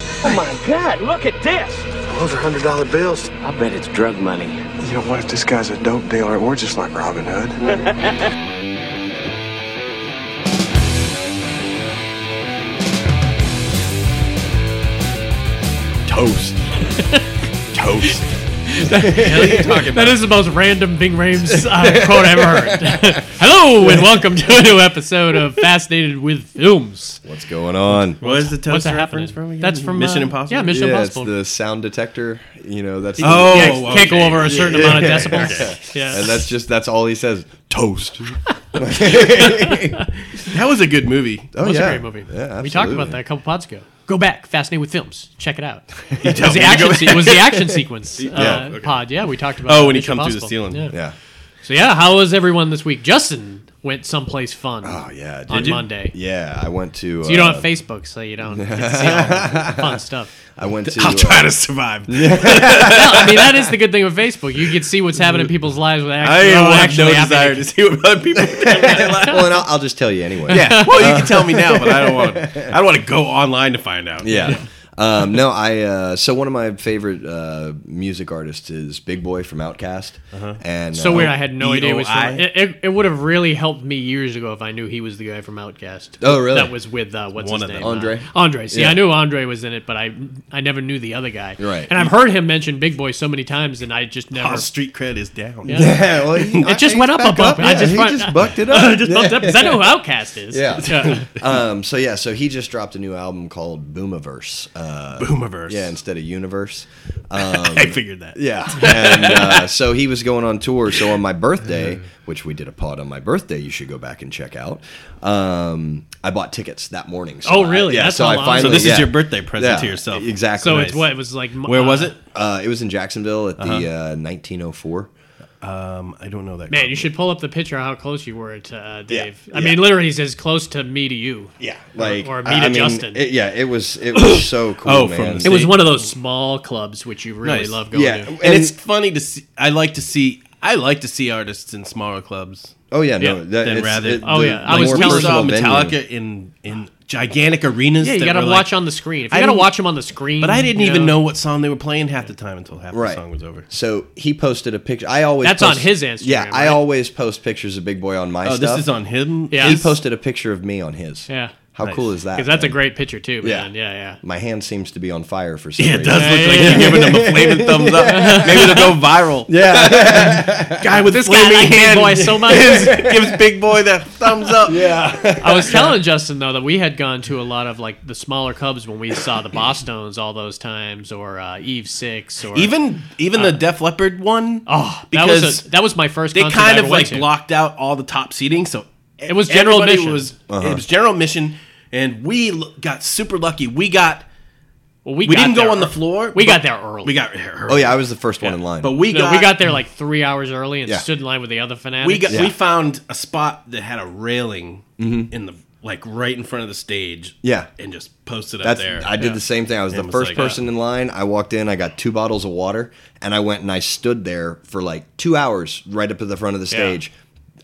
Oh my God, look at this. Those are hundred dollar bills. I bet it's drug money. You know what? If this guy's a dope dealer, we're just like Robin Hood. Toast. Toast. That is the most random Bing Rames uh, quote I've ever heard. Hello and welcome to a new episode of Fascinated with Films. What's going on? What is the toaster What's that happening? reference from again? That's from Mission uh, Impossible. Yeah, Mission yeah, it's Impossible. the sound detector. You know, that's Oh, yeah, it can't go okay. over a certain Yeah. amount of decibels. Yeah, and that's just that's all he says. Toast. that was a good movie. Oh That's yeah, a great movie. Yeah, we talked absolutely. about that a couple pods ago. Go back, Fascinated with Films. Check it out. It tell was, the me to go action se- it was the action sequence uh, Yeah, okay. pod. Yeah, we talked about. Oh, when he Mission come through the Impossible. ceiling. Yeah. Yeah. So yeah, how was everyone this week? Justin went someplace fun. Ah. Oh yeah. Did on you? Monday. Yeah, I went to. So you don't uh, have Facebook, so you don't get to see all the fun stuff. I went to. I'll uh, try to survive. No, I mean that is the good thing with Facebook. You can see what's happening in people's lives without I actually, have actually no happening. desire to see what other people. uh, well, and I'll, I'll just tell you anyway. yeah. Well, you can tell me now, but I don't want. To, I don't want to go online to find out. Yeah. Um, no, I uh, so one of my favorite uh, music artists is Big Boy from Outkast, Uh-huh. and So uh, weird. I had no idea it was. From, EOI. it it, it would have really helped me years ago if I knew he was the guy from Outcast. Oh, really? That was with uh, what's One his of name? them. Andre. Uh, Andre. See, Yeah. I knew Andre was in it, but I I never knew the other guy. Right. And I've heard him mention Big Boy so many times, and I just never. Our street cred is down. Yeah. Yeah, well, he- I- it just he's went up a back bump. I Yeah, just, he fin- just bucked it I up. just bumped up because I know who Outcast is. Yeah. yeah. Um, so yeah, so he just dropped a new album called Boomiverse. Uh, Boomerverse. yeah, instead of Universe. Um, I figured that. yeah, and uh, so he was going on tour. So on my birthday, which we did a pod on my birthday, you should go back and check out. Um, I bought tickets that morning. So Oh, I- really? yeah. That's so I how long- finally. So this yeah. is your birthday present Yeah, to yourself. Exactly. So it's what it was like. Where was uh, it? Uh, it was in Jacksonville at the Uh-huh. uh, 1904. Um, I don't know that. Man, you should pull up the picture of how close you were to uh, Dave. I yeah. mean, literally, he's as close to me to you. Yeah, like or I- Mita I mean, Justin. it- yeah, it was it was so cool. Oh, man. from It the was See? one of those small clubs which you really Nice. love going yeah, to. and, it's funny to see. I like to see. I like to see artists in smaller clubs. Oh yeah, no. Yeah, That, then it's, rather- it- Oh, the- yeah, the I was more We telling- personal saw venue. Metallica in in gigantic arenas. Yeah, you that got to were watch like, on the screen. If you I got to didn't- watch them on the screen. But I didn't you even know what song they were playing half the time until half Right. the song was over. So he posted a picture. I always That's post- on his Instagram, Yeah, I right? always post pictures of Big Boy on my Oh, stuff. this is on him. Yeah. He his- posted a picture of me on his. Yeah. How Nice. cool is that? Because that's a man? great picture, too, Yeah. man. Yeah, yeah. My hand seems to be on fire for some Yeah, reason. it does Yeah, look yeah, like yeah. you're giving him a flaming thumbs up. Maybe they'll go viral. Yeah, Guy with This guy flaming likes Big hand Boy so much. gives, gives big boy that thumbs up. yeah. I was telling Justin, though, that we had gone to a lot of, like, the smaller clubs when we saw the Boston's all those times or uh, Eve 6 or. Even even the Def Leppard one. Uh, Oh, that was, because a, that was my first they concert I kind ever of went like to. blocked out all the top seating, so It was general everybody admission. Was, It was general admission, and we l- got super lucky. We got Well, we got didn't go there on the ear- floor. We but- got there early. We got her. Oh yeah, I was the first one in line. but we No, got we got there like three hours early and Yeah. stood in line with the other fanatics. we got Yeah. we found a spot that had a railing in the like right in front of the stage. Yeah. and just posted up that's there. I did the same thing. I was the was first like, person in line. I walked in. I got two bottles of water, and I went and I stood there for like two hours, right up at the front of the stage.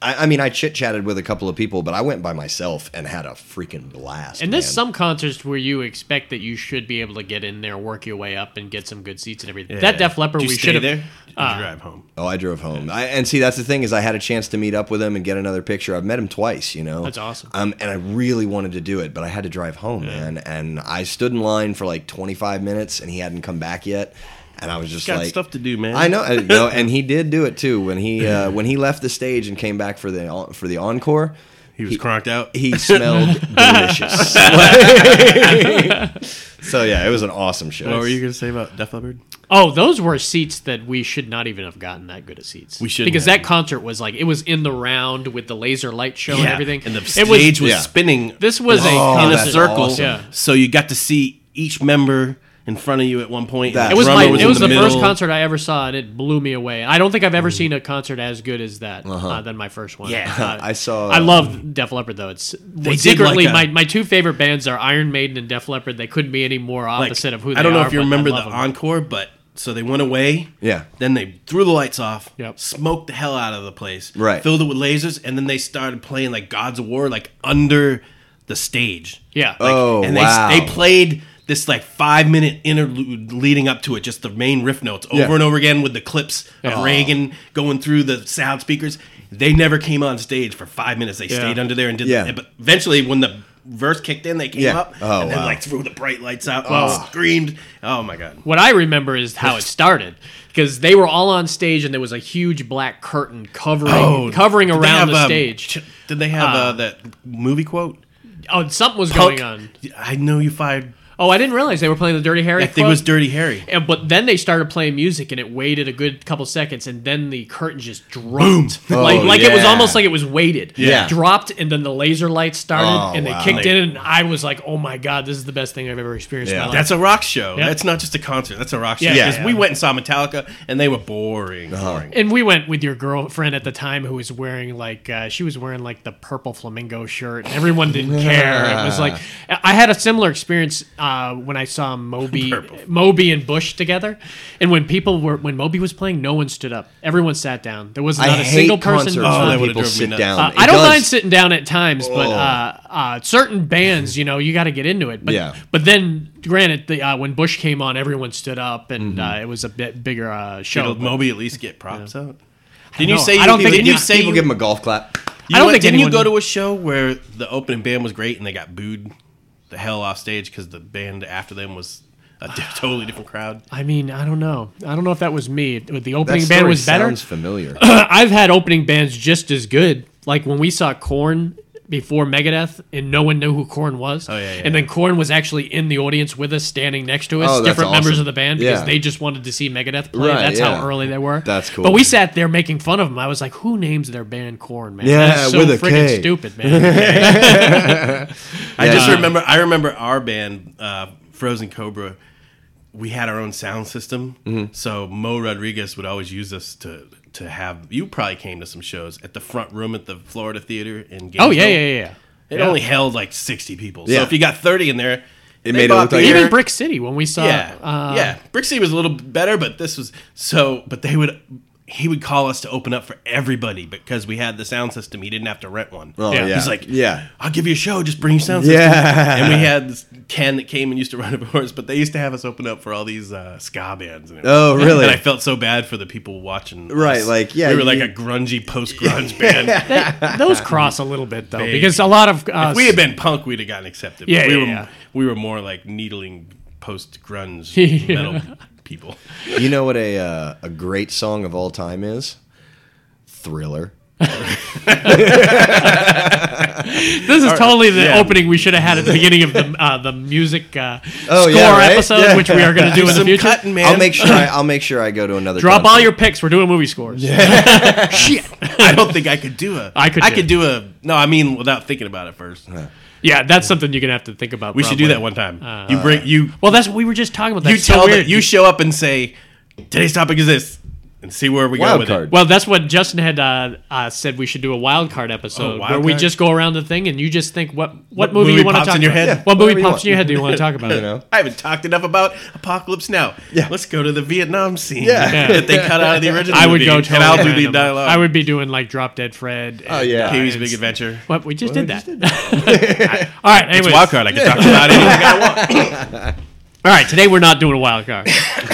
I, I mean, I chit chatted with a couple of people, but I went by myself and had a freaking blast. And there's man. some concerts where you expect that you should be able to get in there, work your way up, and get some good seats and everything. That Def Leppard, Did we uh, you should stay have. there. Did you drive home. Oh, I drove home. I, and see, that's the thing is, I had a chance to meet up with him and get another picture. I've met him twice, you know. That's awesome. Um, and I really wanted to do it, but I had to drive home, man. And I stood in line for like 25 minutes, and he hadn't come back yet. And I was just Got like, stuff to do, man. I know, I know, and he did do it too when he uh, when he left the stage and came back for the for the encore. He was cronked out. He smelled delicious. so yeah, it was an awesome show. what were you gonna say about Def Leppard? Oh, those were seats that we should not even have gotten that good of seats. We shouldn't because have. that concert was like it was in the round with the laser light show and everything. And the it stage was, was, Yeah. spinning. This was a Oh, in a that's concert. circle, awesome. Yeah. so you got to see each member in front of you at one point. That- It was Drummer my. was it in was the, the first middle. Mm. concert I ever saw, and it blew me away. I don't think I've ever seen a concert as good as that uh than my first one. Uh-huh. Yeah. Uh, I saw- I love Def Leppard though. It's Um, did secretly like a- my, my two favorite bands are Iron Maiden and Def Leppard. They couldn't be any more Like, opposite of who. They I don't know are, if you but I remember the love 'em. encore, but so they went away. Yeah. Then they threw the lights off. Yep. Smoked the hell out of the place. Right. Filled it with lasers, and then they started playing like Gods of War, like under the stage. Yeah. Like, Oh, and wow. They, they played. this like five minute interlude leading up to it, just the main riff notes over Yeah. and over again with the clips Yeah. of Reagan going through the sound speakers. They never came on stage for five minutes. They stayed under there and did. Yeah. But eventually, when the verse kicked in, they came Yeah. up Oh, and then wow. like threw the bright lights out. Well, screamed. Oh my god. What I remember is how it started because they were all on stage and there was a huge black curtain covering covering Oh, Did they around have, the um, stage. ch- Did they have uh, that movie quote? oh, something was going Punk- on. I know you fired. Oh, I didn't realize they were playing the Dirty Harry. I think it quote. was Dirty Harry. And, but then they started playing music, and it waited a good couple seconds, and then the curtain just dropped. Like, Oh, like it was yeah. almost like it was weighted. Yeah. dropped, and then the laser lights started, Oh, and they wow. kicked in, and I was like, "Oh my god, this is the best thing I've ever experienced." Yeah. in my life. That's a rock show. Yeah. That's not just a concert. That's a rock show. Yeah, Because yeah, we yeah. went and saw Metallica, and they were boring. Boring. And we went with your girlfriend at the time who was wearing like, uh, she was wearing like the purple flamingo shirt. and Everyone didn't care. It was like, I had a similar experience uh, when I saw Moby, Purple. Moby and Bush together. And when people were, when Moby was playing, no one stood up. Everyone sat down. There was not I a hate single person. concerts Uh, Oh, that when would've people drove me sit nuts. down. uh, It I don't does- mind sitting down at times, but Oh. uh, uh, certain bands, you know, you got to get into it. But, Yeah. but then, granted, the, uh, when Bush came on, everyone stood up, and Mm-hmm. uh, it was a bit bigger uh, show. Did but- Moby at least get props out? Didn't you know. say? I don't think- Didn't you yeah, say People you, give him a golf clap. you I don't went- think Didn't you anyone- go to a show where the opening band was great and they got booed the hell off stage because the band after them was a di- totally different crowd? I mean, I don't know. I don't know if that was me. If the That opening story band was better. sounds familiar. I've had opening bands just as good. Like when we saw Korn before Megadeth, and no one knew who Korn was. Oh yeah, yeah, And then Korn was actually in the audience with us, standing next to us, Oh, that's different members awesome. of the band, because Yeah. they just wanted to see Megadeth play. Right, that's yeah. how early they were. That's cool. But we sat there making fun of them. I was like, "Who names their band Korn, man? Yeah, that's so with a freaking K. stupid, man." I just Yeah. remember. I remember our band, uh, Frozen Cobra. We had our own sound system, Mm-hmm. so Mo Rodriguez would always use us to to have. You probably came to some shows at the front room at the Florida Theater in. Gainesville. oh yeah, yeah, yeah. yeah. It Yeah. only held like sixty people. So Yeah. if you got thirty in there, it made it look like- Even Brick City, when we saw, yeah, uh, yeah. Brixie was a little better, but this was so. But they would. He would call us to open up for everybody because we had the sound system. He didn't have to rent one. Oh, Yeah. yeah. He's like, yeah. I'll give you a show. Just bring your sound system. Yeah. And we had this Ken that came and used to run it for us, but they used to have us open up for all these uh, ska bands. And everything. Oh, really? And I felt so bad for the people watching. Right, us. like, yeah, we were like you- a grungy post grunge band. those cross a little bit though, Big. because a lot of uh, If we had been punk, we'd have gotten accepted. but Yeah, we yeah, were yeah. we were more like needling post grunge Yeah. metal people. You know what a uh, a great song of all time is? Thriller. This is totally the yeah. opening we should have had at the beginning of the uh, the music uh, Oh, score yeah, right? episode, Yeah. which we are going to do in the Some future. cutting, man. I'll make sure I, I'll make sure I go to another. Drop all concert. your picks. We're doing movie scores. Shit. I don't think I could do a. I could I do could it. do a. No, I mean without thinking about it first. Yeah, that's something you're going to have to think about. We should do probably. that one time. Uh, you bring you. Well, that's what we were just talking about. you That's so tell weird. that you show up and say today's topic is this, and see where we go Wild with card. it. well, that's what Justin had uh, uh, said. We should do a wild card episode Oh, wild where we card? just go around the thing and you just think what what, What movie, movie you want to pops talk in your about. head? Yeah, What movie whatever you pops in your head do you want to talk about? You know? I haven't talked enough about Apocalypse Now. Yeah. let's go to the Vietnam scene. Yeah. Yeah. that they cut out of the original. I would movie, go and totally I'll do the random. dialogue. I would be doing like Drop Dead Fred. Oh and- yeah. Pee Wee's Big it's- Adventure. What we just did that. All right. Anyways, It's wild card. I can talk about anything I want. All right, today we're not doing a wild card.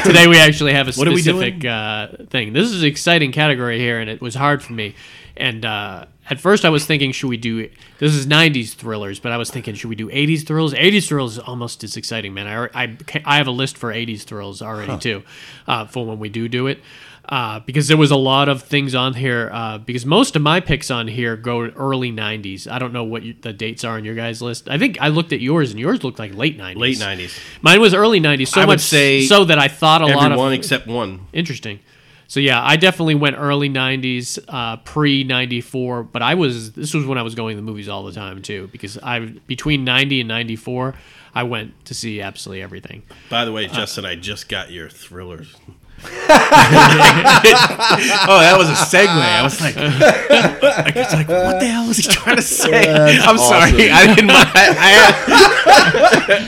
today we actually have a are we specific uh, thing. This is an exciting category here, and it was hard for me. And uh, at first, I was thinking, should we do this is '90s thrillers? But I was thinking, should we do '80s thrills? '80s thrills is almost as exciting, man. I al- I, ca- I have a list for '80s thrills already too, uh, for when we do do it. Uh, because there was a lot of things on here. Uh, because most of my picks on here go early '90s. I don't know what you, the dates are on your guys' list. I think I looked at yours, and yours looked like late '90s. Late 90s. Mine was early '90s, so I would much say so that I thought a lot of Everyone except one. interesting. So yeah, I definitely went early '90s, uh, pre '94, but I was this was when I was going to the movies all the time too, because I between '90 and '94, I went to see absolutely everything. By the Uh, way, Justin, I just got your thrillers. oh, that was a segue. I was like, I was like, what the hell was he trying to say? I'm sorry, I didn't. I,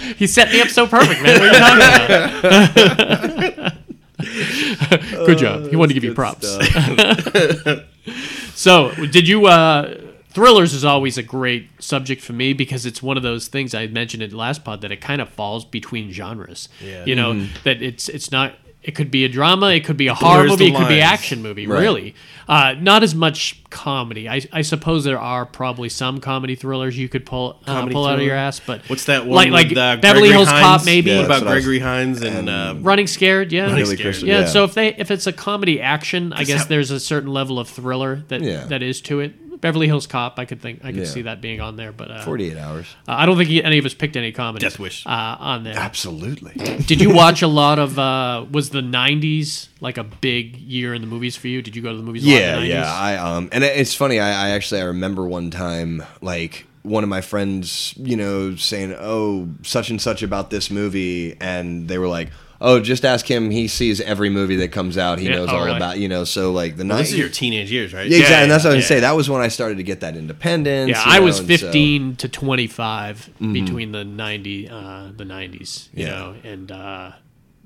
I, He set me up so perfect, man. What are you talking about? good job. He wanted to give you props. so, did you? Uh, thrillers is always a great subject for me because it's one of those things I mentioned in last pod that it kind of falls between genres. Yeah. You know that it's it's not. It could be a drama. It could be a horror blurs the movie. It could be lines. action movie. Right. Really, uh, not as much comedy. I, I suppose there are probably some comedy thrillers you could pull uh, Comedy pull out of your thriller? ass. But What's that one? Like like with, uh, Beverly Gregory Hills Hines? Cop maybe. Yeah, What that's about what I was- Gregory Hines and, uh, Running Scared, yeah. Really Scared. Christian- yeah, so if they if it's a comedy action, I guess there's a certain level of thriller that Yeah. that is to it. Beverly Hills Cop, I could think I could Yeah. see that being on there, but uh, 48 hours. I don't think any of us picked any comedy. Death Wish. uh, on there. Absolutely. Did you watch a lot of? Uh, was the '90s like a big year in the movies for you? Did you go to the movies? a lot yeah, in the 90s? yeah. I um, and it- it's funny. I, I actually I remember one time like one of my friends, you know, saying, "Oh, such and such about this movie," and they were like. Oh, just ask him. He sees every movie that comes out. He Yeah, knows oh, all really? about, you know. So like the This nineties. is your teenage years, right? yeah, exactly. and that's what I was yeah. gonna say. That was when I started to get that independence. Yeah, you I know, was and so- 15 to 25 Mm-hmm. between the 90 uh, the 90s, you Yeah. know, and uh,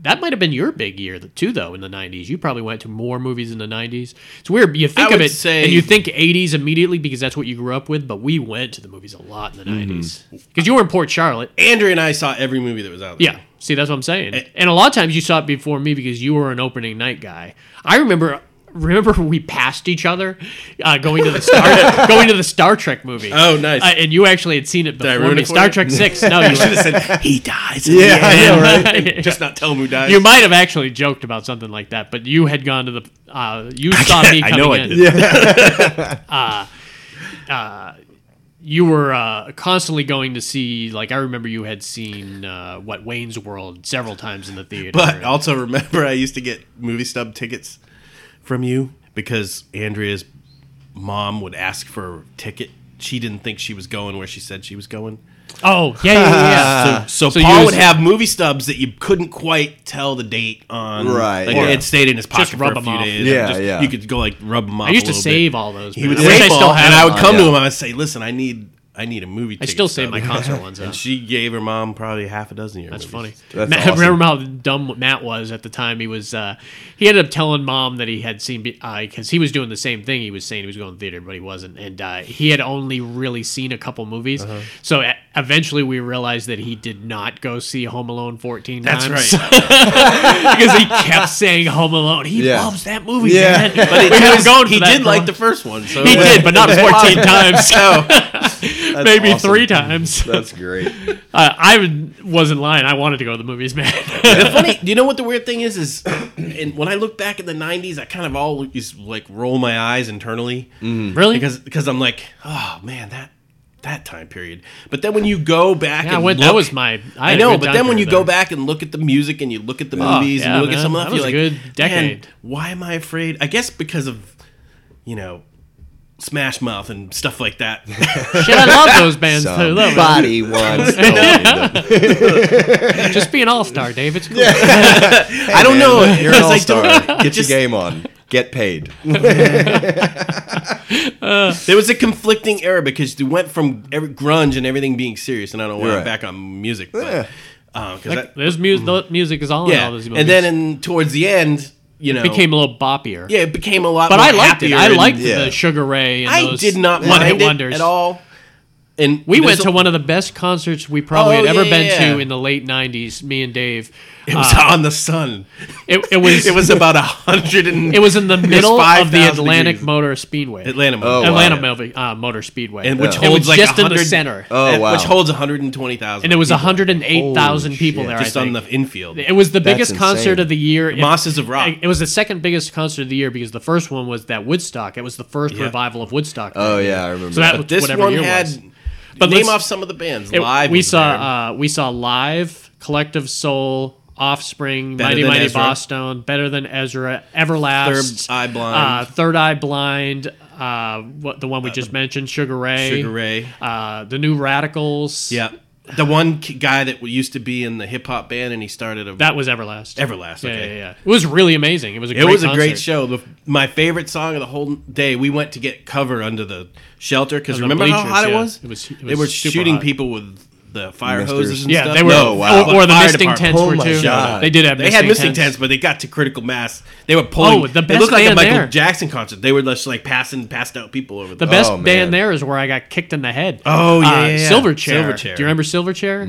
that might have been your big year th- too, though. In the 90s, you probably went to more movies in the 90s. It's weird. You think I of it would say- and you think 80s immediately because that's what you grew up with, but we went to the movies a lot in Mm-hmm. the 90s because you were in Port Charlotte. Andrew and I saw every movie that was out. there. Yeah. See, that's what I'm saying. Eh. and a lot of times you saw it before me because you were an opening night guy. I remember remember we passed each other uh, going to the Star going to the Star Trek movie. Oh, nice. Uh, and you actually had seen it I before ruin me. it for Star you? Trek 6. No, you Should have said he dies. in Yeah, the I end." know, right? Just not tell him who dies. You might have actually joked about something like that, but you had gone to the uh, you saw me I coming know I in. did. you were uh, constantly going to see like I remember you had seen uh, what Wayne's World several times in the theater. But also remember, I used to get movie stub tickets from you because Andrea's mom would ask for a ticket. She didn't think she was going where she said she was going. oh, yeah, yeah, yeah, yeah. Uh, So, so Paul you- would have movie stubs that you couldn't quite tell the date on. Right, Like yeah. it stayed in his pocket for rub a 'em few off. days. Yeah, Just- yeah. You could go like rub them off. I used to save all those. He man. would I wish save I still all, have and I them. would come to yeah. him. I would say, "Listen, I need, I need a movie." I ticket still save stub." my concert ones. Out. And she gave her mom probably half a dozen years. That's funny. That's Matt, awesome. Remember how dumb Matt was at the time? He was. Uh, he ended up telling mom that he had seen because he was doing the same thing. He was saying he was going to theater, but he wasn't, and uh, he had only really seen a couple movies. So e- eventually, we realized that he did not go see Home Alone fourteen That's times. right. because he kept saying Home Alone. He Yeah. loves that movie. Yeah. man. But it we had him was- going. he for that did for like a- the first one. So He did, but not fourteen times. Oh, Maybe awesome. three times. That's great. Uh, I would- wasn't lying. I wanted to go to the movies, man. the funny. You know what the weird thing is is, and when I look back at the '90s, I kind of always like roll my eyes internally really? because because I'm like, oh man, that that time period. But then when you go back, yeah, I and went, look, that was my. I, I, had a know, good but time then when you period go there. back and look at the music and you look at the movies and yeah, you look man. at some That of was you're a like, good decade." Man, why am I afraid? I guess because of, you know, Smash Mouth and stuff like that. Shit, I love those bands too. Love it. Somebody wants. to- Just be an all star, Dave. It's cool. I don't know. Man, You're an because I all star. don't- Get just- your game on. Get paid. There was a conflicting era because you went from every, grunge and everything being serious, and I don't want Right. to back on music, but Yeah. uh, 'cause that- There's music. Music is all in yeah. all those movies. and then in, towards the end, you know, it became a little boppier. yeah, it became a lot. but more I liked it. happier I and- liked yeah. the Sugar Ray. And I those did not one hit mind it wonders at all. And We went there's to a- one of the best concerts we probably Oh, had ever yeah, been yeah, to yeah. in the late '90s. Me and Dave. It was uh, on the sun. It, it was. It was about a hundred and. It was in the middle of the 5,000 Atlantic degrees. Motor Speedway. Atlanta. Mode. Oh, wow. Atlanta Motor, uh, Motor Speedway. And which It was holds like just in the 100 center. Oh, and- wow. Which holds one hundred and twenty thousand. and it was 108,000 people there. I just on think. the infield. It was the biggest insane. concert of the year. It- Mosses of Rock. It was the second biggest concert of the year because the first one was that Woodstock. It was the first Yeah. revival of Woodstock. Uh, Oh yeah, I remember. So that that. was This whatever one year had. was. But But name let's- off some of the bands It- live. we was there. saw uh, we saw live Collective Soul, Offspring, Better Mighty Than Mighty Ezra. Boston, Better Than Ezra, Everlast, Third Eye Blind. uh, Third Eye Blind, uh, what the one we just mentioned, Sugar Ray, Sugar Ray. uh, the New Radicals. Yeah, the one k- guy that used to be in the hip hop band, and he started a. that was Everlast. Everlast, Yeah, okay. yeah, yeah. It was really amazing. It was a it great was a great concert. show. The, my favorite song of the whole day. We went to get cover under the shelter because Under the remember how bleachers, hot it yeah. was? It was- it They was were super shooting hot. people with the fire Misters. hoses and Yeah, stuff? they were, No, wow. or, or the Fire misting department. tents Oh were my too. God. They did have They misting had missing tents. tents but they got to critical mass. They were pulling. Oh, the it best looked like a band Michael there. Jackson concert. They were just like passing passed out people over The there. best Oh, man. band there is where I got kicked in the head. Oh, yeah, yeah, yeah. Silverchair. Silverchair. Do you remember Silverchair? Uh,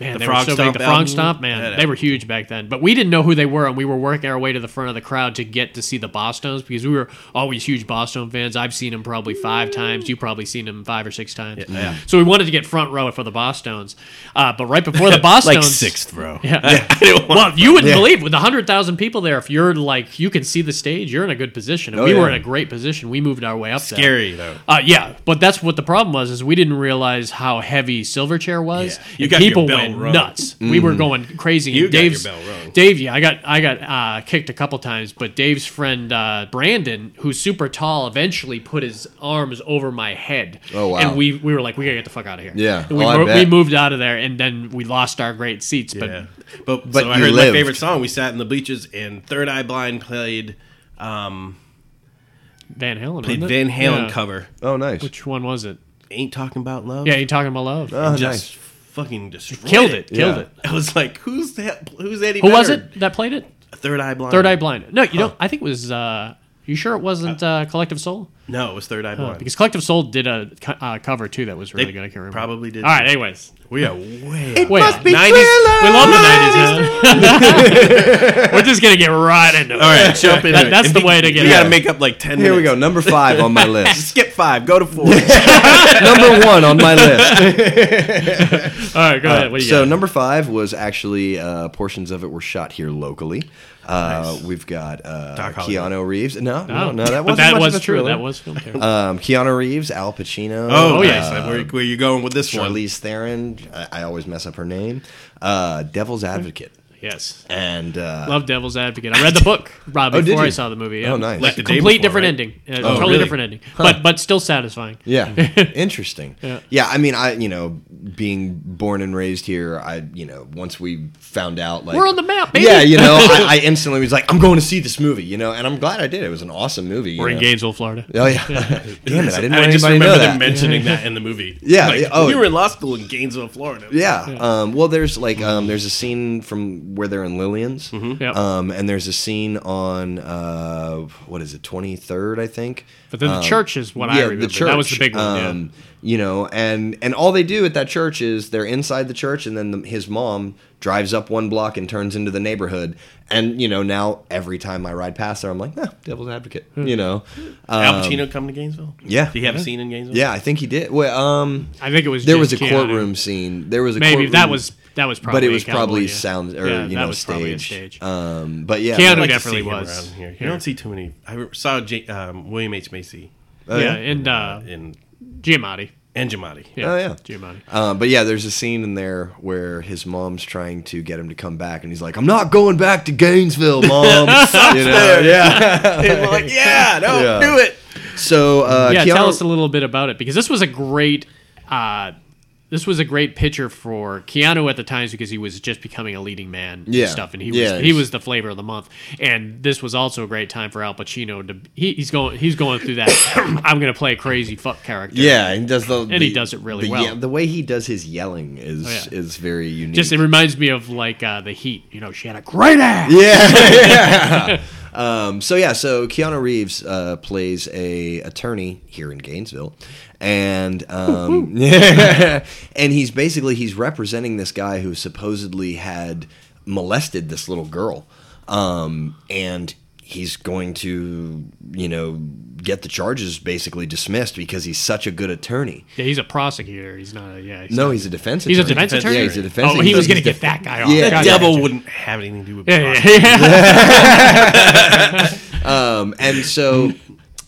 man, The they Frog were so big. Stomp The Frog album? Stomp, Yeah, man, that they were was huge back then. But we didn't know who they were, and we were working our way to the front of the crowd to get to see the Boston's because we were always huge Boston fans. I've seen them probably five times. You probably seen them five or six times. Yeah, yeah. So we wanted to get front row for the Boston's. Uh, but right before the Boston's, like sixth row. yeah. well, you wouldn't believe with 100,000 people there, if you're like, you can see the stage, you're in a good position. And Oh, we were yeah. in a great position. We moved our way up there. Scary though. Uh, yeah, but that's what the problem was is we didn't realize how heavy Silverchair was. Yeah, you and got your people bell went rung. nuts. We Mm-hmm. were going crazy. You and got your Dave's, bell rung. Dave, yeah, I got I got uh, kicked a couple times, but Dave's friend uh, Brandon, who's super tall, eventually put his arms over my head. Oh, wow. And we we were like, we gotta get the fuck out of here. Yeah. And we, Oh, I mo- we bet. moved out of there, and then we lost our great seats. But Yeah. But, But so I you heard lived. my favorite song. We sat in the bleachers and Third Eye Blind played um, Van Halen played wasn't it? Van Halen Yeah. cover. Oh, nice. Which one was it? Ain't talking about love. Yeah, you talking about love? oh, just nice. fucking destroyed. killed it, killed Yeah. it. I was like, who's that? Who's Eddie? Who was Vedder? it that played it? Third Eye Blind. Third Eye Blind. No, you don't. I think it was. Uh, you sure it wasn't uh, Collective Soul? No, it was Third Eye Blind. Because Collective Soul did a co- uh, cover too that was really They good. I can't remember. probably did. All right. Anyways, we are way. out. wait. Must be 90s Thriller. we love the nineties. We're just gonna get right into it. All right, jump in. That- that's the way to get You out. gotta make up like ten. Here we go. minutes. Number five on my list. Skip five. Go to four. number one on my list. All right. Go ahead. What do you Uh, So got? number five was actually uh, portions of it were shot here locally. Uh, We've got uh, Doc Holliday. Keanu Reeves. No, no, Oh. no, that wasn't but that much was of a true. thriller. That was filmed here. um, Keanu Reeves, Al Pacino. uh, Oh, Oh, yeah. nice. where, where you going with this one? Charlize Theron. I, I always mess up her name. Uh, Hmm. Devil's Advocate. yes. And uh, Love Devil's Advocate. I read the book Rob, Oh, did before I you? saw the movie. Oh, nice. Oh, Like the day Complete before, different right? ending. Uh, totally really? different ending. But but still satisfying. Yeah, interesting. Yeah. I mean, I you know, being born and raised here, I you know, once we found out, like We're on the map, baby. Yeah, you know, I, I instantly was like, I'm going to see this movie, you know, and I'm glad I did. It was an awesome movie. you We're in know. Gainesville, Florida. Oh yeah, damn it! I didn't I want just anybody to remember know that. them mentioning that in the movie. Yeah, Like, yeah, oh. we were in law school in Gainesville, Florida. Yeah. Um, well, there's like um, there's a scene from where they're in Lillian's, Mm-hmm. Yep. um, and there's a scene on uh, what is it, 23rd, I think. But then the church is what I remember. That was the big one. yeah. um, You know, and and all they do at that church is they're inside the church, and then the, his mom drives up one block and turns into the neighborhood. And you know, now every time I ride past there, I'm like, ah, Devil's Advocate. Hmm. You know, uh, Al Pacino come to Gainesville? yeah. Do you have a scene in Gainesville? yeah, I think he did. Well, um, I think it was there just was a Keanu. courtroom scene. There was a Maybe courtroom- that was that was probably but it was Cowboy, probably yeah. sound or Yeah, you that know was probably a stage. stage. Um, but yeah, Keanu like- to definitely see him was. around You Here. don't see too many. I re- saw J, um, William H Macy oh, yeah, yeah. and uh, in Giamatti. and Giamatti. Yeah, Oh, yeah. Giamatti. Uh, but yeah, there's a scene in there where his mom's trying to get him to come back, and he's like, "I'm not going back to Gainesville, mom." you know, yeah. And we're like, yeah, no, Yeah. do it. So uh, yeah, Keanu- tell us a little bit about it because this was a great. Uh, this was a great picture for Keanu at the times because he was just becoming a leading man Yeah. and stuff, and he Yeah, was he he's- was the flavor of the month. And this was also a great time for Al Pacino to he, he's going he's going through that I'm going to play a crazy fuck character. yeah, he does the and he does it really well. Oh, the way he does his yelling is yeah. is very unique. just it reminds me of like uh, the Heat. You know, she had a great ass. yeah. yeah. Um, so yeah, so Keanu Reeves uh, plays a attorney here in Gainesville, and um, and he's basically he's representing this guy who supposedly had molested this little girl, um, and he's going to you know get the charges basically dismissed because he's such a good attorney. Yeah, he's a prosecutor. He's not a yeah. He's No, he's a defense. He's a attorney. defense attorney. Yeah, he's a defense. Oh, he was going to he's def- get that guy off. Yeah. Gotcha. Devil wouldn't have anything to do with. Yeah, Boston. yeah, yeah. Um, and so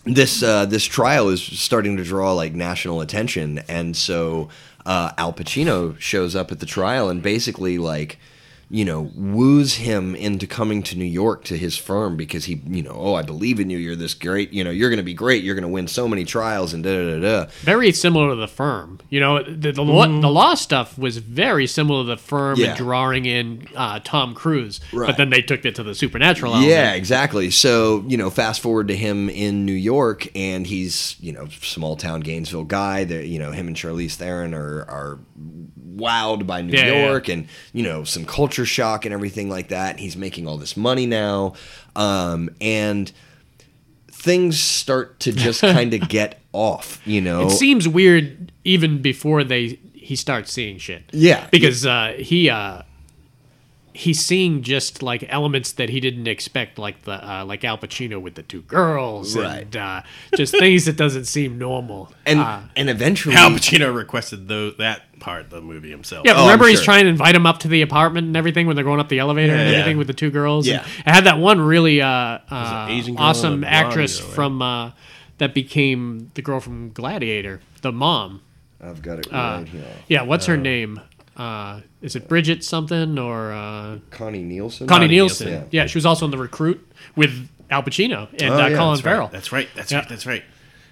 this uh, this trial is starting to draw like national attention, and so uh, Al Pacino shows up at the trial and basically like you know woos him into coming to New York to his firm because he you know oh I believe in you you're this great you know you're going to be great you're going to win so many trials and da da da da Very similar to the firm. You know, the, the, law, the law stuff was very similar to the firm Yeah. and drawing in uh, Tom Cruise. But Right. then they took it to the supernatural element. Yeah, exactly. So, you know, fast forward to him in New York, and he's, you know, small town Gainesville guy. That you know, him and Charlize Theron are, are wowed by New Yeah, yeah, York and you know some culture shock and everything like that. And he's making all this money now, um, and things start to just kind of get off. You know, It seems weird even before they he starts seeing shit. Yeah. Because uh, he uh, he's seeing just like elements that he didn't expect, like the uh, like Al Pacino with the two girls, Right. and uh, just things that doesn't seem normal. and Uh, and eventually Al Pacino requested tho- that part of the movie himself. yeah, Oh, I'm remember he's sure. trying to invite him up to the apartment and everything when they're going up the elevator and Yeah. everything with the two girls. and Yeah. I had that one really uh, uh, Asian girl and awesome a blonde actress girl, right? from uh, that became the girl from Gladiator, the mom. Uh, I've got it right here. Yeah, what's her name? Uh, is it Bridget something or uh, Connie Nielsen. Connie Nielsen. Nielsen? Yeah. she was also in The Recruit with Al Pacino and Oh, uh, yeah, that's Colin right. Farrell. That's right. That's Yeah. right. That's right.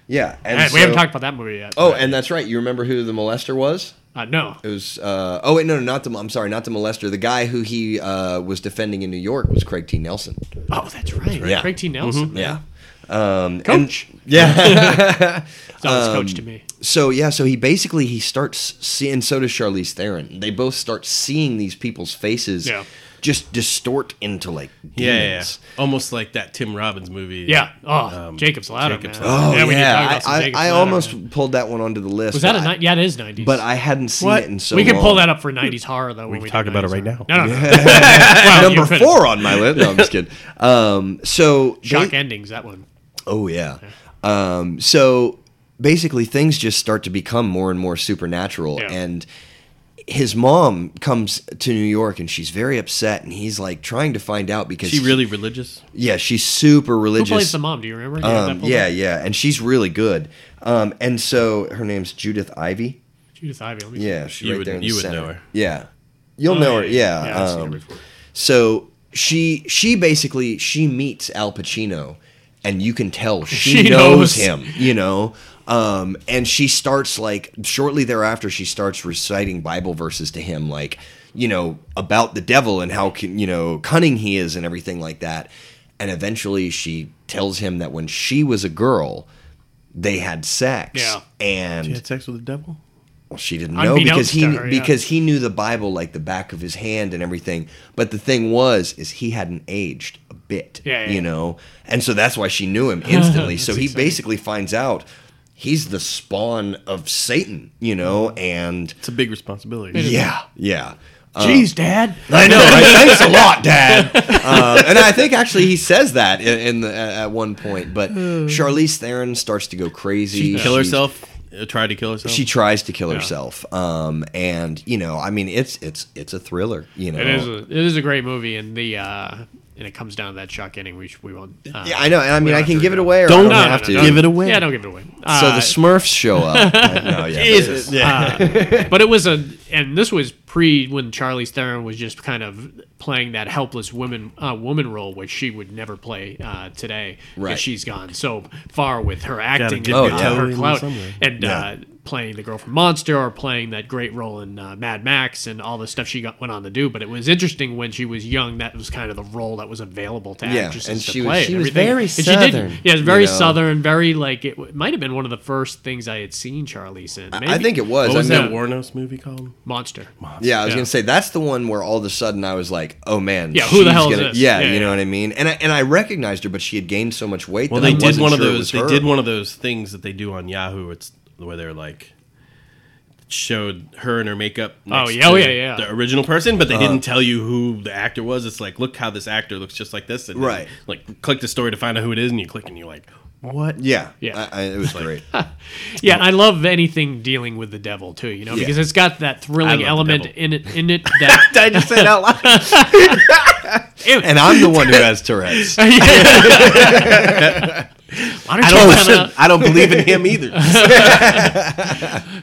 Yeah, and Man, we haven't so- talked about that movie yet. Oh, and that's right. You remember who the molester was? uh, no. It was. Uh, oh wait, no, no, not the. I'm sorry, not the molester. The guy who he uh, was defending in New York was Craig T. Nelson. Oh, that's right. Yeah. Craig T. Nelson. Yeah. Um, Coach. and- yeah. Um, It's always coach to me. so yeah. So he basically he starts seeing. So does Charlize Theron. They both start seeing these people's faces. Yeah. Just distort into like Yeah, yeah, yeah. demons. Almost like that Tim Robbins movie. Yeah. Oh, Um, Jacob's Ladder. Jacob's man. Oh yeah, we need to talk about some I, Jacob's I, I Ladder, almost man. pulled that one onto the list. was that a but I- night? Yeah, it is nineties. But I hadn't seen What? it in so. we can pull long. that up for nineties horror though. when We've We talked do about it 90s right horror. now. No, no. Well, you're Number finished. four on my list. No, I'm just kidding. Um, so Shock they- endings. That one. Oh yeah. Um, so basically, things just start to become more and more supernatural, Yeah. and his mom comes to New York, and she's very upset, and he's like trying to find out because Is she really religious? yeah, she's super Who religious. plays the mom? Do you remember? Do you have that um, pulled yeah, up? yeah, and she's really good. Um, and so her name's Judith Ivy. Judith Ivey. Let me see. Yeah, she's You right would- there in you the would center. know her. Yeah, you'll know her. Yeah. I've seen her um, before. so she she basically she meets Al Pacino, and you can tell she, She knows. knows. him. You know. Um, and she starts like shortly thereafter, she starts reciting Bible verses to him, like you know about the devil and how can, you know cunning he is and everything like that. And eventually, she tells him that when she was a girl, they had sex. Yeah. and She had sex with the devil? well, she didn't know because Unbeknownst he to her, yeah. because he knew the Bible like the back of his hand and everything. But the thing was, is he hadn't aged a bit, Yeah, yeah, you yeah. know, and so that's why she knew him instantly. so That's he exciting. basically finds out he's the spawn of Satan, you know, and It's a big responsibility. yeah, yeah. Uh, Jeez, Dad. I know. Right? Thanks a lot, Dad. Uh, and I think actually he says that in, in the, at at one point. But Charlize Theron starts to go crazy. She kill She's- herself? Uh, Try to kill herself? Oh. she tries to kill herself um and you know i mean it's it's it's a thriller you know It is. A, it is a great movie, and the uh, and it comes down to that shock ending, which we won't. Uh, yeah i know and i we mean don't i have can to give it go. away or Don't- i don't No, no, have no, to no. Give it away. Yeah, don't give it away. so Uh, the smurfs show up no, yeah, Jesus. Ah. Yeah. but it was a, and this was pre when Charlize Theron was just kind of playing that helpless woman uh, woman role, which she would never play uh, today. 'cause Right. Oh, she's gone so far with her acting, dip and, your uh, toe her in clout, somewhere. and uh, playing the girl from Monster, or playing that great role in uh, Mad Max, and all the stuff she got, went on to do. But it was interesting when she was young; that was kind of the role that was available to Yeah, actresses and to she was- play. she and was everything. very And she did- Southern, yeah, it was you very know. southern, very like it, w- might have been one of the first things I had seen Charlize in. i think it was, What was I mean, that Warnos movie called? Monster. yeah i was Yeah. gonna say that's the one where all of a sudden i was like oh man Yeah, who the she's hell is gonna- this? yeah, Yeah, you know yeah. what i mean and i and i recognized her but she had gained so much weight Well, that they I did wasn't one of sure it those. was They her. did one of those things that they do on Yahoo. It's where they're like showed her and her makeup. Next Oh, yeah, oh, to yeah, yeah. Uh-huh. The original person, but they didn't tell you who the actor was. It's like, look how this actor looks just like this, and then, Right. like, click the story to find out who it is, and you click, and you're like, what? yeah Yeah. I, I, it was great Yeah, and I love anything dealing with the devil too, you know, Yeah. because it's got that I love thrilling the element devil. in it in it that i just said out loud and i'm the one who has tourette's Why don't you come out- i don't believe in him either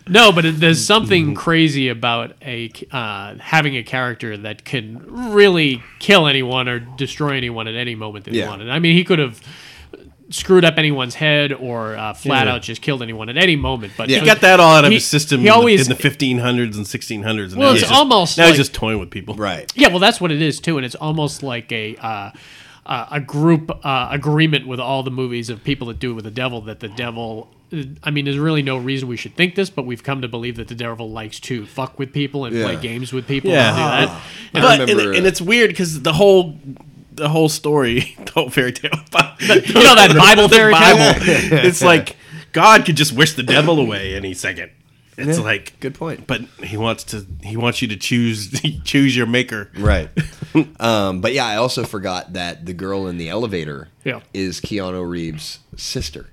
No, but it, there's Mm-hmm. something crazy about a uh, having a character that can really kill anyone or destroy anyone at any moment that Yeah. he wanted. I mean, he could have screwed up anyone's head or uh, flat Yeah. out just killed anyone at any moment. But Yeah. He got that all out of He- his system he in the- always- in the 1500s and 1600s. And Well, now it's he's just- almost now he's like- just toying with people, right Yeah, well, that's what it is too, and it's almost like a uh, uh, a group uh, agreement with all the movies of people that do it with the devil that the devil I mean, there's really no reason we should think this, but we've come to believe that the devil likes to fuck with people and play Yeah. games with people. Yeah. and do that. I Ah. but and, remember, and uh, it's weird because the whole the whole story, the whole fairy tale, you know that Bible fairy tale? it's like God could just wish the devil away any second. It's Yeah, like good point. but he wants to. He wants you to choose choose your maker. Right. um, but yeah, I also forgot that the girl in the elevator Yeah. is Keanu Reeves' sister.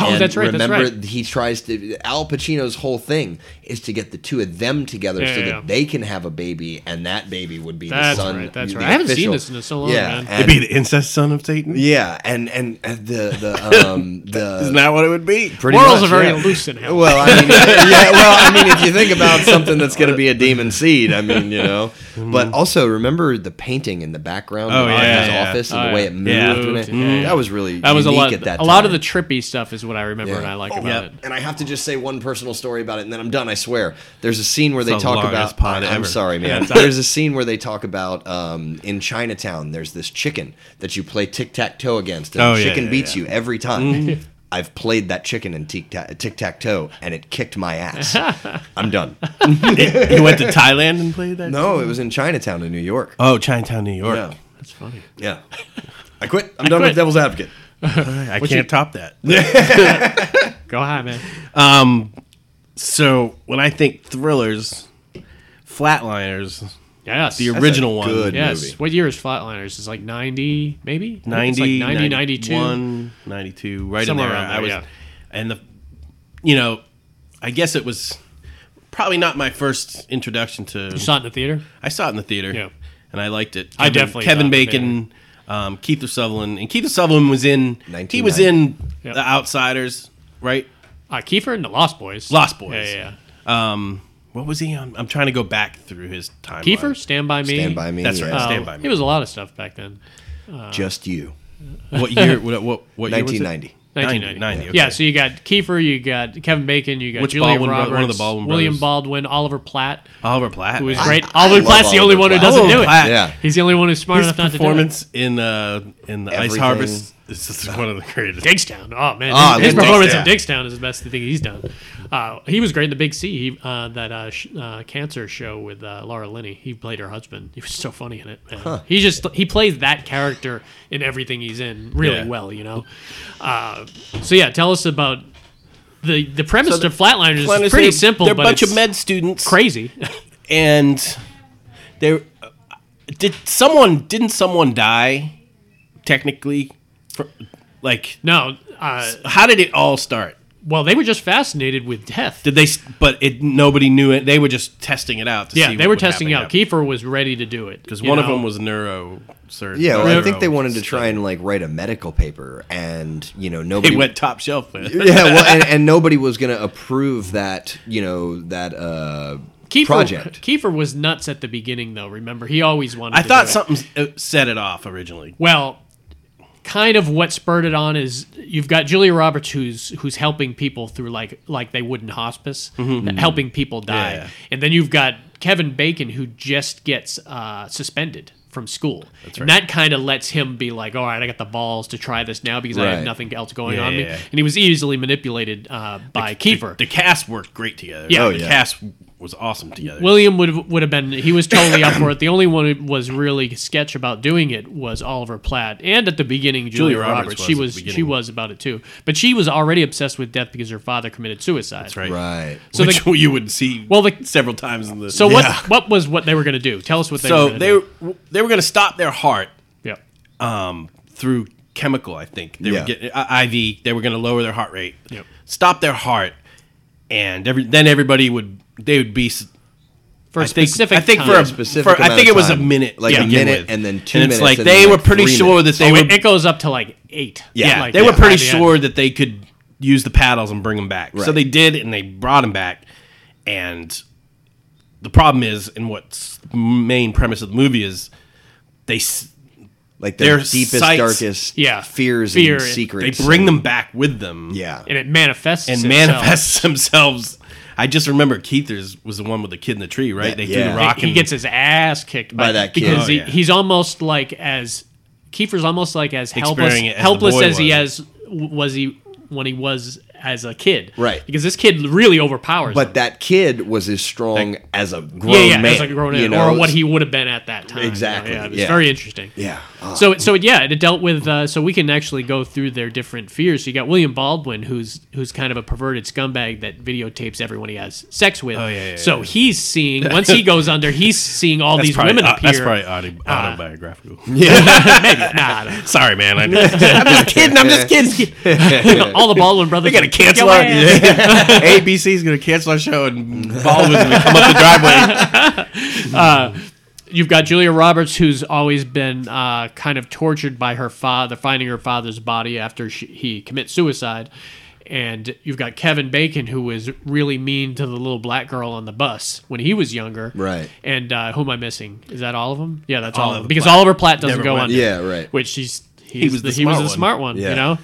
Oh, that's right, that's Remember, right. he tries to. Al Pacino's whole thing is to get the two of them together Yeah, so yeah, yeah. that they can have a baby, and that baby would be That's the son. right, that's the right. I haven't seen official- this in so long, Yeah, man. and- It'd be the incest son of Satan. yeah, and and uh, the the um the Isn't that what it would be? Pretty Morals much, are very yeah. elusive. now. Well, I mean, yeah, well, I mean, if you think about something that's going to be a demon seed, I mean, you know. Mm-hmm. But also remember the painting in the background Oh, of yeah, his yeah. office and Oh, the way yeah. it moved. Yeah. and it- Yeah, yeah. That was really that was a unique lot. At that a lot of time. the trippy stuff is what I remember and I like Oh, about yeah. it. And I have to just say one personal story about it, and then I'm done. I swear. There's a scene where they It's the talk longest about. pod I'm ever. sorry, man. there's a scene where they talk about um, in Chinatown. There's this chicken that you play tic tac toe against, and Oh, the yeah, chicken yeah, beats yeah. Mm-hmm. you every time. I've played that chicken in tic tac toe, and it kicked my ass. I'm done. he went to Thailand and played that. No, it was in Chinatown in New York. Oh, Chinatown, New York. Yeah, That's funny. yeah. I quit. I'm done quit. with Devil's Advocate. I can't top that. Go high, man. Um, so when I think thrillers, Flatliners, Yes. the original one, good yes. movie. What year is Flatliners? It's like 90, maybe? I think it's 90, like 90, 92. 91, 92, right Somewhere in there. around I there, was, yeah. and the, you know, I guess it was probably not my first introduction to. You saw it in the theater? I saw it in the theater, Yeah. and I liked it. Kevin, I definitely Kevin saw it in the Bacon, um, Keith Sutherland, and Keith Sutherland was in. He was 1990. in Yep. The Outsiders, right? Uh, Kiefer and the Lost Boys. Lost Boys. Yeah, yeah. Um, what was he on? I'm trying to go back through his time. yeah. Kiefer, Stand By Me. Stand by me. That's right. Uh, Stand By Me. He was a lot of stuff back then. Just you. What year? What what, what year was it? 1990. 1990. 90, Yeah, okay. so you got Kiefer, you got Kevin Bacon, you got Which Julia Baldwin bro- Roberts, one of the Baldwin William brothers? Baldwin, Oliver Platt, Oliver Platt. who was man. great. I Oliver love Platt's the only Oliver one who Platt. doesn't Oliver do it. Platt. Yeah. He's the only one who's smart His enough not performance in uh, in the Ice Everything. Harvest is just one of the greatest. to do it. Dickstown. Oh man, Oh, I Ah, his, his love performance Dickstown. in Dickstown is the best thing he's done. Uh, he was great in the Big C, he, uh, that uh, sh- uh, cancer show with uh, Laura Linney. He played her husband. He was so funny in it. Man. He just he plays that character in everything he's in really Yeah. well. You know. Uh, so yeah, tell us about. The, the premise to Flatliners is pretty They're- simple. They're a but bunch it's of med students, crazy. and they did someone didn't someone die? Technically, for, like no, uh, how did it all start? well, they were just fascinated with death. Did they? s- But it nobody knew it. They were just testing it out. To yeah, see they what were would testing happen out. Kiefer was ready to do it because you one of know? them was neurosurgeon. Yeah, well, I think neuro- they wanted to try and like write a medical paper, and you know nobody They went top shelf with. it. yeah, well, and, and nobody was going to approve that, you know, that uh, Kiefer, project. Kiefer was nuts at the beginning, though. Remember, he always wanted. I to thought do it. something uh, set it off originally. Well, kind of what spurred it on is you've got Julia Roberts who's who's helping people through like like they would in hospice, helping people die, Mm-hmm. Yeah. and then you've got Kevin Bacon who just gets uh, suspended from school, and that kind of lets him be like, all right, I got the balls to try this now because I have Right. nothing else going Yeah, on yeah, me, yeah. and he was easily manipulated uh, by Kiefer. The cast worked great together. Yeah. Oh, the yeah. cast was awesome together. William would have, would have been he was totally up for it. The only one who was really sketch about doing it was Oliver Platt, and at the beginning Julia, Roberts Roberts. was she at the was she beginning. was about it too, but she was already obsessed with death because her father committed suicide. That's right. Right. So Which the- you would see Well, the- several times in the So Yeah. what what was what they were going to do? Tell us what they so were. they were were, they were going to stop their heart yeah um, through chemical. I think they Yeah. were getting uh, IV. They were going to lower their heart rate. Yep. Stop their heart, and every then everybody would they would be. s- for a I think, specific. I think time. for a Specific for- I amount think of it was a time. minute, Like to a begin minute with. and then two And it's minutes like and they then were like pretty three sure that they Oh, were it, it goes up to like eight. Yeah. Like, they were by pretty the end. sure that they could use the paddles and bring him back. So Right. they did, and they brought him back. And the problem is, and what's the main premise of the movie is, they s- Like their, Their deepest, sights- darkest Yeah. fears Fear and is- they secrets. bring them back with them. Yeah. and it manifests and itself. manifests themselves. I just remember Keithers was the one with the kid in the tree, right? They threw Yeah. the Like, rock. He and- gets his ass kicked by, By that kid. because Oh, he, yeah. he's almost like as Kiefer's almost like as helpless Experiencing it as the helpless boy as he was. as was he when he was as a kid, Right. Because this kid really overpowers. him. But that kid was as strong as a grown yeah, yeah, man. as a grown you man, know? or what he would have been at that time. Exactly, Yeah, it's yeah. very interesting. Yeah. Oh, So, so yeah, it dealt with. Uh, so we can actually go through their different fears. So you got William Baldwin, who's who's kind of a perverted scumbag that videotapes everyone he has sex with. Oh, yeah, yeah, so yeah. he's seeing once he goes under, he's seeing all That's these probably, women uh, appear. That's probably auto- autobiographical. Nah, nah. Sorry, man. I, I'm just kidding. I'm just kidding. all the Baldwin brothers. They're gonna cancel our ABC's gonna cancel our show and Baldwin's gonna come up the driveway. You've got Julia Roberts, who's always been uh, kind of tortured by her father, finding her father's body after she, he commits suicide. And you've got Kevin Bacon, who was really mean to the little black girl on the bus when he was younger. Right. And uh, who am I missing? Is that all of them? Yeah, that's all, of Oliver them. Because Platt. Oliver Platt doesn't Never go went. on. yeah, right. Which he's, he's was the, the he was smart the one. smart one, Yeah. you know?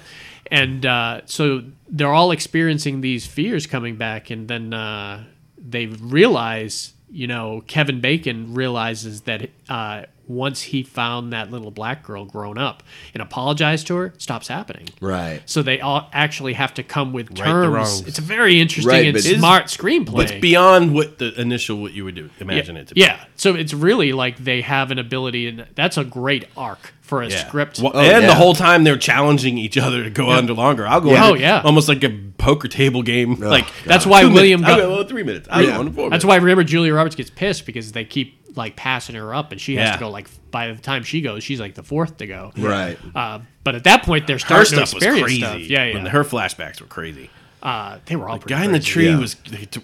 And uh, so they're all experiencing these fears coming back, and then uh, they realize, you know, Kevin Bacon realizes that uh, once he found that little black girl grown up and apologized to her, it stops happening. Right. So they all actually have to come with the terms. wrongs. It's a very interesting Right, and but- Is- smart screenplay. It's beyond what the initial what you would do. Imagine yeah, it to be. yeah. so it's really like they have an ability, and that's a great arc for a Yeah. script. Well, Oh, and yeah. the whole time they're challenging each other to go under longer. I'll go Yeah. under Oh, yeah. almost like a poker table game. like That's why two William minutes. Gu- I'll go three minutes. I'll Yeah. go under four That's minutes. why remember Julia Roberts gets pissed because they keep like passing her up, and she has Yeah. to go like by the time she goes, she's like the fourth to go. Right. Uh, but at that point, they're her starting to stuff was experience crazy. stuff. Yeah, yeah. When her flashbacks were crazy. uh, they were all pretty Guy in the crazy. tree Yeah. was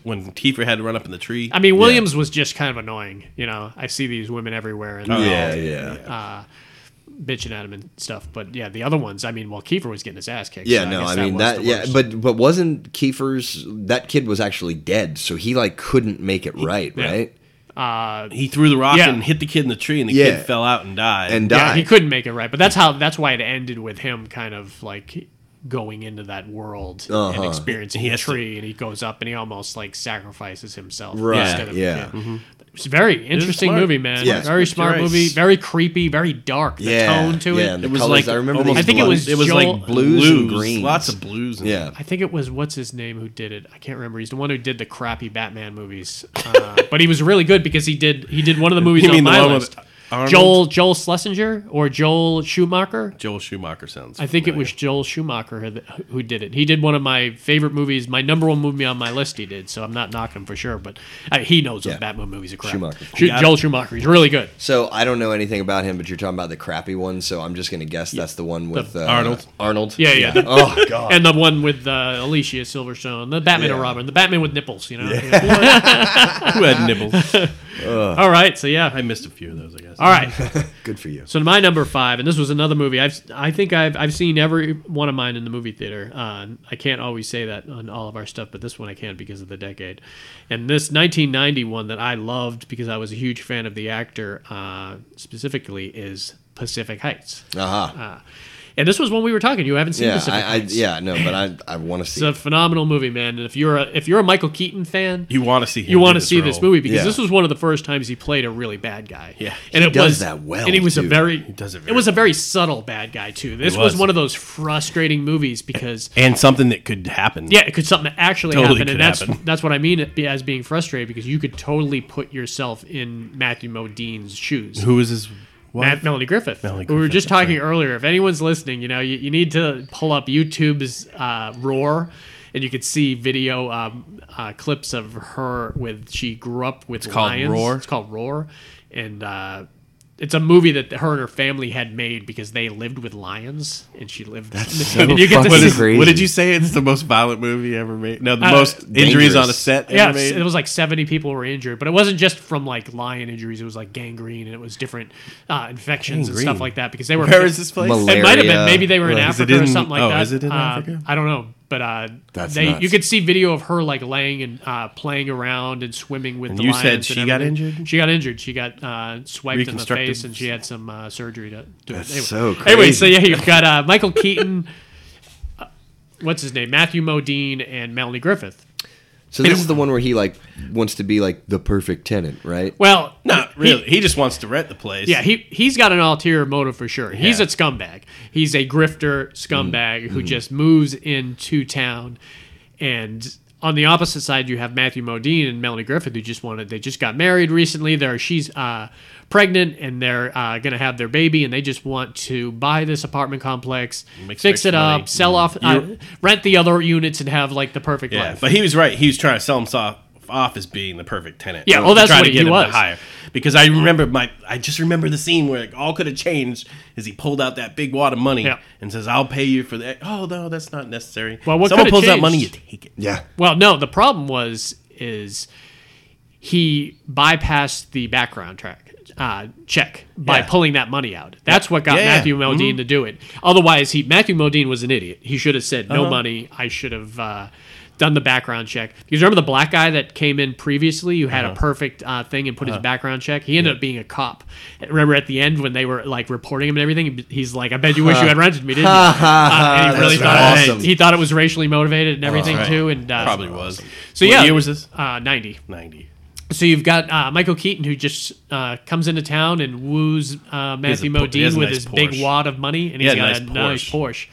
when Kiefer had to run up in the tree. I mean, Williams was just kind of annoying. You know, I see these women everywhere Oh. and Yeah, yeah. bitching at him and stuff. But yeah, the other ones. I mean, well, Kiefer was getting his ass kicked. Yeah, so no, guess I mean was that. the Yeah, worst. but but wasn't Kiefer's that kid was actually dead, so he like couldn't make it right, yeah. right? he threw the rock Yeah. and hit the kid in the tree, and the Yeah. kid fell out and died. And yeah, died. he couldn't make it right. But that's how. That's why it ended with him kind of like going into that world and Uh-huh. experiencing He the has to- tree, and he goes up and he almost like sacrifices himself. Right, Instead of, yeah. It's a very interesting Mm-hmm. smart. movie, man. Yeah. Very smart You're right. movie. Very creepy. Very dark. The yeah, tone to yeah, it. and the It was colors, like I remember. almost these I think it blood- was it was Joel- like Blues blues, and greens. lots of blues. in Yeah, I think it was what's his name who did it. I can't remember. He's the one who did the crappy Batman movies, uh, but he was really good because he did he did one of the movies You on mean the my one with list. Arnold? Joel Joel Schlesinger or Joel Schumacher. Joel Schumacher sounds. I think it familiar. was Joel Schumacher who, who did it. He did one of my favorite movies, my number one movie on my list. He did, so I'm not knocking him for sure, but I, he knows Yeah. what Batman movies are crap. Schumacher. Schu- Joel Schumacher, he's really good. So I don't know anything about him, but you're talking about the crappy one. So I'm just gonna guess that's the one with uh, Arnold. Arnold. Yeah, yeah. oh God. And the one with uh, Alicia Silverstone, the Batman Yeah. and Robin, the Batman with nipples. You know. who had nibbles. All right, so yeah. I missed a few of those, I guess. All right, Good for you. so my number five, and this was another movie. I've I think I've I've seen every one of mine in the movie theater. Uh, I can't always say that on all of our stuff, but this one I can because of the decade. And this 1990 one that I loved because I was a huge fan of the actor uh, specifically is Pacific Heights. Uh-huh. Uh, and this was when we were talking. You haven't seen Yeah, Pacific I, I Heights. yeah no, but I I want to see. It's a phenomenal movie, man. And if you're a if you're a Michael Keaton fan, You want to see him? you want do to see this role. movie because Yeah. this was one of the first times he played a really bad guy. Yeah. and He it does was that well, And he was a too. very, does it it, very was a very subtle bad guy too. This was. was. one of those frustrating movies because and something that could happen. yeah, it could something actually Totally happen, and could that's happen. that's what I mean it be- as being frustrated because you could totally put yourself in Matthew Modine's shoes. Who was his? wife? Matt, Melanie Griffith. Melanie we were Griffith, just that's talking earlier. If anyone's listening, you know, you, you need to pull up YouTube's uh, Roar, and you could see video um, uh, clips of her with she grew up with called lions. Roar? It's called Roar, and uh, it's a movie that her and her family had made because they lived with lions, and she lived. That's so and you get to fucking What, see- is, Crazy. what did you say? It's the most violent movie ever made. No, the Uh, most injuries on a dangerous. set ever Yeah, made. it was like 70 people were injured, but it wasn't just from like lion injuries. It was like gangrene and it was different uh, infections and stuff Gangrene. like that because they were. Where is this place? Malaria. It might have been. Maybe they were in Right. Is it Africa or in- something like oh, that. is it in Uh, Africa? I don't know, but uh, That's they, nuts. you could see video of her like laying and uh, playing around and swimming with. And the you lions said and she got everything. injured? She got injured. She got uh, swiped in the Reconstructive- face, and she had some uh, surgery to do That's it. Anyway. so Anyway, so crazy. yeah, you've got uh, Michael Keaton. uh, What's his name? Matthew Modine and Melanie Griffith. So this is the one where he like wants to be like the perfect tenant, right? Well, Not he- really. He, just wants to rent the place. Yeah, he he's got an ulterior motive for sure. He's Yeah. Mm-hmm. a scumbag. He's a grifter scumbag who just moves into town and on the opposite side you have Matthew Modine and Melanie Griffith who just wanted they just got married recently they're she's uh, pregnant and they're uh, gonna have their baby and they just want to buy this apartment complex Make some fix it extra money. Mm-hmm. up sell off uh, rent the other units and have like the perfect Yeah, life but he was right. He was trying to sell himself off as being the perfect tenant. Yeah, Or well, that's trying what to he get him to was. hire. Because I remember my, I just remember the scene where it all could have changed. Is he pulled out that big wad of money Yeah. and says, "I'll pay you for that." Oh no, that's not necessary. Well, what someone coulda pulls out money, you changed? take it. Yeah. Well, no, the problem was is he bypassed the background track uh, check by Yeah. pulling that money out. That's what got Yeah, Mm-hmm. yeah. Matthew Modine to do it. Otherwise, he Matthew Modine was an idiot. He should have said Uh-huh. no money. I should have. Uh, Done the background check. You remember the black guy that came in previously who Uh-huh. had a perfect uh, thing and put his background check? He ended up being a cop. Remember at the end when they were like reporting him and everything? He's like, I bet you wish you had rented me, didn't you? Uh, and he really That's thought right. it, he thought it was racially motivated Oh, and everything too. And uh, Probably was. so what yeah, year was this? Uh, Ninety. Ninety. So you've got uh, Michael Keaton who just uh, comes into town and woos uh, has a Matthew po- he has Modine a with nice his big Porsche. wad of money, and He he's had a got nice a nice Porsche.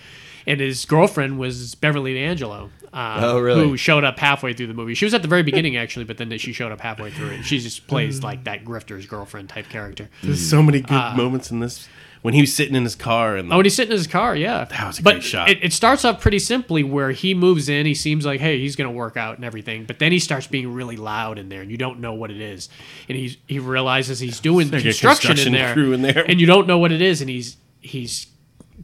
And his girlfriend was Beverly D'Angelo. Uh, Oh, really? Who showed up halfway through the movie? She was at the very beginning, actually, but then she showed up halfway through it. She just plays like that grifter's girlfriend type character. There's so many good Uh, moments in this. When he was sitting in his car and Oh, when he's sitting in his car, yeah. That was a but great shot. It, it starts off pretty simply where he moves in. He seems like, hey, he's going to work out and everything. But then he starts being really loud in there, and you don't know what it is. And he's, he realizes he's doing There's a construction, construction in, there, crew in there. and you don't know what it is. And he's he's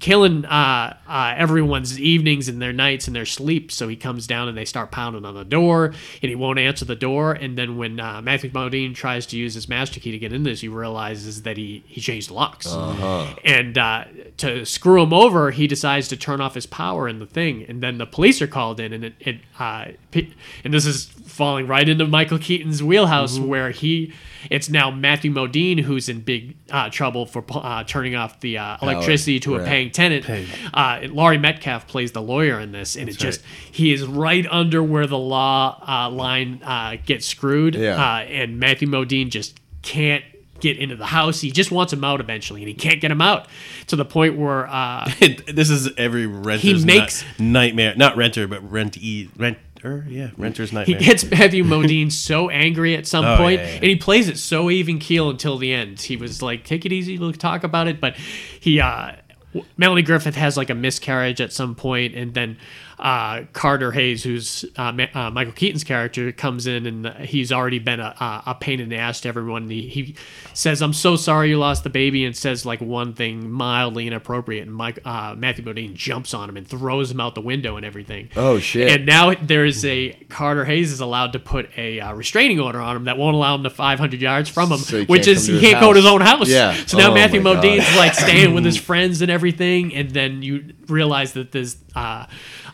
killing uh, uh, everyone's evenings and their nights and their sleep. So he comes down and they start pounding on the door, and he won't answer the door. And then when uh, Matthew Modine tries to use his master key to get in this, he realizes that he he changed locks, and uh, to screw him over, he decides to turn off his power in the thing. And then the police are called in, and it, it uh, pe- and this is falling right into Michael Keaton's wheelhouse where he it's now Matthew Modine who's in big uh, trouble for uh, turning off the uh, electricity to a right. paying tenant. Uh, and Laurie Metcalf plays the lawyer in this, and it just he is right under where the law uh, line uh, gets screwed. Yeah. Uh, and Matthew Modine just can't get into the house. He just wants him out eventually, and he can't get him out to the point where uh, this is every renter's ni- makes- nightmare. Not renter, but rentee renter. er, Yeah, renter's He nightmare. gets Matthew Modine so angry at some Oh, point, yeah, yeah. and he plays it so even keel until the end. He was like, "Take it easy, we'll talk about it." But he, uh, w- Melanie Griffith has like a miscarriage at some point, and then uh, Carter Hayes, who's uh, Ma- uh, Michael Keaton's character, comes in, and uh, he's already been a, a a pain in the ass to everyone. He, he says, "I'm so sorry you lost the baby," and says like one thing mildly inappropriate, and Mike, uh, Matthew Modine jumps on him and throws him out the window and everything. Oh, shit. And now there is a Carter Hayes is allowed to put a uh, restraining order on him that won't allow him to 500 yards from him, So he which can't is come he to his can't go to his house. own house. Yeah. So now Oh, Matthew my God. Modine's like staying with his friends and everything, and then you realize that there's uh,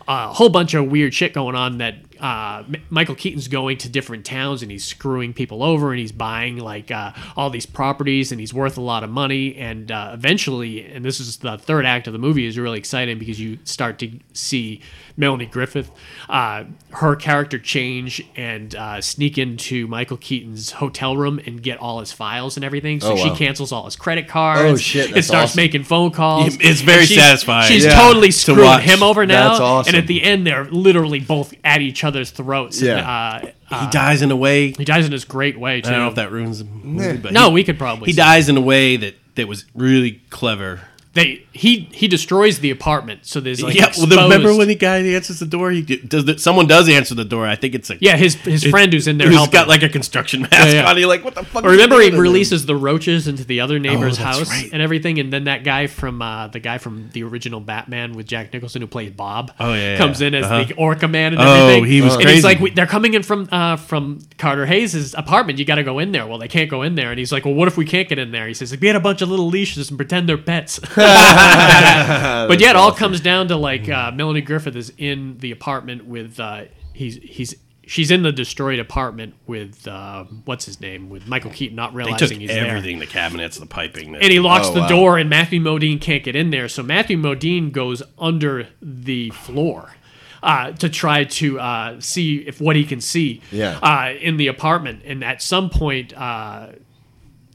a whole bunch of weird shit going on that. Uh, M- Michael Keaton's going to different towns and he's screwing people over and he's buying like uh, all these properties and he's worth a lot of money and uh, eventually and this is the third act of the movie is really exciting because you start to see Melanie Griffith, uh, her character change and uh, sneak into Michael Keaton's hotel room and get all his files and everything. So Oh, she wow. cancels all his credit cards. Oh, shit, And that's starts awesome. making phone calls. It's very And she's- satisfying She's Yeah. totally to screwing watch. him over now. That's awesome. And at the end, they're literally both at each other's throats. Yeah. And, uh, he dies in a way. he dies in this great way too. I don't know if that ruins the movie, but no, he, we could probably. he say- dies in a way that that was really clever. They he he destroys the apartment. So there's like yeah, well, the- remember exposed- when the guy answers the door? He did- does. The, someone does answer the door. I think it's a yeah his his friend who's in there He's helping got like a construction mask yeah. on. You're like, what the fuck? Or is he remember, he doing in there? releases the roaches into the other neighbor's Oh, that's house right. and everything, and then that guy from uh, the guy from the original Batman with Jack Nicholson who plays Bob, Oh, yeah, yeah, comes yeah. in as Uh-huh. the Orca man and Oh, everything. he was and crazy. he's like, we, they're coming in from uh, from Carter Hayes's apartment. You got to go in there. Well, they can't go in there, and he's like, well, what if we can't get in there? He says, we had a bunch of little leashes and pretend they're pets. but yet, it all comes down to like Mm. uh, Melanie Griffith is in the apartment with uh, he's he's she's in the destroyed apartment with uh, what's his name with Michael Keaton not They realizing took he's everything: the cabinets, the piping. The, there. And he locks Oh, the wow. door, and Matthew Modine can't get in there. So Matthew Modine goes under the floor uh, to try to uh, see if what he can see Yeah. uh, in the apartment. And at some point, uh,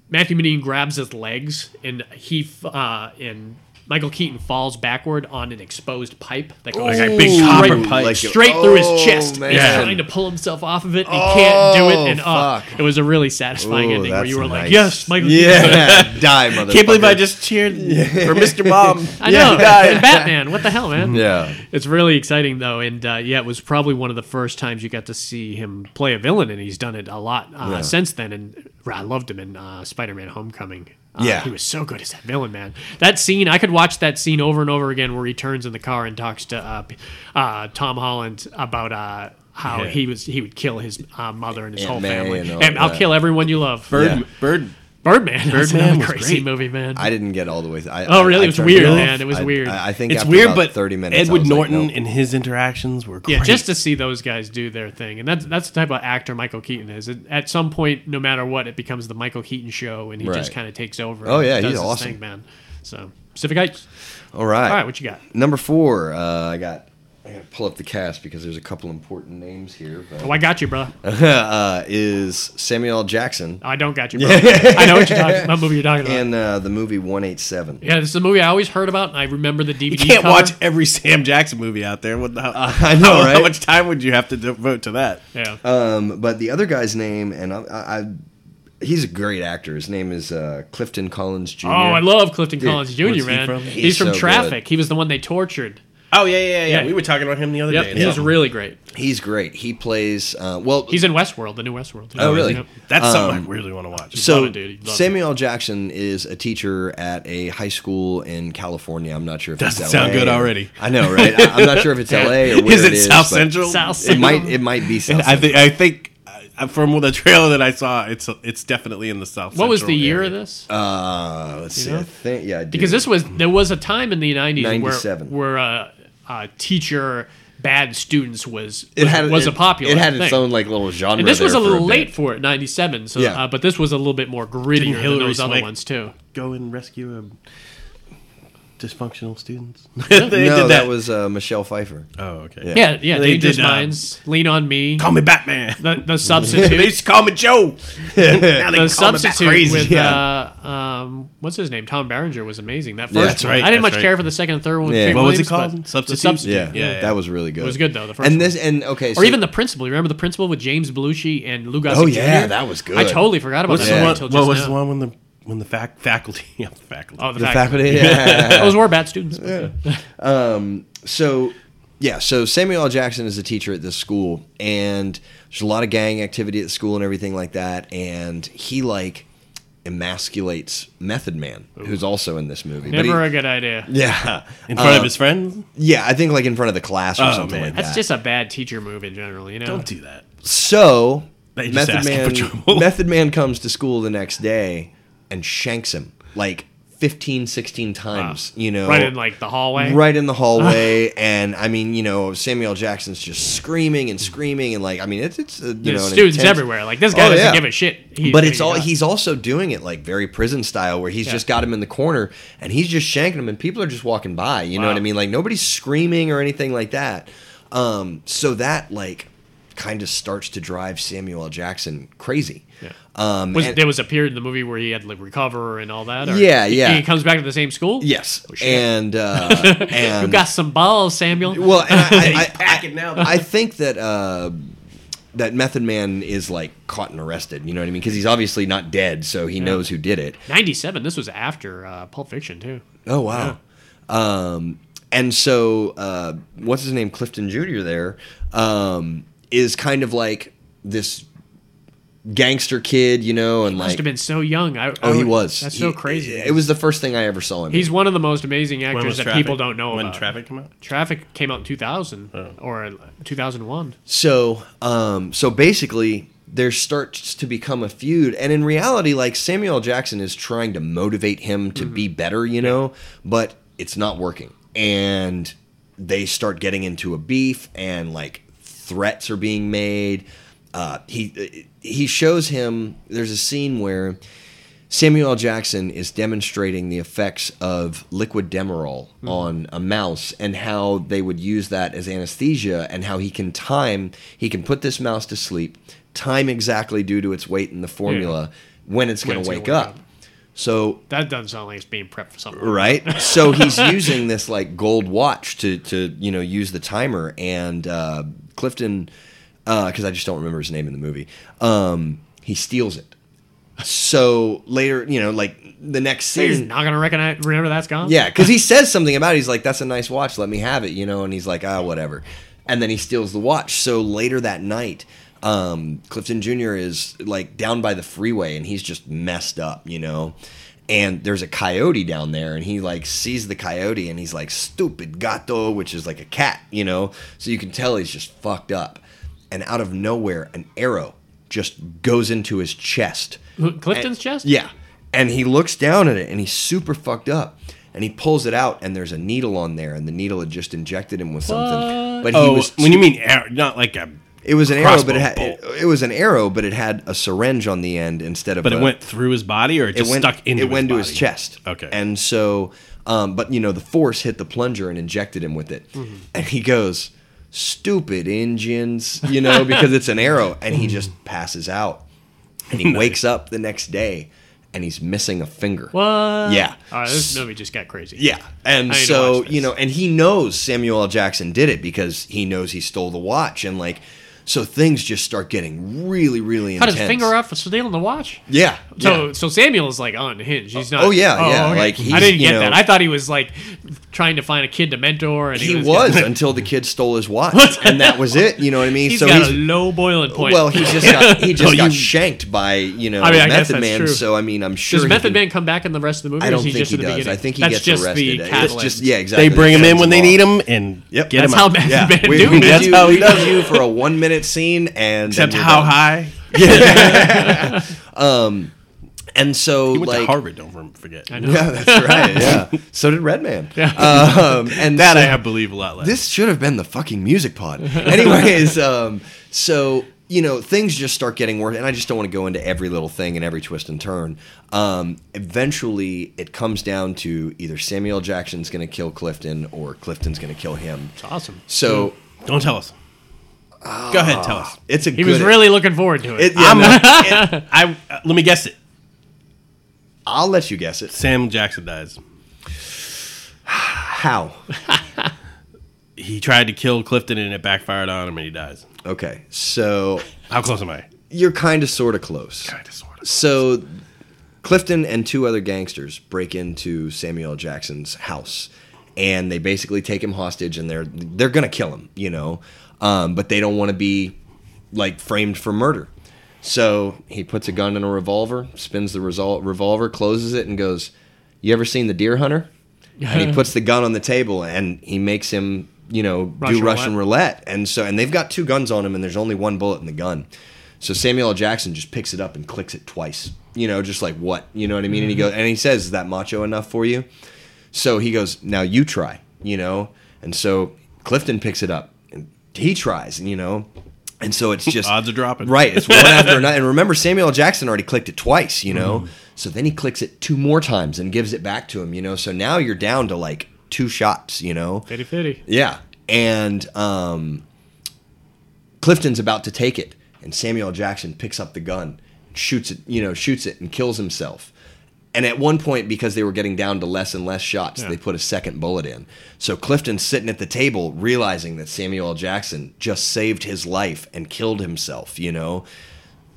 Matthew Modine grabs his legs, and he f- uh, and Michael Keaton falls backward on an exposed pipe that goes Like a big straight, copper pipe. Like- straight through his Oh, chest. He's man. trying to pull himself off of it and he can't do Oh, it. And uh, fuck. it was a really satisfying Ooh, ending where that's you were like, nice. yes, Michael Keaton. Yeah, die, mother. Can't believe I just cheered for Mr. Bob. I know. He died. Batman. What the hell, man? Yeah, It's really exciting though, and uh, yeah, it was probably one of the first times you got to see him play a villain, and he's done it a lot uh, since then. And I loved him in uh, Spider-Man: Homecoming. Uh, Yeah. he was so good as that villain, man. That scene, I could watch that scene over and over again, where he turns in the car and talks to uh, P- uh, Tom Holland about. Uh, how Yeah. he was, he would kill his uh, mother and his Aunt whole May family. and And, all I'll that. kill everyone you love. Bird, Yeah. bird. Birdman. That's Birdman another was crazy great. movie, man. I didn't get all the way. Th- I, Oh, I- really? I It was turned weird, off. man. It was I- weird. I, I think It's after weird, about but thirty minutes. I Edward was like, Norton nope. and his interactions were great. Yeah, just to see those guys do their thing, and that's that's the type of actor Michael Keaton is. It, at some point, no matter what, it becomes the Michael Keaton show, and he just Right. kind of takes over. Oh, and yeah, does he's his awesome. thing, man. So Pacific Heights. All right. All right, what you got? Number four. Uh, I got. I got to pull up the cast because there's a couple important names here. Oh, But, I got you, bro. Oh, uh, is Samuel L. Jackson I don't got you, bro. I know what you're talking. What movie you're talking about? in uh, the movie One Eight Seven? yeah, this is a movie I always heard about, and I remember the DVD. You can't cover. watch every Sam Jackson movie out there. What the- how, Uh, I know, how- right? How much time would you have to devote to that? Yeah, Um, but the other guy's name, and I, I, I he's a great actor. His name is uh, Clifton Collins Jr. Oh, I love Clifton Collins Jr. where's he Man, from? he's, He's from so Traffic. He was the one they tortured. Oh yeah, yeah, yeah. Yeah. We were talking about him the other Yep, day. he was really great. He's great. He plays uh, well. He's in Westworld, the new Westworld. Oh, really? Yep. That's something I really want to watch. Um, so Love it, dude. Love it. Samuel L. Jackson is a teacher at a high school in California. I'm not sure if Doesn't it's sound LA. good already. I know, right? I, am not sure if it's LA or where is it, South but Central? South It Central. might it might be South I Central. think I think uh, from the trailer that I saw, it's it's definitely in the South. What was the Central year area. of this? Uh, let's see. know? I think yeah, I do. Because this was there was a time in the nineties where 97. where uh, uh, teacher bad students was it was, had was it, a popular It had its thing. own like little genre. And this was there a for little bit. late for it, ninety seven. So, Yeah. uh, but this was a little bit more gritty Didn't than Hillary those other Swank- ones too. Go and rescue a dysfunctional students. they no, No, did that, that. was uh, Michelle Pfeiffer. oh okay. Yeah, yeah. They Dangerous did, uh, Minds, Lean on Me, Call me Batman. the, the they substitute, used to call me Joe. now they the call me Bat substitute crazy. with yeah. uh, um, what's his name? Tom Berenger was amazing. That first, Yeah, that's one. right, I didn't much that's right. care for the second and third one. with Yeah. Kate What was it Williams, called? but the Substitute? Yeah, Yeah, yeah. that was really good. It was good, though, the first and one. this and okay, Or so, even the principal. You remember the principal with James Belushi and Lou Gossett Oh, yeah, Jr.? that was good. I totally forgot about What's that the movie one, until just what was now. the one when the when the fac- faculty yeah, the faculty Oh, the, the faculty. faculty. Yeah. Those were bad students. but- so yeah, so Samuel L. Jackson is a teacher at this school, and there's a lot of gang activity at the school and everything like that. And he like emasculates Method Man, who's also in this movie. but he- Never a good idea. yeah, in front of his friends? yeah. I think like in front of the class or Oh, something man. like That's that. just a bad teacher move in general, you know? Don't do that. so They just Method asking for Man, trouble. Method Man comes to school the next day and shanks him like 15, 16 times. You know, right in like the hallway. right in the hallway and i mean you know samuel L. jackson's just screaming and screaming and like i mean it's it's uh, you There's know an students intense- everywhere. Like this guy Oh, doesn't yeah. give a shit. He- but he it's all got- he's also doing it like very prison style where he's just got him in the corner and he's just shanking him and people are just walking by you know Wow. what i mean like nobody's screaming or anything like that um so that like kind of starts to drive samuel L. jackson crazy Yeah. um was, and- there was a period in the movie where he had to like, recover and all that. Or Yeah, yeah. He comes back to the same school. yes Oh, shit. and uh and you got some balls, Samuel. Well, and I, I, I, packing now. I think that uh, that Method Man is like caught and arrested. You know what I mean? Because he's obviously not dead, so he knows who did it. Ninety-seven. This was after uh, Pulp Fiction too. Oh wow. Um, and so uh, what's his name? Clifton Jr. There um, is kind of like this gangster kid, you know, and Must like have been so young. I, oh, I he would- was. That's He- so crazy. It was the first thing I ever saw him. in. He's one of the most amazing When actors was that Traffic? people don't know when about. Traffic came out. Traffic came out in 2000 Oh. or 2001. So, um, so basically, there starts to become a feud, and in reality, like Samuel L. Jackson is trying to motivate him to be better, you know, but it's not working, and they start getting into a beef, and like threats are being made. Uh, he he shows him. There's a scene where Samuel L. Jackson is demonstrating the effects of liquid Demerol Hmm. on a mouse and how they would use that as anesthesia and how he can time, he can put this mouse to sleep, time exactly due to its weight in the formula when it's When going it's to gonna wake wake up. up. So That doesn't sound like it's being prepped for something. right? So he's using this like gold watch to to you know use the timer and uh, Clifton because I just don't remember his name in the movie. Um, he steals it. So later, you know, like the next He's scene, not gonna recognize. Remember that's gone. yeah, because he says something about it. He's like, "That's a nice watch. Let me have it," you know. And he's like, "Ah, whatever." And then he steals the watch. So later that night, um, Clifton Jr. is like down by the freeway, and he's just messed up, you know. And there's a coyote down there, and he like sees the coyote, and he's like, "Stupid gato," which is like a cat, you know. So you can tell he's just fucked up. And out of nowhere, an arrow just goes into his chest. Clifton's And- chest. Yeah. And he looks down at it and he's super fucked up. And he pulls it out and there's a needle on there and the needle had just injected him with something. But he oh, was when you mean arrow, not like a, it was an arrow, but it, crossbow had, it, bolt. it was an arrow, but it had a syringe on the end instead of. but a- it went through his body or it just stuck into it went to his his body? chest. Okay. and so, um, but you know, the force hit the plunger and injected him with it, and he goes, "Stupid Indians," you know, because it's an arrow, and he just passes out, and he wakes up the next day, and he's missing a finger. What? Yeah. Uh, All right, this movie just got crazy. Yeah. And I need to so, watch this. you know, and he knows Samuel L. Jackson did it because he knows he stole the watch. And like, so things just start getting really, really Cut intense. his finger off for stealing the watch. Yeah. So yeah. so Samuel's like unhinged. He's not. oh, yeah, yeah, okay. like, I he's, didn't you get know- that. I thought he was like trying to find a kid to mentor, and he, he was. was getting- until the kid stole his watch. and that was it. You know what I mean? he's got a low boiling point. well, he just got he just Oh, got you- shanked by you know I mean, I guess Method Man. that's true. So I mean, I'm sure does he Method can- Man come back in the rest of the movie? I or don't is he think just he in the does. beginning? I think he That's gets just arrested. The it's catalyst. just yeah, exactly. They bring him in Sends when they off. need him and Yep. get That's him how out. Method Yeah, Man we, do we it. does you, he does you for a one minute scene, and Except then you're how done. high? And so, He went like, to Harvard, don't forget. I know. yeah, that's right. Yeah, so did Redman. Yeah, um, and That so- I have believe a lot less. This should have been the fucking music pod. Anyways, um, so you know things just start getting worse, and I just don't want to go into every little thing and every twist and turn. Um, eventually, it comes down to either Samuel Jackson's going to kill Clifton or Clifton's going to kill him. It's awesome. So Don't tell us. Go ahead, tell us. it's a He was really looking forward to it. It, yeah, I'm, no, I uh, let me guess it. I'll let you guess it. Sam Jackson dies. How? He tried to kill Clifton and it backfired on him and he dies. Okay, so How close am I? you're kind of sort of close. Kind of sort of. So Clifton and two other gangsters break into Samuel L. Jackson's house and they basically take him hostage and they're they're gonna kill him, you know. Um, but they don't wanna be like framed for murder. So he puts a gun in a revolver, spins the resol- revolver, closes it, and goes, You ever seen the deer hunter? And he puts the gun on the table and he makes him, you know, Russian do Russian roulette. roulette roulette. And so, and they've got two guns on him, and there's only one bullet in the gun. So Samuel L. Jackson just picks it up and clicks it twice. You know, just like what? You know what I mean? And he goes, and he says, "Is that macho enough for you?" So he goes, "Now you try." You know, and so Clifton picks it up and he tries. You know, and so it's just Odds are dropping. Right, it's one after another. And remember, Samuel L. Jackson already clicked it twice. You know, so then he clicks it two more times and gives it back to him. You know, so now you're down to like two shots. You know, Fitty fitty. yeah. And um, Clifton's about to take it, and Samuel Jackson picks up the gun, shoots it, you know, shoots it and kills himself. And at one point, because they were getting down to less and less shots, they put a second bullet in. So Clifton's sitting at the table, realizing that Samuel L. Jackson just saved his life and killed himself, you know,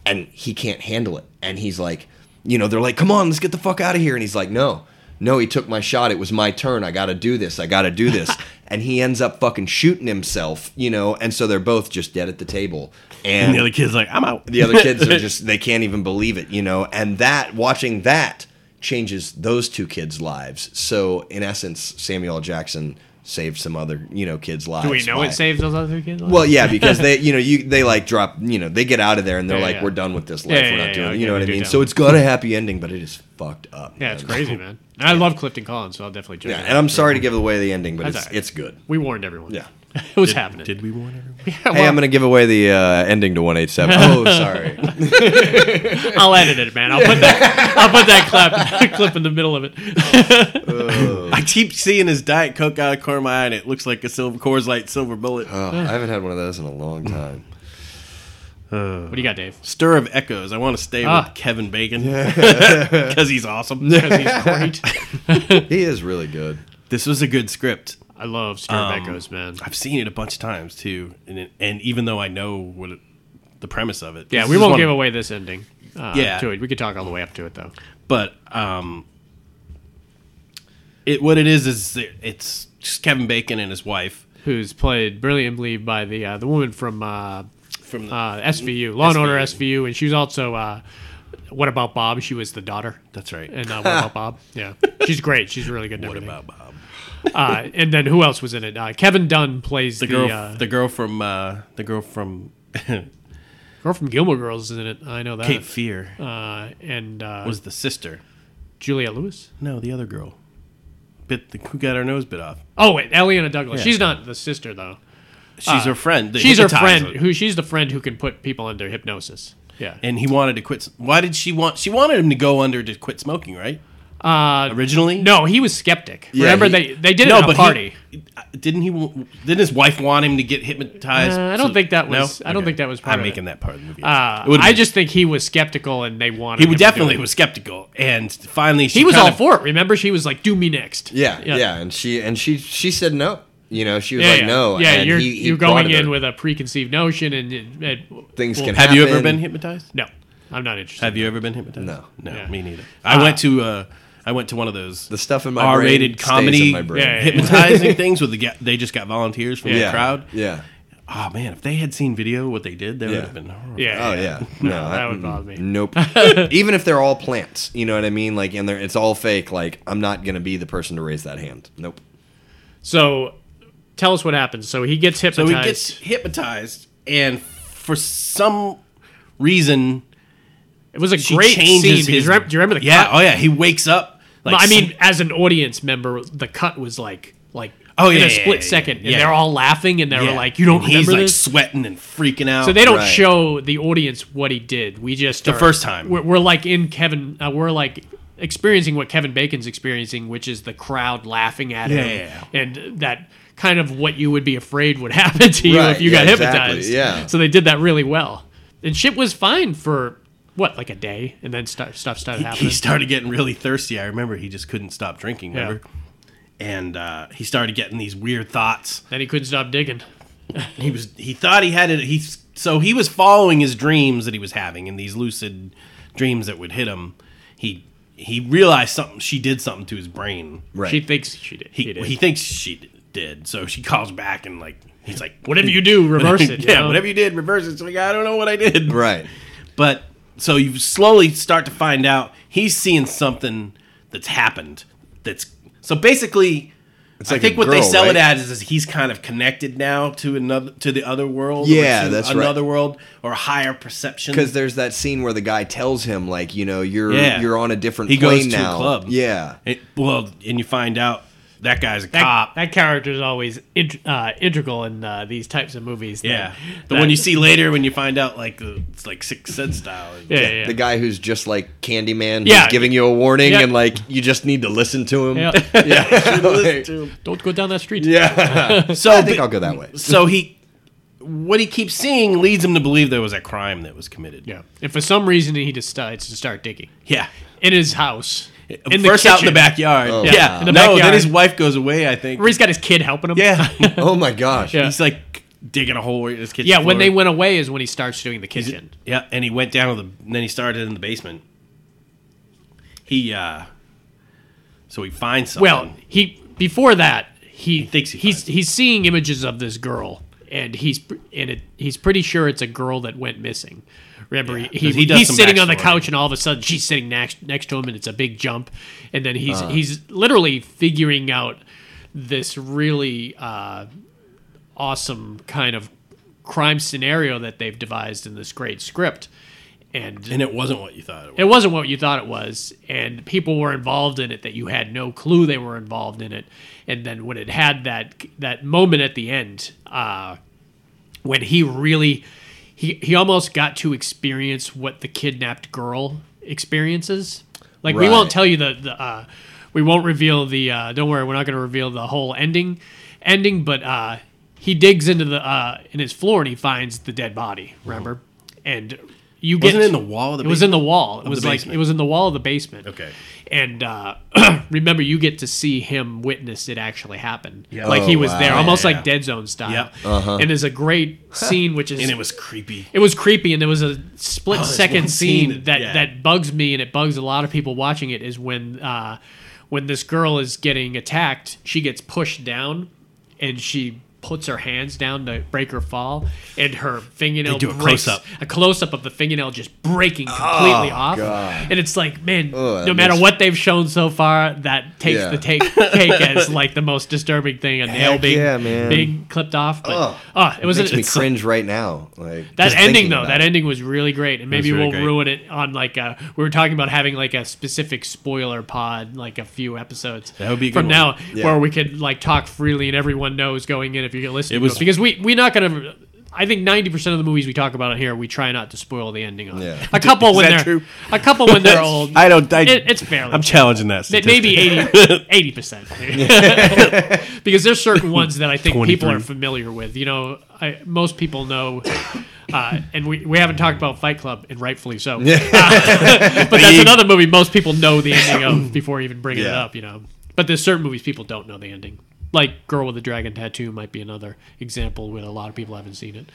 and he can't handle it. And he's like, you know, they're like, come on, let's get the fuck out of here. And he's like, no, no, he took my shot. It was my turn. I got to do this. I got to do this. and he ends up fucking shooting himself, you know, and so they're both just dead at the table. And And the other kid's like, I'm out. the other kids are just they can't even believe it you know and that watching that changes those two kids lives so in essence samuel L. jackson saved some other you know kids lives Do we know by- it saves those other kids? well yeah because they you know you they like drop you know they get out of there and they're Yeah, like yeah. we're done with this life Yeah, yeah, we're not yeah, doing it. okay, you know we what i do mean down. so it's got a happy ending but it is fucked up yeah, it's man. crazy, man. And I love Clifton Collins, so I'll definitely check yeah it and out. i'm sorry to give away the ending but That's it's all right. it's good We warned everyone. Yeah. it was happening. Did we warn everyone? Yeah, hey well, i'm gonna give away the uh ending to 187 oh sorry I'll edit it, man. I'll put that. I'll put that clip clip in the middle of it. I keep seeing his Diet Coke out of the corner of my eye and it looks like a silver Coors Light silver bullet. oh, i haven't had one of those in a long time what do you got, Dave? Stir of Echoes. I want to stay Ah. with Kevin Bacon because he's awesome. 'Cause he's great. He is really good. This was a good script. I love Stir Um, of Echoes, man. I've seen it a bunch of times too, and it, and even though I know what it, the premise of it, Yeah, this we is won't one- give away this ending. Uh, Yeah. to it. We could talk all the way up to it though. But um, it what it is is it- it's just Kevin Bacon and his wife Who's played brilliantly by the uh, the woman from uh, from the, uh, SVU, Law and Order SVU. SVU, and she was also uh, What About Bob? She was the daughter. that's right. And uh, What About Bob? Yeah, she's great. She's really good. in what everything. about Bob? Uh, and then who else was in it? Uh, Kevin Dunn plays The the, girl, uh, the girl from uh, the girl from girl from Gilmore Girls is in it. I know that. Cape Fear uh, and uh, was the sister. Juliette Lewis? No, the other girl. Bit the, who got her nose bit off. Oh wait, Eliana Douglas. Yeah. She's not the sister though. She's her friend. that She's her hypnotized friend. her. Who she's the friend who can put people under hypnosis. Yeah. and he wanted to quit. s- Why did she want? She wanted him to go under to quit smoking, right? Uh, Originally, no, he was skeptic. Remember he- they they did it at a he- party. didn't he? w- Didn't his wife want him to get hypnotized? Uh, I don't think that was- I don't think that was part I'm of it. making that part of the movie. Uh, It would've I been- just think he was skeptical and they wanted. he him would to do definitely it. was skeptical, and finally she He was kind all of- for it. Remember, she was like, "Do me next." Yeah, yeah, and she and she she said no. You know, she was Yeah, like yeah. no. Yeah, and you're he- he you're going prodded her. in with a preconceived notion, and it, it- things well, can. Have you ever happen. been hypnotized? No, I'm not interested. Have you ever been hypnotized? No. no, Yeah. me neither. I went to uh, I went to one of those The stuff in my brain R-rated stays in comedy my brain. Yeah, yeah, yeah. hypnotizing things with the ga- they just got volunteers from Yeah. the crowd. Yeah. Oh man, if they had seen video of what they did, they would Yeah. have been horrible. Yeah. Oh yeah. No, I- that would bother me. Nope. Even if they're all plants, you know what I mean? Like, and they're it's all fake. Like, I'm not gonna be the person to raise that hand. Nope. So, tell us what happens. So he gets So hypnotized. he gets hypnotized, and for some reason, it was a she great scene. changes because his. remem- do you remember the yeah, cut? oh yeah, he wakes up. Like, I mean, some- as an audience member, the cut was like like Oh, in yeah, a yeah, split yeah, second, yeah. and they're all laughing, and they yeah. were like, "You don't And he's remember like this?" sweating and freaking out. so they don't Right. show the audience what he did. We just the first time. we're, we're like in Kevin. Uh, we're like experiencing what Kevin Bacon's experiencing, which is the crowd laughing at Yeah, him, yeah, and that kind of what you would be afraid would happen to you Right, if you yeah, got exactly, hypnotized. yeah. So they did that really well, and shit was fine for what like a day, and then stu- stuff started happening. He started getting really thirsty. I remember he just couldn't stop drinking. Yeah. Remember, and uh, he started getting these weird thoughts. then he couldn't stop digging. He was he thought he had it. He so he was following his dreams that he was having and these lucid dreams that would hit him. He he realized something. She did something to his brain. Right. She thinks she did. He she did. he thinks she d- did. So she calls back and like he's like, whatever you do, reverse it. you yeah, know? whatever you did, reverse it. So like, I don't know what I did. right. But so you slowly start to find out he's seeing something that's happened. That's so basically. I like a think what they girl, sell right? it as is, is he's kind of connected now to another to the other world. or Yeah, to that's right. another world or higher perception. Because there's that scene where the guy tells him, like, you know, you're Yeah. you're on a different He plane goes to a now. club. Yeah. It- well, and you find out that guy's a That, cop. that character is always int- uh, integral in uh, these types of movies. that- yeah, the that- one you see later when you find out like uh, it's like Sixth Sense style. Yeah, yeah, yeah. The guy who's just like Candyman, who's Yeah. giving you a warning, Yeah. and like you just need to listen to him. Yeah. Yeah. Don't go down that street. yeah. So I think but- I'll go that way. so he what he keeps seeing leads him to believe there was a crime that was committed. Yeah. And for some reason, he decides to start digging Yeah. in his house. In the First out in the kitchen. backyard. Oh, yeah. Yeah, in the no, then backyard. his wife goes away, I think. Where he's got his kid helping him. Yeah. Oh my gosh. Yeah. He's like digging a hole in his kitchen. Yeah, when floor. they went away is when he starts doing the kitchen. Yeah, and he went down to the and then he started in the basement. He uh so he finds something. Well, he before that he, thinks he he's finds he's seeing images of this girl, and he's pr- and it, he's pretty sure it's a girl that went missing. Remember, he, 'cause he he does he's some sitting on the backstory. couch, and all of a sudden she's sitting next next to him, and it's a big jump, and then he's Uh. he's literally figuring out this really uh, awesome kind of crime scenario that they've devised in this great script, and and it wasn't what you thought it was. it wasn't what you thought it was and people were involved in it that you had no clue they were involved in it and then when it had that that moment at the end uh when he really he he almost got to experience what the kidnapped girl experiences like we Right. won't tell you the, the uh we won't reveal the uh don't worry we're not going to reveal the whole ending ending but uh he digs into the uh in his floor and he finds the dead body remember and you get Mm-hmm. Wasn't it in the wall of the it was in the wall. It was the like basement? it was in the wall of the basement. Okay. And uh, remember, you get to see him witness it actually happen. Yeah. Like Oh, he was there, wow. almost Yeah. like Dead Zone style. Yep. And there's a great scene, which is and it was creepy. it was creepy, and there was a split Oh, there's second one scene, scene that- that yeah. that bugs me, and it bugs a lot of people watching it. Is when uh, when this girl is getting attacked, she gets pushed down, and she puts her hands down to break her fall, and her fingernail They do a breaks close-up. a close up of the fingernail just breaking completely off, and it's like, man, Oh, that no matter makes- what they've shown so far, that takes Yeah. the take cake as like the most disturbing thing, a nail Heck being yeah, man. being clipped off. But Oh. oh, it was makes an, me it's- cringe right now. Like that just ending thinking though, about that it. ending was really great, and maybe really we'll great. ruin it on like a. We were talking about having like a specific spoiler pod, like a few episodes. That would be a good from one. now Yeah. where we could like talk freely and everyone knows going in if you're listening. It It was- was because we we're not gonna. I think ninety percent of the movies we talk about on here, we try not to spoil the ending on. Yeah. A couple when that they're true? a couple when they're old. I don't- I- it, it's fairly. I'm challenging that. May- Statistic. Maybe 80 percent, because there's certain ones that I think people 23. are familiar with. You know, I, most people know, uh, and we, we haven't talked about Fight Club, and rightfully so. Uh, but that's another movie most people know the ending of before even bringing it Yeah. up. You know, but there's certain movies people don't know the ending. Like Girl with the Dragon Tattoo might be another example where a lot of people haven't seen it.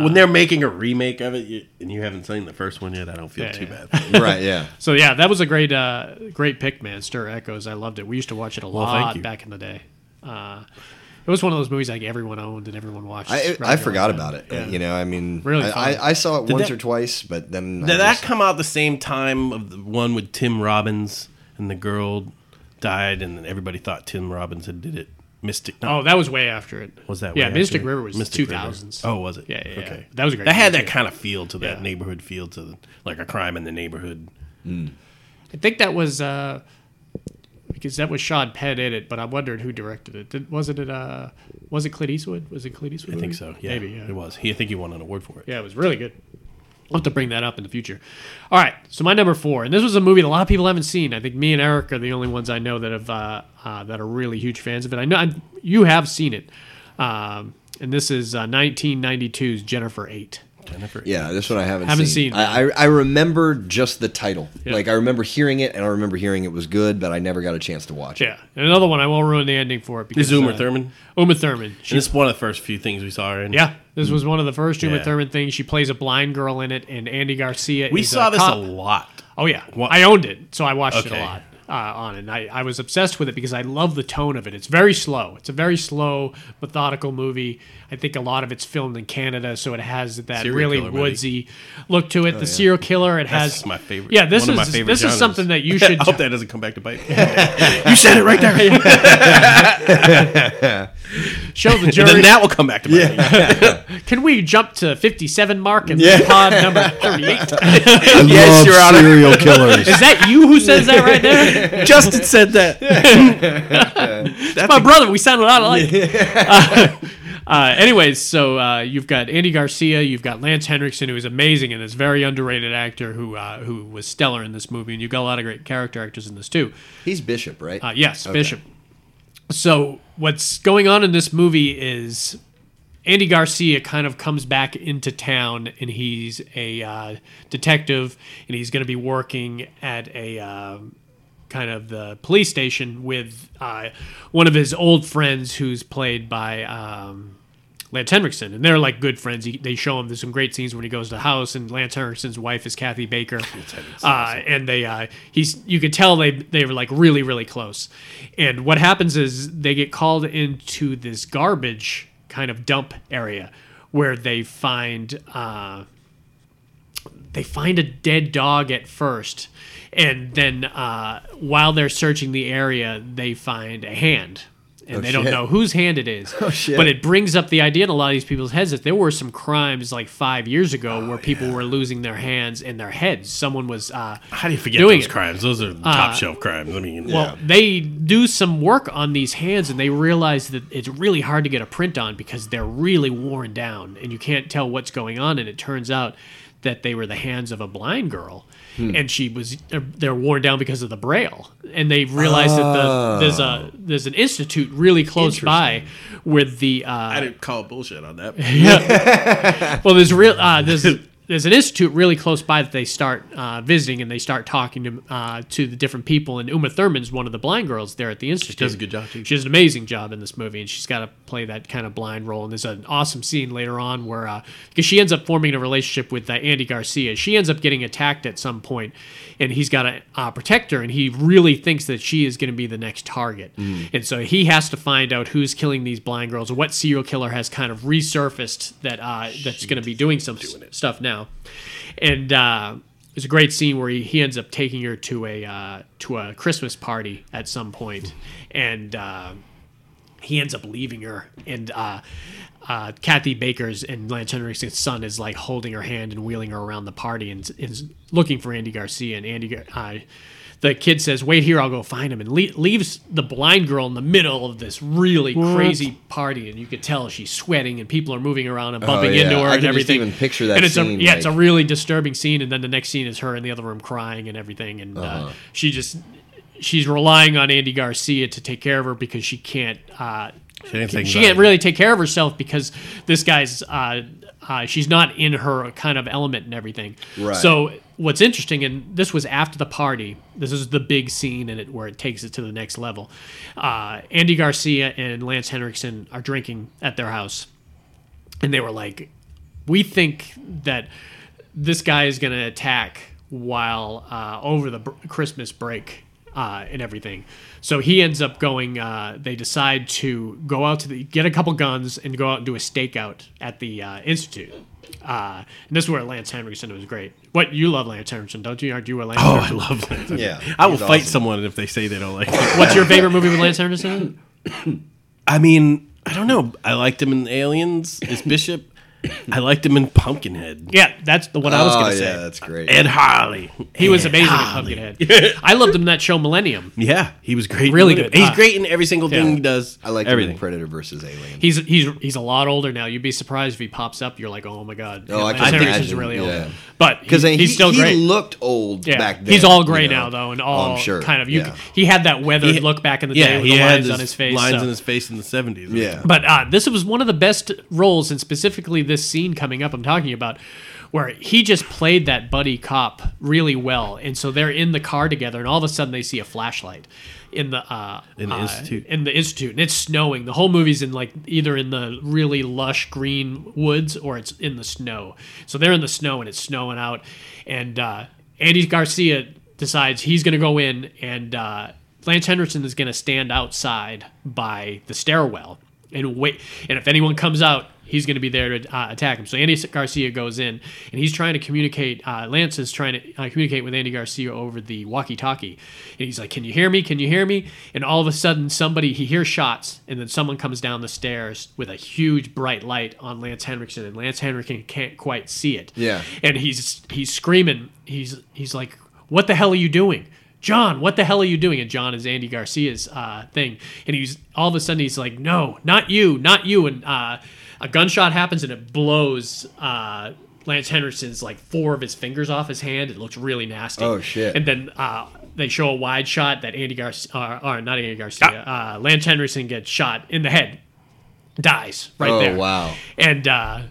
when they're making a remake of it you, and you haven't seen the first one yet, I don't feel Yeah, too yeah. bad. right? Yeah. So yeah, that was a great uh, great pick, man. Stir Echoes, I loved it. We used to watch it a thank lot you. back in the day. Uh, it was one of those movies like everyone owned and everyone watched. I, Right I around forgot then. about it. You know, I mean, Really I, fun. I, I saw it once that- or twice, but then I Did that just- come out the same time of the one with Tim Robbins and the girl died, and then everybody thought Tim Robbins had did it? Mystic. No, Oh, that was way after it. was that? Yeah, way Mystic after? River was Mystic River. 2000s. Oh, was it? Yeah, yeah, yeah. That was a great That had movie, that kind of feel to that Yeah. neighborhood feel to the- like a crime in the neighborhood. I think that was uh, because that was Sean Penn in it, but I wondered who directed it. Did, wasn't it? Uh, was it Clint Eastwood? Was it Clint Eastwood? I think movie? so. Yeah, maybe. Yeah. it was. He, I think he won an award for it. Yeah, it was really good. I'll have to bring that up in the future. All right, so my number four, and this was a movie that a lot of people haven't seen. I think me and Eric are the only ones I know that have uh, uh, that are really huge fans of it. I know i you have seen it, um, and this is uh, 1992's Jennifer Eight. Jennifer. Yeah, this one I haven't Haven't seen. seen. I, I I remember just the title. Yeah. Like I remember hearing it, and I remember hearing it was good, but I never got a chance to watch it. Yeah, and another one I won't ruin the ending for it because Is Uma uh, Thurman? Uma Thurman. She And this is one of the first few things we saw her in. Yeah, this was one of the first Uma Yeah. Thurman things. She plays a blind girl in it, and Andy Garcia. we is saw a this cop. a lot. Oh yeah, What- I owned it, so I watched it Okay. a lot uh, on, it. and I, I was obsessed with it because I love the tone of it. It's very slow. It's a very slow, methodical movie. I think a lot of it's filmed in Canada, so it has that Serial really killer movie. woodsy look to it. the serial killer. It That's has my favorite. Yeah, this one is of my favorite this genres. is something that you should. I hope that doesn't come back to bite. you said it right there. show the And jury. then that will come back to bite. you. Can we jump to fifty-seven mark and yeah. pod number thirty-eight? I Yes, love Your Honor. serial killers. Is that you who says that right there? Justin said that. That's my brother. We sound a lot alike. Uh, uh, anyways, so uh, you've got Andy Garcia, you've got Lance Henriksen, who is amazing and is a very underrated actor who uh, who was stellar in this movie, and you've got a lot of great character actors in this too. He's Bishop, right? Uh, yes, Bishop. So what's going on in this movie is Andy Garcia kind of comes back into town, and he's a uh, detective, and he's going to be working at a. um kind of the police station with uh, one of his old friends who's played by um, Lance Henriksen. And they're like good friends. He, they show him there's some great scenes when he goes to the house, and Lance Henriksen's wife is Kathy Baker. Uh, and they, uh, he's, you could tell they, they were like really, really close. And what happens is they get called into this garbage kind of dump area where they find. Uh, they find a dead dog at first, and then uh, while they're searching the area, they find a hand. And Oh, they don't shit. know whose hand it is. Oh, shit. But it brings up the idea in a lot of these people's heads that there were some crimes like five years ago where people were losing their hands and their heads. Someone was. Uh, How do you forget Doing those it. crimes? Those are top shelf crimes. I mean, well, they do some work on these hands and they realize that it's really hard to get a print on because they're really worn down and you can't tell what's going on. And it turns out that they were the hands of a blind girl. And she was uh, they're worn down because of the braille, and they realize that the, there's a there's an institute really close by, where the uh, I didn't call bullshit on that. well, there's real. Uh, there's there's an institute really close by that they start uh, visiting and they start talking to uh, to the different people. And Uma Thurman's one of the blind girls there at the institute. does a good job, too. She does an amazing job in this movie, and she's got to play that kind of blind role. And there's an awesome scene later on where because she ends up forming a relationship with uh, Andy Garcia. She ends up getting attacked at some point, and he's got to uh, protect her, and he really thinks that she is going to be the next target. And so he has to find out who's killing these blind girls, or what serial killer has kind of resurfaced that uh, that's going to be doing some stuff now. And uh, there's a great scene where he, he ends up taking her to a uh, to a Christmas party at some point, and. Uh, he ends up leaving her and uh uh, Kathy Baker's and Lance Henriksen's son is like holding her hand and wheeling her around the party and is looking for Andy Garcia. And Andy, Gar- uh, the kid says, "Wait here, I'll go find him." And le- leaves the blind girl in the middle of this really crazy party, and you could tell she's sweating and people are moving around and bumping Oh, yeah. into her I and can just everything. even picture that And it's scene, a, yeah, it's a like- really disturbing scene. And then the next scene is her in the other room crying and everything, and Uh-huh. uh, she just she's relying on Andy Garcia to take care of her because she can't. Uh, She didn't think she about can't it. really take care of herself because this guy's uh, uh, she's not in her kind of element and everything. Right. So what's interesting, and this was after the party. This is the big scene in it where it takes it to the next level. Uh, Andy Garcia and Lance Henriksen are drinking at their house, and they were like, "We think that this guy is going to attack while uh, over the br- Christmas break uh, and everything. So he ends up going. Uh, they decide to go out to the get a couple guns and go out and do a stakeout at the uh, institute. Uh, and this is where Lance Henriksen was great. What you love Lance Henriksen, don't you? Aren't you a Lance? Oh, I Henriksen? love that. Yeah, I will he's fight awesome. someone if they say they don't like it. What's your favorite movie with Lance Henriksen? I mean, I don't know. I liked him in Aliens as Bishop. I liked him in Pumpkinhead. Yeah, that's the one I was Oh, going to yeah, say. that's great. Ed Harley. He was amazing in Pumpkinhead. I loved him in that show Millennium. Yeah, he was great. in Really Pumpkinhead. good. He's Ah. great in every single thing Yeah. he does. I like everything. everything. Predator versus Alien. He's he's he's a lot older now. You'd be surprised if he pops up. You're like, oh my god. Oh, I can Lance Henriksen's imagine, really yeah. old, but he- Because he's he, still he great. looked old yeah. back then. he's all gray you know? Oh, now though, and all I'm sure. kind of you. Yeah. He had that weathered He- look back in the day yeah, with he the had lines on his face. Lines so- on his face in the seventies. Yeah. but uh, this was one of the best roles, and specifically this scene coming up I'm talking about, where he just played that buddy cop really well. And so they're in the car together, and all of a sudden they see a flashlight in the uh, In the uh, institute. in the institute, and it's snowing. The whole movie's in like either in the really lush green woods or it's in the snow. So they're in the snow, and it's snowing out, and uh, Andy Garcia decides he's going to go in and. Uh, Lance Henderson is going to stand outside by the stairwell and wait. And if anyone comes out, he's going to be there to uh, attack him. So Andy Garcia goes in, and he's trying to communicate. Uh, Lance is trying to uh, communicate with Andy Garcia over the walkie-talkie, and he's like, "Can you hear me? Can you hear me?" And all of a sudden, somebody he hears shots, and then someone comes down the stairs with a huge bright light on Lance Henriksen, and Lance Henriksen can't quite see it. Yeah. and he's he's screaming. He's he's like, "What the hell are you doing?" John, what the hell are you doing? And John is Andy Garcia's uh, thing, and he's all of a sudden he's like, "No, not you, not you!" And uh, a gunshot happens, and it blows uh, Lance Henderson's like four of his fingers off his hand. It looks really nasty. Oh, shit. And then uh, they show a wide shot that Andy Garcia, or, or not Andy Garcia, uh, Lance Henderson gets shot in the head, dies right Oh, there. wow. And uh,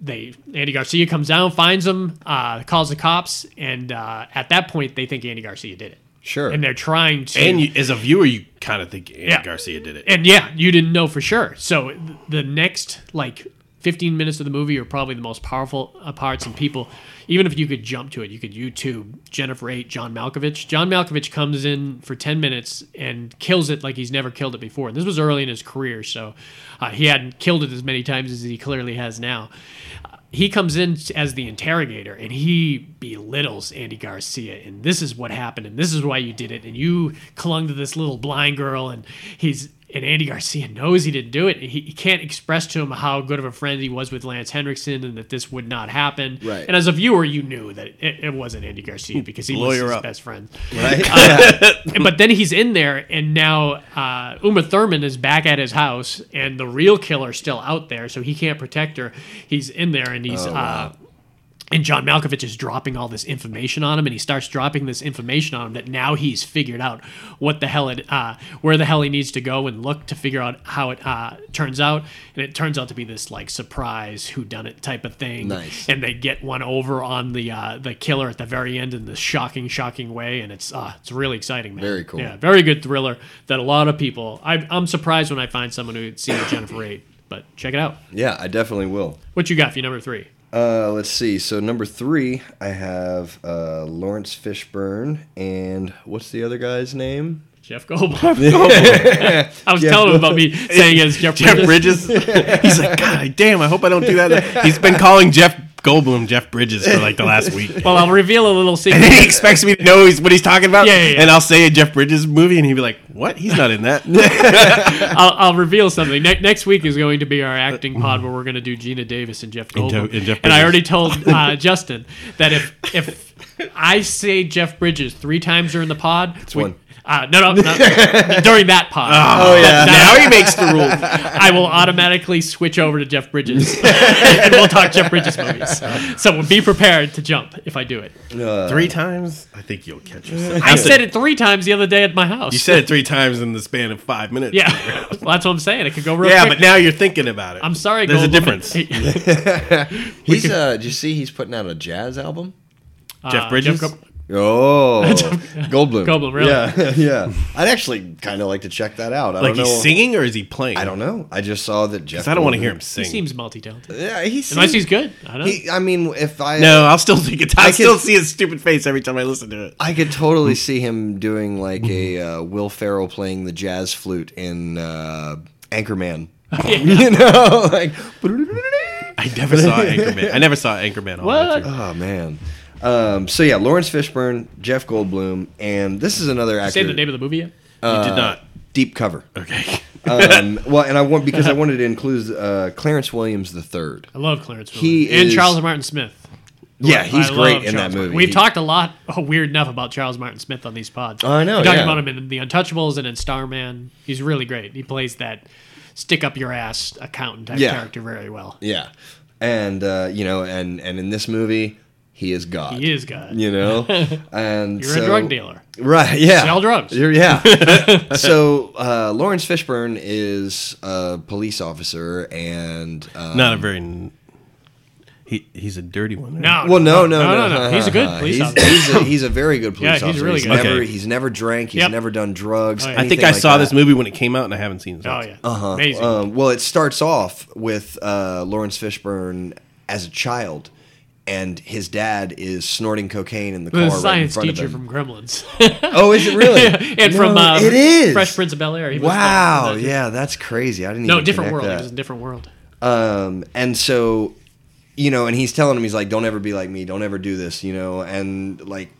they Andy Garcia comes down, finds him, uh, calls the cops, and uh, at that point they think Andy Garcia did it. Sure. And they're trying to and you, as a viewer, you kind of think Andy Yeah. Garcia did it. and yeah, you didn't know for sure. So th- the next like 15 minutes of the movie are probably the most powerful uh, parts, and people, even if you could jump to it, you could YouTube Jennifer Eight, John Malkovich. John Malkovich comes in for 10 minutes and kills it like he's never killed it before. And this was early in his career, so uh, he hadn't killed it as many times as he clearly has now. Uh, He comes in as the interrogator and he belittles Andy Garcia. And this is what happened, and this is why you did it. And you clung to this little blind girl, and he's and Andy Garcia knows he didn't do it. He, he can't express to him how good of a friend he was with Lance Hendrickson and that this would not happen. Right. And as a viewer, you knew that it, it wasn't Andy Garcia because he was Lawyer his up. best friend. Right? And- but then he's in there, and now uh, Uma Thurman is back at his house, and the real killer's still out there, so he can't protect her. He's in there, and he's uh, and John Malkovich is dropping all this information on him, and he starts dropping this information on him that now he's figured out what the hell it, uh, where the hell he needs to go and look to figure out how it uh, turns out, and it turns out to be this like surprise who done it type of thing. Nice. And they get one over on the uh, the killer at the very end in this shocking, shocking way, and it's uh, it's really exciting, man. Very cool. Yeah, very good thriller that a lot of people. I, I'm surprised when I find someone who'd seen Jennifer Eight, but check it out. Yeah, I definitely will. What you got for your number three? Uh, let's see. So number three, I have uh, Lawrence Fishburne and what's the other guy's name? Jeff Goldblum. I was telling him about me saying it's Jeff, Jeff Bridges. Bridges. He's like, God damn, I hope I don't do that. He's been calling Jeff Goldblum Jeff Bridges for like the last week. Well, I'll reveal a little And secret. he expects me to know he's, what he's talking about. Yeah, yeah, yeah. And I'll say a Jeff Bridges movie, and he'd be like, What? He's not in that. I'll, I'll reveal something. Ne- next week is going to be our acting pod where we're going to do Gina Davis and Jeff And Goldblum. Jeff- And, and Jeff I Bridges. already told uh, Justin that if if I say Jeff Bridges three times during the pod, it's one. Uh, no, no, no, during that pod. Oh, yeah. now he makes the rules. I will automatically switch over to Jeff Bridges, and we'll talk Jeff Bridges movies. So be prepared to jump if I do it. Three times? I think you'll catch yourself. I said it three times the other day at my house. You said it three times in the span of five minutes. yeah. well, that's what I'm saying. It could go real Yeah, quick. but now you're thinking about it. I'm sorry. There's a Goldblum. difference. Hey, He's uh, did you see he's putting out a jazz album? Uh, Jeff Bridges? Gold- Oh, Goldblum. Goldblum, really? Yeah, yeah. I'd actually kind of like to check that out. I like don't know. he's singing or is he playing? I don't know. I just saw that Jeff. 'Cause I don't want to Goldblum- hear him he sing. seems multi-talented. Yeah, he seems, Unless he's good. I don't know. He, I mean, if I no, I'll still think it. I can- still see his stupid face every time I listen to it. I could totally see him doing like a uh, Will Ferrell playing the jazz flute in uh, Anchorman. you know, like I never saw Anchorman. I never saw Anchorman. All What? what? oh man. Um, so yeah, Lawrence Fishburne, Jeff Goldblum, and this is another actor. Say the name of the movie yet? you did not. Deep cover. Okay. Um, well, and I want because I wanted to include uh, Clarence Williams the third. I love Clarence. He He and is- Charles Martin Smith. Yeah, he's I great love in that Charles movie. Martin. We've He- talked a lot, oh, weird enough, about Charles Martin Smith on these pods. I know, We talked yeah. about him in The Untouchables and in Starman. He's really great. He plays that stick up your ass accountant type Yeah. character very well. Yeah, and uh, you know, and and in this movie, he is God. He is good. You know, and You're so, a drug dealer. Right, yeah. Sell drugs. You're- yeah. so uh, Lawrence Fishburne is a police officer, and uh, Not a very. n- He he's a dirty one. right? No, well, no, no, Oh, no, no, no, no. He's a good police he's, officer. He's a, he's a very good police Yeah, he's officer. really good. Never, Okay. He's never drank. He's Yep. never done drugs. Oh, yeah. I think I anything like saw that. this movie when it came out, and I haven't seen it. Since. Oh yeah, amazing. Um, well, it starts off with uh, Lawrence Fishburne as a child, and his dad is snorting cocaine in the car the right in science front of teacher him. from Gremlins oh, is it really? and No, from uh, it is Fresh Prince of Bel Air. He was Wow, that- yeah, that's crazy. I didn't No, even different connect world. He That. was in a different world. Um, and so, you know, and he's telling him, he's like, don't ever be like me. Don't ever do this, you know? And like,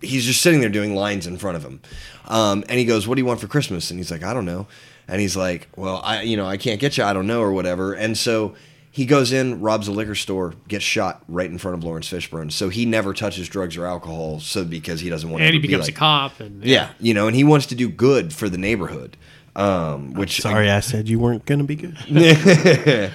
he's just sitting there doing lines in front of him. Um, and he goes, what do you want for Christmas? And he's like, I don't know. And he's like, well, I, you know, I can't get you. I don't know or whatever. And so he goes in, robs a liquor store, gets shot right in front of Lawrence Fishburne. So he never touches drugs or alcohol. So because he doesn't want to And he ever be becomes like- a cop. And Yeah. You know, and he wants to do good for the neighborhood. Um, which Sorry, I said you weren't gonna be good. well, the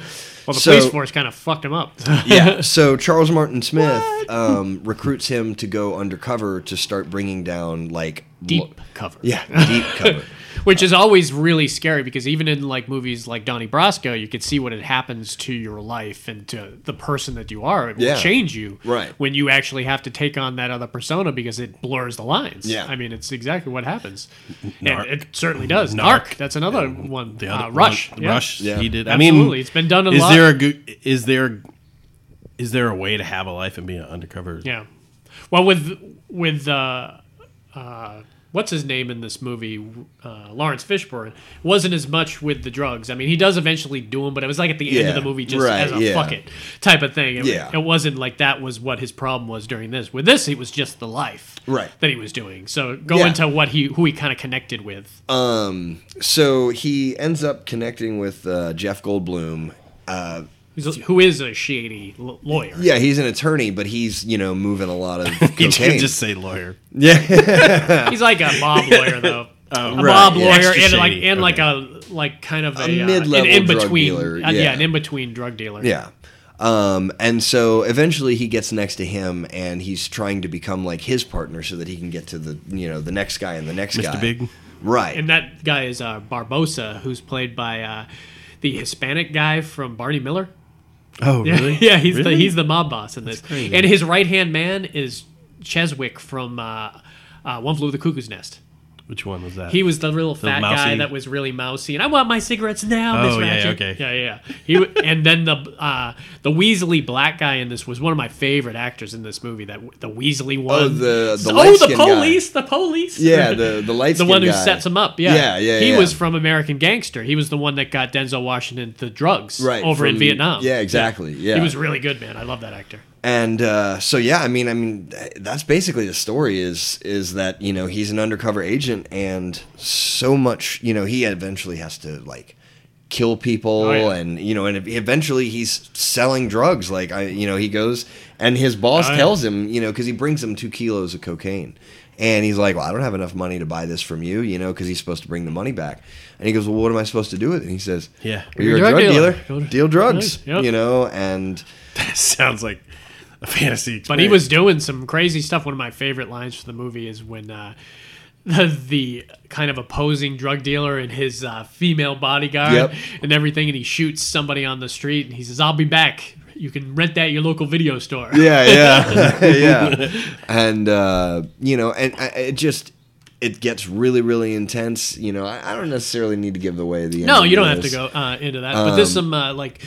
So- police force kind of fucked him up. yeah. So Charles Martin Smith um, recruits him to go undercover to start bringing down like Deep lo- cover. yeah, deep cover. which is always really scary because even in like movies like Donnie Brasco, you can see what it happens to your life and to the person that you are. It will Yeah. change you, Right. When you actually have to take on that other persona because it blurs the lines. Yeah. I mean it's exactly what happens, Narc. and it certainly does. Narc, Narc. that's another one. The uh, other Rush, one- yeah. Rush. Yeah. He did. I Absolutely, mean, it's been done a is lot. there a good? Is there? Is there a way to have a life and be an undercover? Yeah. Well, with with uh, uh, what's his name in this movie, uh, Lawrence Fishburne wasn't as much with the drugs. I mean, he does eventually do them, but it was like at the end of Yeah, the movie, just right, as a yeah. fuck it type of thing. It, Yeah. it wasn't like that was what his problem was during this. With this, it was just the life Right. that he was doing. So go Yeah. Uh, into what he who he kind of connected with. So he ends up connecting with uh, Jeff Goldblum. Uh, Who's a- who is a shady l- lawyer. yeah, he's an attorney, but he's you know moving a lot of He cocaine. should just say lawyer. He's like a mob lawyer though. a Oh, right, mob yeah. lawyer Extra and like shady, and like okay. a like kind of a, uh, mid-level an in drug between dealer, yeah. yeah. an in between drug dealer yeah. Um, and so eventually he gets next to him and he's trying to become like his partner so that he can get to the you know the next guy and the next Mr. guy. Big? Right. And that guy is uh, Barbosa, who's played by uh, the Hispanic guy from Barney Miller. Oh, really? yeah, he's Really? the he's the mob boss in this. crazy. And his right hand man is Cheswick from uh, uh, One Flew Over the Cuckoo's Nest. Which one was that? He was the real fat guy mousy- that was really mousy, and I want my cigarettes now, Oh, Miss yeah, Ratchet. okay. yeah, yeah. He w- and then the uh, the Weasley black guy in this was one of my favorite actors in this movie. That the Weasley the- one. the oh the light-skinned guy. police, the police. Yeah, the the lights. the one who sets him up. Yeah, Yeah, yeah, He yeah. was from American Gangster. He was the one that got Denzel Washington the drugs Right, over in from- Vietnam. yeah, exactly, yeah. he was really good, man. I love that actor. And uh, so yeah, I mean, I mean, th- that's basically the story. Is is that you know he's an undercover agent, and so much you know he eventually has to like kill people, Oh, yeah. and you know, and eventually he's selling drugs. Like I, you know, he goes and his boss Oh, yeah. tells him, you know, because he brings him two kilos of cocaine. And he's like, "Well, I don't have enough money to buy this from you, you know, because he's supposed to bring the money back." And he goes, "Well, what am I supposed to do with it?" And he says, Yeah. well, you're, a drug dealer. Deal drugs, Yep. you know." And sounds like a fantasy. Experience. But he was doing some crazy stuff. One of my favorite lines from the movie is when uh, the, the kind of opposing drug dealer and his uh, female bodyguard Yep. and everything, and he shoots somebody on the street, and he says, "I'll be back. You can rent that at your local video store." yeah, yeah, yeah. And uh, you know, and I, it just it gets really, really intense. You know, I, I don't necessarily need to give away the. No, ending you don't of have to this. go uh, into that. But there's Um, some uh, like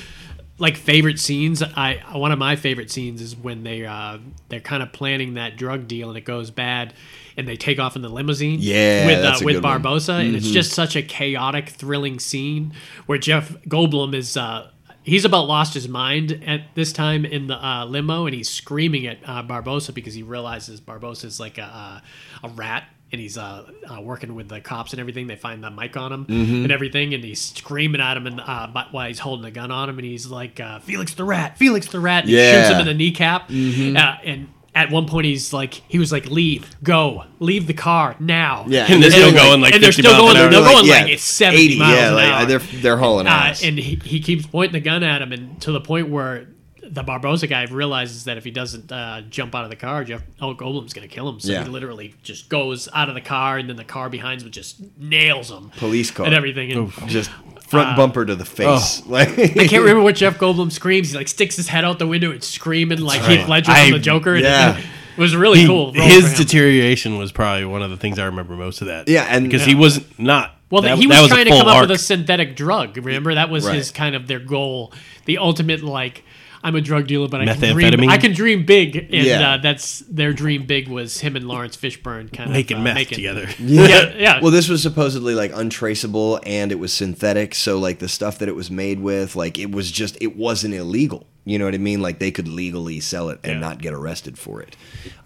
like favorite scenes. I one of my favorite scenes is when they uh, they're kind of planning that drug deal and it goes bad, and they take off in the limousine. Yeah, with that's a uh, with good one. Barbosa, and Mm-hmm. it's just such a chaotic, thrilling scene where Jeff Goldblum is. Uh, He's about lost his mind at this time in the uh, limo, and he's screaming at uh, Barbosa because he realizes Barbosa is like a, uh, a rat and he's uh, uh, working with the cops and everything. They find the mic on him Mm-hmm. and everything, and he's screaming at him and uh, but while he's holding the gun on him, and he's like, uh, "Felix the Rat, Felix the Rat!" And he shoots Yeah. Mm-hmm. him in the kneecap. Uh, and at one point, he's like, he was like, "Leave, go, leave the car now." Yeah, And And they're still they're going like and they're 50 still miles going, an hour. they're Like, going yeah, like, it's seventy 80, miles yeah, an like, hour. they're they're hauling Uh, ass. and he, he keeps pointing the gun at him, and to the point where the Barbosa guy realizes that if he doesn't uh, jump out of the car, Jeff El Goldblum's going to kill him. So Yeah. he literally just goes out of the car, and then the car behind him just nails him. Police car. And everything. Uh, oh. And just front bumper to the face. Like I can't remember what Jeff Goldblum screams. He like sticks his head out the window and screaming like right. Heath Ledger I- from The Joker. and yeah. It was a really He- cool. role his for him. deterioration was probably one of the things I remember most of that. Yeah, and- because he wasn't not. Well, that, he that was, a trying to come full up with arc. a synthetic drug. Remember, that was Right. his kind of their goal, the ultimate like. I'm a drug dealer, but I can Methamphetamine? dream. I can dream big, and Yeah. uh, that's their dream big was him and Lawrence Fishburne kind making of uh, meth together. Yeah, yeah. Well, this was supposedly like untraceable and it was synthetic. So, like the stuff that it was made with, like it was just, it wasn't illegal. You know what I mean? Like they could legally sell it and Yeah. not get arrested for it.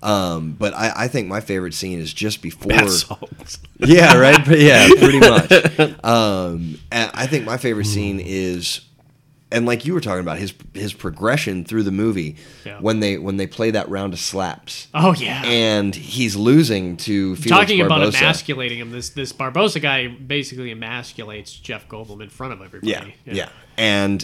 Um, but I, I think my favorite scene is just before. Bath salts. Yeah, right. But yeah, pretty much. Um, and I think my favorite Hmm. scene is, and like you were talking about his his progression through the movie Yeah. when they when they play that round of slaps. oh yeah. And he's losing to Felix Talking about Barbosa. emasculating him, this this Barbosa guy basically emasculates Jeff Goldblum in front of everybody. Yeah, yeah. And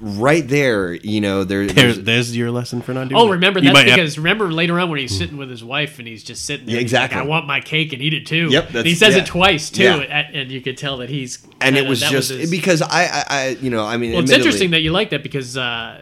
right there, you know, there, There, there's there's your lesson for not doing. Oh, it. remember You that's might have- because remember later on when he's sitting with his wife and he's just sitting there. Yeah, and he's like, exactly. I want my cake and eat it too. Yep, And that's- he says yeah. it twice too, Yeah. and, and you could tell that he's. and it uh, was that just his- because I, I, I, you know, I mean, well, it's admittedly- interesting that you like that because uh,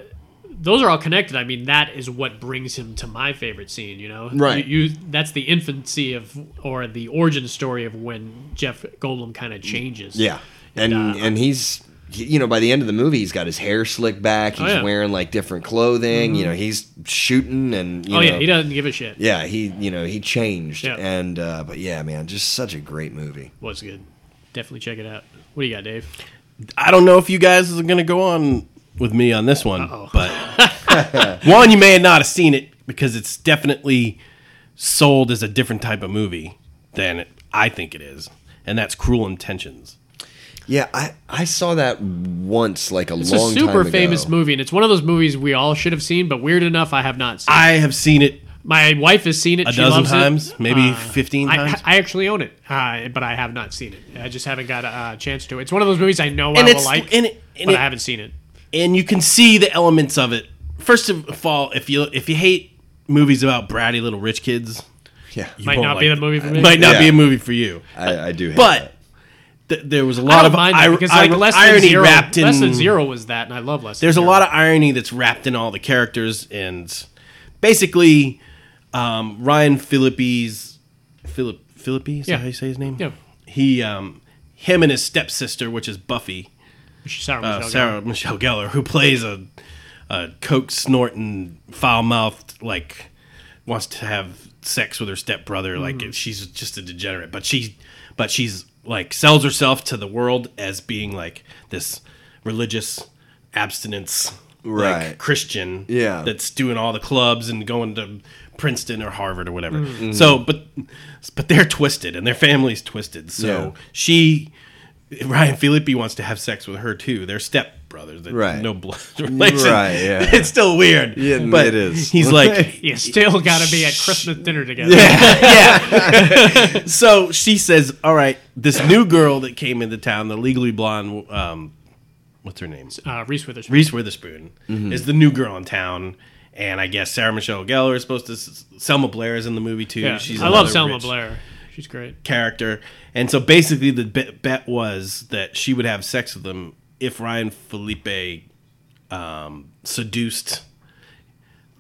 those are all connected. I mean, that is what brings him to my favorite scene. You know, Right. You, you that's the infancy of or the origin story of when Jeff Goldblum kind of changes. yeah, and and, uh, he's. he- You know, by the end of the movie, he's got his hair slicked back. He's Oh, yeah. Mm-hmm. wearing like different clothing. You know, he's shooting and you oh know, yeah, he doesn't give a shit. yeah, he you know he changed. Yeah. And uh, but yeah, man, just such a great movie. Was good. Definitely check it out. What do you got, Dave? I don't know if you guys are going to go on with me on this one, Uh-oh. but one you may not have seen it because it's definitely sold as a different type of movie than it, I think it is, and that's Cruel Intentions. Yeah, I I saw that once like a It's long time a super ago. famous movie, and it's one of those movies we all should have seen, but weird enough, I have not seen. I have seen it My wife has seen it a she dozen loves it. times, maybe Uh, fifteen I, times. I actually own it, uh, but I have not seen it. I just haven't got a uh, chance to. It's one of those movies I know I and will it's like, and, it, and, but it- I haven't seen it. and you can see the elements of it first of all, if you if you hate movies about bratty little rich kids, Yeah, you Might won't not be the like it. movie for me. Might not Yeah. be a movie for you. I, I do. Hate But th- there was a I lot don't of mind ir- that because like ir- less irony than zero, wrapped in. less than zero was that, and I love less. Than There's a zero. lot of irony that's wrapped in all the characters, and basically, um, Ryan Philippi's Philip Philippi is Yeah. that how you say his name? Yeah. He, um, him, and his stepsister, which is Buffy, Sarah uh, Michelle Sarah Michelle Gellar, who plays a, a coke snorting, foul mouthed, like wants to have sex with her stepbrother. Like she's just a degenerate, but she, but she's like sells herself to the world as being like this religious abstinence, Right. like Christian, Yeah. that's doing all the clubs and going to Princeton or Harvard or whatever. So, but but they're twisted and their family's twisted. So Yeah. she Ryan Philippi wants to have sex with her too. They're stepbrothers. They're Right. No blood relation. Right, yeah. It's still weird. Yeah, it is. He's like, You still got to be at Christmas dinner together. so she says, "All right, this new girl that came into town, the legally blonde, um, what's her name? Uh, Reese Witherspoon. Reese Witherspoon Mm-hmm. is the new girl in town." And I guess Sarah Michelle Gellar is supposed to. s- Selma Blair is in the movie too. Yeah. She's I love another Selma rich- Blair. She's great. character. And so basically, the bet, bet was that she would have sex with him if Ryan Felipe um, seduced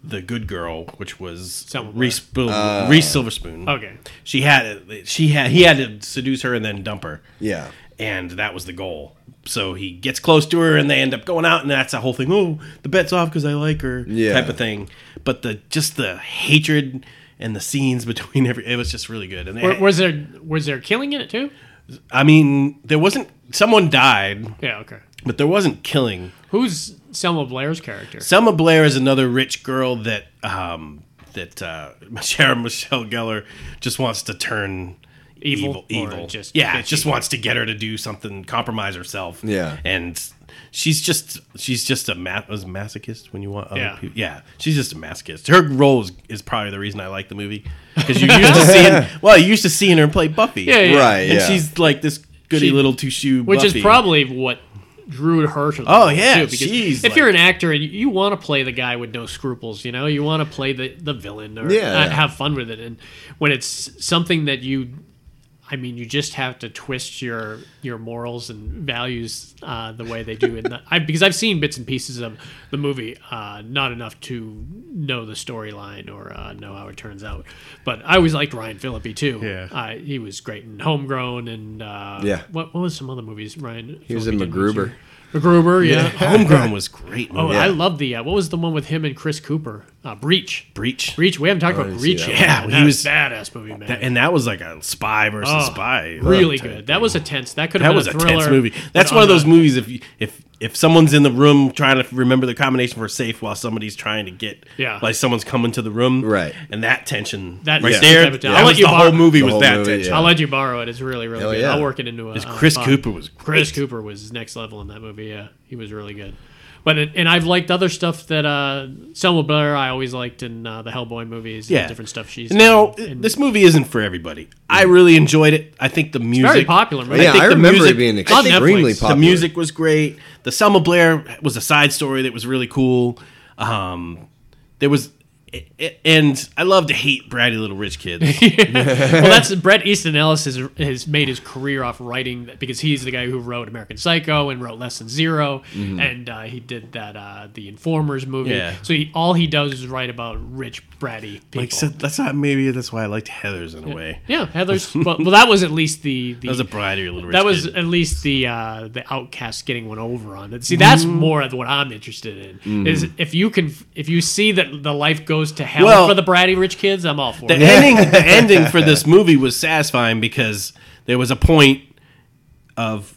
the good girl, which was Selma Blair. Reese, Bil- Reese Silverspoon. Okay. she had she had he had to seduce her and then dump her. Yeah. and that was the goal. So he gets close to her, and they end up going out, and that's the whole thing. Oh, the bet's off because I like her, Yeah. type of thing. But the just the hatred and the scenes between every it was just really good. And Wa- was there was there killing in it too? I mean, there wasn't someone died, Yeah. Okay. but there wasn't killing. Who's Selma Blair's character? Selma Blair is another rich girl that um, that uh, Sarah Michelle Gellar just wants to turn Evil evil, or evil. just yeah, bitchy? just wants to get her to do something, compromise herself. Yeah. and she's just she's just a ma- was a masochist when you want other Yeah. people. Yeah, she's just a masochist. Her role is, is probably the reason I like the movie because you used to seeing well, you used to seeing her play Buffy. Yeah, yeah. Right. and yeah. she's like this goody She- little two shoe, Which is probably what drew her to the Oh, role, yeah, too, because she's if you're like- an actor and you, you want to play the guy with no scruples, you know, you want to play the the villain or Yeah. uh, have fun with it, and when it's something that you. I mean, you just have to twist your your morals and values uh, the way they do. In the, I, because I've seen bits and pieces of the movie, uh, not enough to know the storyline or uh, know how it turns out. But I always liked Ryan Phillippe too. Yeah. uh, he was great in Homegrown and uh, Yeah. What what was some other movies? Ryan. He was in MacGruber. MacGruber, yeah. Homegrown was great. Oh, Oh, I love the uh, what was the one with him and Chris Cooper? Uh, Breach. Breach. Breach. We haven't Oh, talked about didn't see Breach. that yet. Man, one. Yeah, he that was- badass movie, man. That- and that was like a spy versus Oh, spy. really type thing. good. That was a tense. That could have That been was a a thriller. tense movie. but That's one of on those a- movies. If you, if if someone's in the room trying to remember the combination for safe while somebody's trying to get, Yeah. like someone's coming to the room, Right. And that tension, That- that right yeah. there, type of tension. that I'll was let you the whole borrow- movie The was whole that movie, tension. yeah. I'll let you borrow it. It's really, really Hell good. yeah. I'll work it into a. Because on a Chris file. Cooper was Chris great. Cooper was next level in that movie. Yeah, he was really good. But it, and I've liked other stuff that uh, Selma Blair. I always liked in uh, the Hellboy movies. and Yeah, different stuff she's Now done. And this movie isn't for everybody. I really enjoyed it. I think the music very popular movie. yeah, think I the remember music- it being on extremely Netflix, the popular. The music was great. The Selma Blair was a side story that was really cool. Um, there was, it, it- and I love to hate bratty little rich kids. well, that's Brett Easton Ellis has, has made his career off writing that- because he's the guy who wrote American Psycho and wrote Less Than 0 and uh, he did that uh, the Informers movie. Mm-hmm. Yeah. So he, all he does is write about rich bratty people. like so that's not maybe that's why I liked Heather's in a way. yeah, Heather's. well, well, that was at least the, the That was a bratty little rich. that was kid. at least the uh, the outcast getting one over on it. See, that's Mm-hmm. more of what I'm interested in. Is if you can if you see that the life goes to hell Well- for the bratty rich kids, I'm all for the it. ending. The ending for this movie was satisfying because there was a point of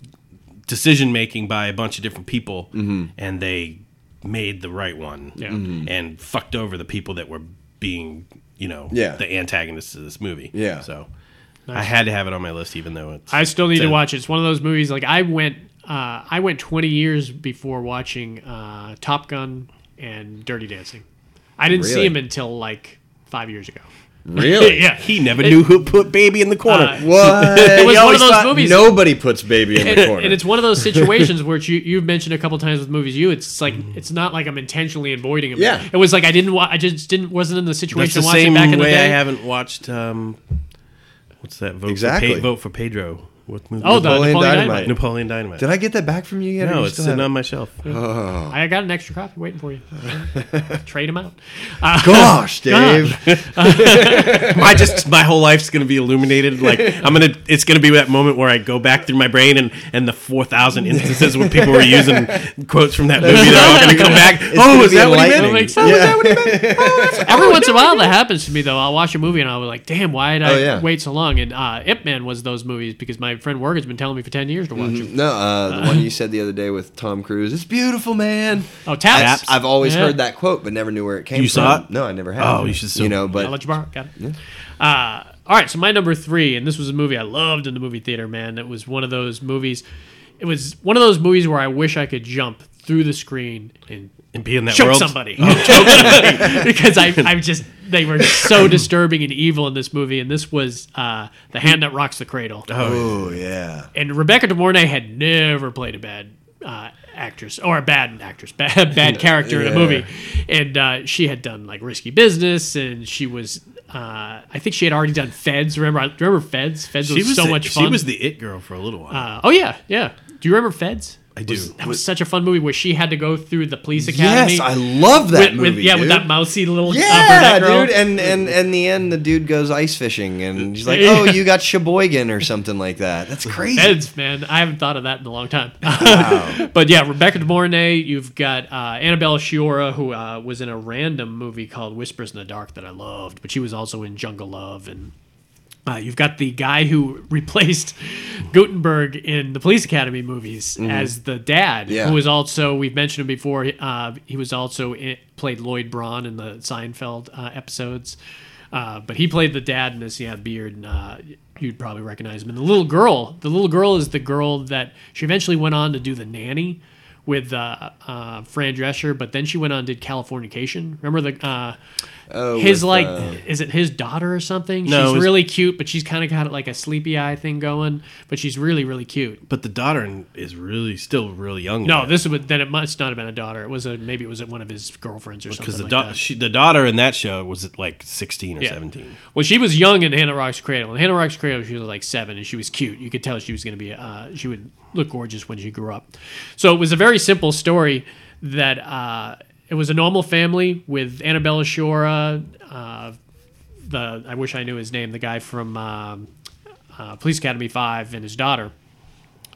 decision making by a bunch of different people, Mm-hmm. and they made the right one. Yeah. and fucked over the people that were being, you know, Yeah. the antagonists of this movie. Yeah. So I had to have it on my list, even though it's. I still need to So- watch it. It's one of those movies. Like I went, uh, I went 20 years before watching uh, Top Gun and Dirty Dancing. I didn't see Really? him until like five years ago. Really? yeah. He never knew who put baby in the corner. Uh, What? It was He one always of those thought movies. Nobody puts baby in the and, corner. and it's one of those situations where you you've mentioned a couple times with movies you it's like it's not like I'm intentionally avoiding them. Mm-hmm. Yeah. It was like I didn't wa- I just didn't wasn't in the That's situation the watching same back in the way I day. haven't watched. Um, what's that vote? Exactly. For Pe- vote for Pedro. What movie? oh, was the that? Napoleon, Napoleon Dynamite. Dynamite. Napoleon Dynamite. Did I get that back from you yet? or no, you it's still sitting have on my shelf. I got an extra copy waiting for you. Trade them out. it? Gosh, Dave. I just my whole life's gonna be illuminated. Like I'm gonna, it's gonna be that moment where I go back through my brain and and the four thousand instances when people were using quotes from that movie, they're all gonna come back. oh, gonna is be that what he enlightening. meant? That makes Yeah. sense. Oh, Every once in a while, that happens to me though. I'll watch a movie and I'll be like, "Damn, why did I Oh, yeah. wait so long?" And uh, Ip Man was those movies because my friend Worgan's been telling me for ten years to watch them. No, uh, the one you said the other day with Tom Cruise. It's beautiful, man. Oh, Taps. I, have always Yeah. heard that quote, but never knew where it came. You from. saw it? No, I never had. Oh, you should still- You know, I'll but let you borrow. it. Got it. Uh, all right, so my number three, and this was a movie I loved in the movie theater. Man, it was one of those movies. It was one of those movies where I wish I could jump through the screen and And be in that choke world. somebody, Oh. because I, I just they were so disturbing and evil in this movie. And this was uh, the hand that rocks the cradle. oh yeah, And Rebecca De Mornay had never played a bad uh, actress or a bad actress, bad, bad character in a Yeah. movie. And uh, she had done like Risky Business, and she was. Uh, I think she had already done Feds. Remember, I remember Feds? Feds She was, so the, much fun. She was the it girl for a little while. uh, oh yeah, yeah. Do you remember Feds? I do. That was such a fun movie where she had to go through the police academy. yes, I love that with, movie. with- yeah, with dude. that mousy little uh, Yeah, brunette girl. dude, and and and the end, the dude goes ice fishing, and he's like, Yeah. "Oh, you got Sheboygan or something like that." That's crazy. Feds, man. I haven't thought of that in a long time. but yeah, Rebecca De Mornay. You've got uh, Annabelle Shiora, who uh, was in a random movie called Whispers in the Dark that I loved, but she was also in Jungle Love. And uh, you've got the guy who replaced Gutenberg in the Police Academy movies as the dad, Mm-hmm. Yeah. who was also we've mentioned him before. Uh, he was also in, played Lloyd Braun in the Seinfeld uh, episodes. Uh, but he played the dad in this. He had a beard, and uh, you'd probably recognize him. And the little girl, the little girl is the girl that she eventually went on to do the nanny with uh, uh, Fran Drescher. But then she went on and did Californication. Remember the uh, with, his like uh, is it his daughter or something? No, it she's was- really cute, but she's kind of got like a sleepy eye thing going. But she's really really cute. but the daughter in- is really still really young. No, this was then it must not have been a daughter. It was a maybe it was one of his girlfriends or something. because the, like da- that. she, the daughter in that show was like sixteen or Yeah. seventeen. Well, she was young in Hannah Rock's Cradle. In Hannah Rock's Cradle, she was like seven, and she was cute. You could tell she was going to be. Uh, she would look gorgeous when she grew up. So it was a very simple story that uh, it was a normal family with Annabella Shora, uh, the I wish I knew his name, the guy from um, uh, Police Academy Five, and his daughter.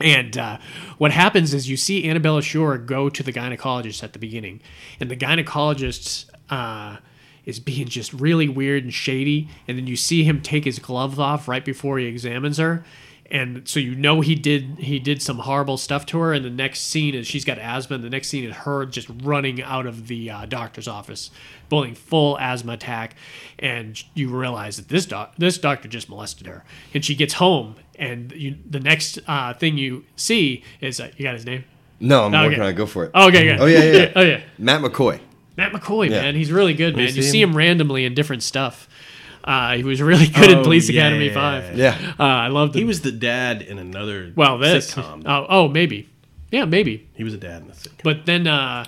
And uh, what happens is you see Annabella Shore go to the gynecologist at the beginning, and the gynecologist uh, is being just really weird and shady. And then you see him take his gloves off right before he examines her, and so you know he did he did some horrible stuff to her. And the next scene is she's got asthma. And the next scene is her just running out of the uh, doctor's office, bowling full asthma attack, and you realize that this doc this doctor just molested her. And she gets home and you, the next uh, thing you see is uh, you got his name. no, I'm Okay. working on it. Go for it. Oh, okay, good. Oh, yeah, yeah, yeah. oh yeah. Matt McCoy. Matt McCoy, Yeah. man, he's really good, man. You see see him randomly in different stuff. Uh, he was really good in Oh, Police yeah. Academy Five. Yeah, uh, I loved him. He was the dad in another well, this. sitcom. Oh, oh, maybe. Yeah, maybe. He was a dad in the sitcom. But then uh,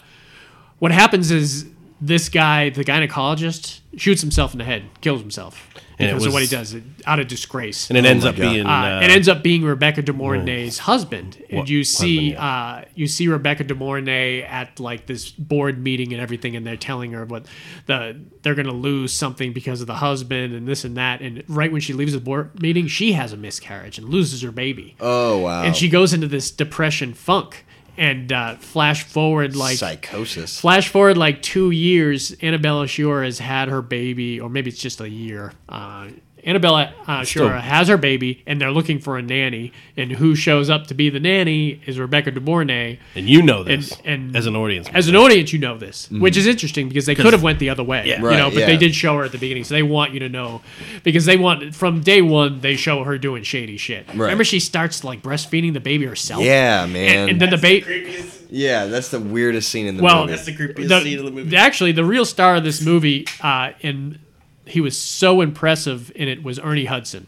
what happens is this guy, the gynecologist, shoots himself in the head, kills himself And it because of was- what he does, it, out of disgrace. And it ends up God. being uh, uh, it ends up being Rebecca De Mornay's husband, and What- you see, husband, uh, you see Rebecca De Mornay at like this board meeting and everything, and they're telling her what the they're gonna lose something because of the husband and this and that. And right when she leaves the board meeting, she has a miscarriage and loses her baby, Oh wow. and she goes into this depression funk. And uh, flash forward like psychosis. Flash forward like two years, Annabella Shiora has had her baby, or maybe it's just a year. Uh, Annabella uh, Shiora has her baby, and they're looking for a nanny. And who shows up to be the nanny is Rebecca De Mornay. and you know this and- as an audience. As an audience, you know this, which is interesting because they could have went the other way, Yeah. you know. Right, But Mm-hmm. yeah. they did show her at the beginning, so they want you to know because they want from day one they show her doing shady shit. Remember, she starts like breastfeeding the baby herself. Yeah, and, man. and then the baby. yeah, that's the weirdest scene in the Well, movie. the- Actually, the real star of this movie, uh, in he was so impressive in it was Ernie Hudson.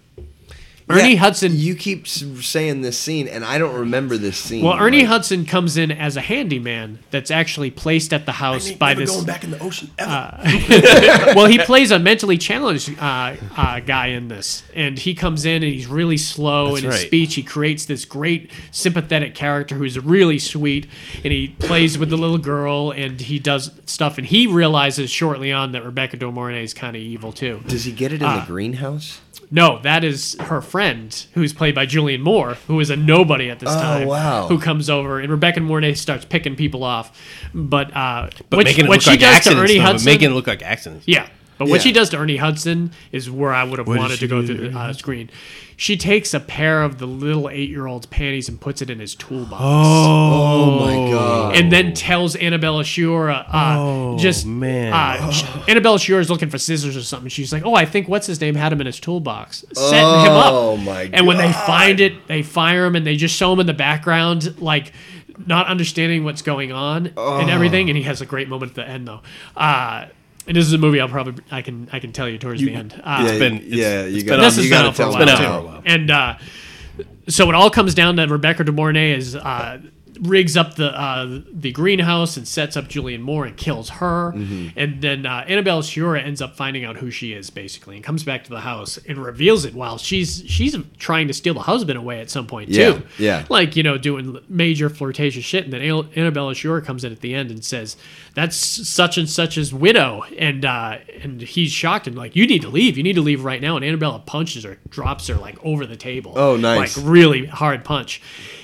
Ernie Yeah, Hudson. You keep s- saying this scene, and I don't remember this scene. well, Ernie Like, Hudson comes in as a handyman that's actually placed at the house by Never this. going back in the ocean ever. well, he plays a mentally challenged uh, uh, guy in this, and he comes in and he's really slow That's in his right. speech. He creates this great sympathetic character who's really sweet, and he plays with the little girl and he does stuff. And he realizes shortly on that Rebecca De Mornay is kind of evil too. Does he get it in Ah. the greenhouse? No, that is her friend, who's played by Julian Moore, who is a nobody at this time. wow. Who comes over and Rebecca De Mornay starts picking people off, but uh, but what- making it what look she like does to accidents. Ernie though, but Hudson, making it look like accidents. yeah. But what Yeah. she does to Ernie Hudson is where I would have did wanted to she go do to through the Ernie uh, screen. She takes a pair of the little eight year old's panties and puts it in his toolbox. Oh my Uh, god! And then tells Annabella Shiora, uh, Oh, just man. Uh, sh- Annabella Shiora is looking for scissors or something. She's like, "Oh, I think what's his name had him in his toolbox, setting him up." Oh, my And when they find it, they fire him, and they just show him in the background, like not understanding what's going on and Oh. everything. And he has a great moment at the end, though. Uh, and this is a movie I'll probably I can I can tell you towards the end. Uh, yeah, been- it's- yeah, it's you been got. out- this has Um, you been gotta out for a tell while, me been out too. for a while. And uh, so it all comes down to Rebecca De Mornay is uh, rigs up the uh, the greenhouse and sets up Julian Moore and kills her, Mm-hmm. and then uh, Annabelle Shiora ends up finding out who she is basically and comes back to the house and reveals it while she's she's trying to steal the husband away at some point Yeah, too, yeah. like you know doing major flirtatious shit, and then Al- Annabelle Shiora comes in at the end and says that's such and such's widow, and uh, and he's shocked and like you need to leave, you need to leave right now, and Annabella punches her, drops her like over the table, Oh, nice. like really hard punch,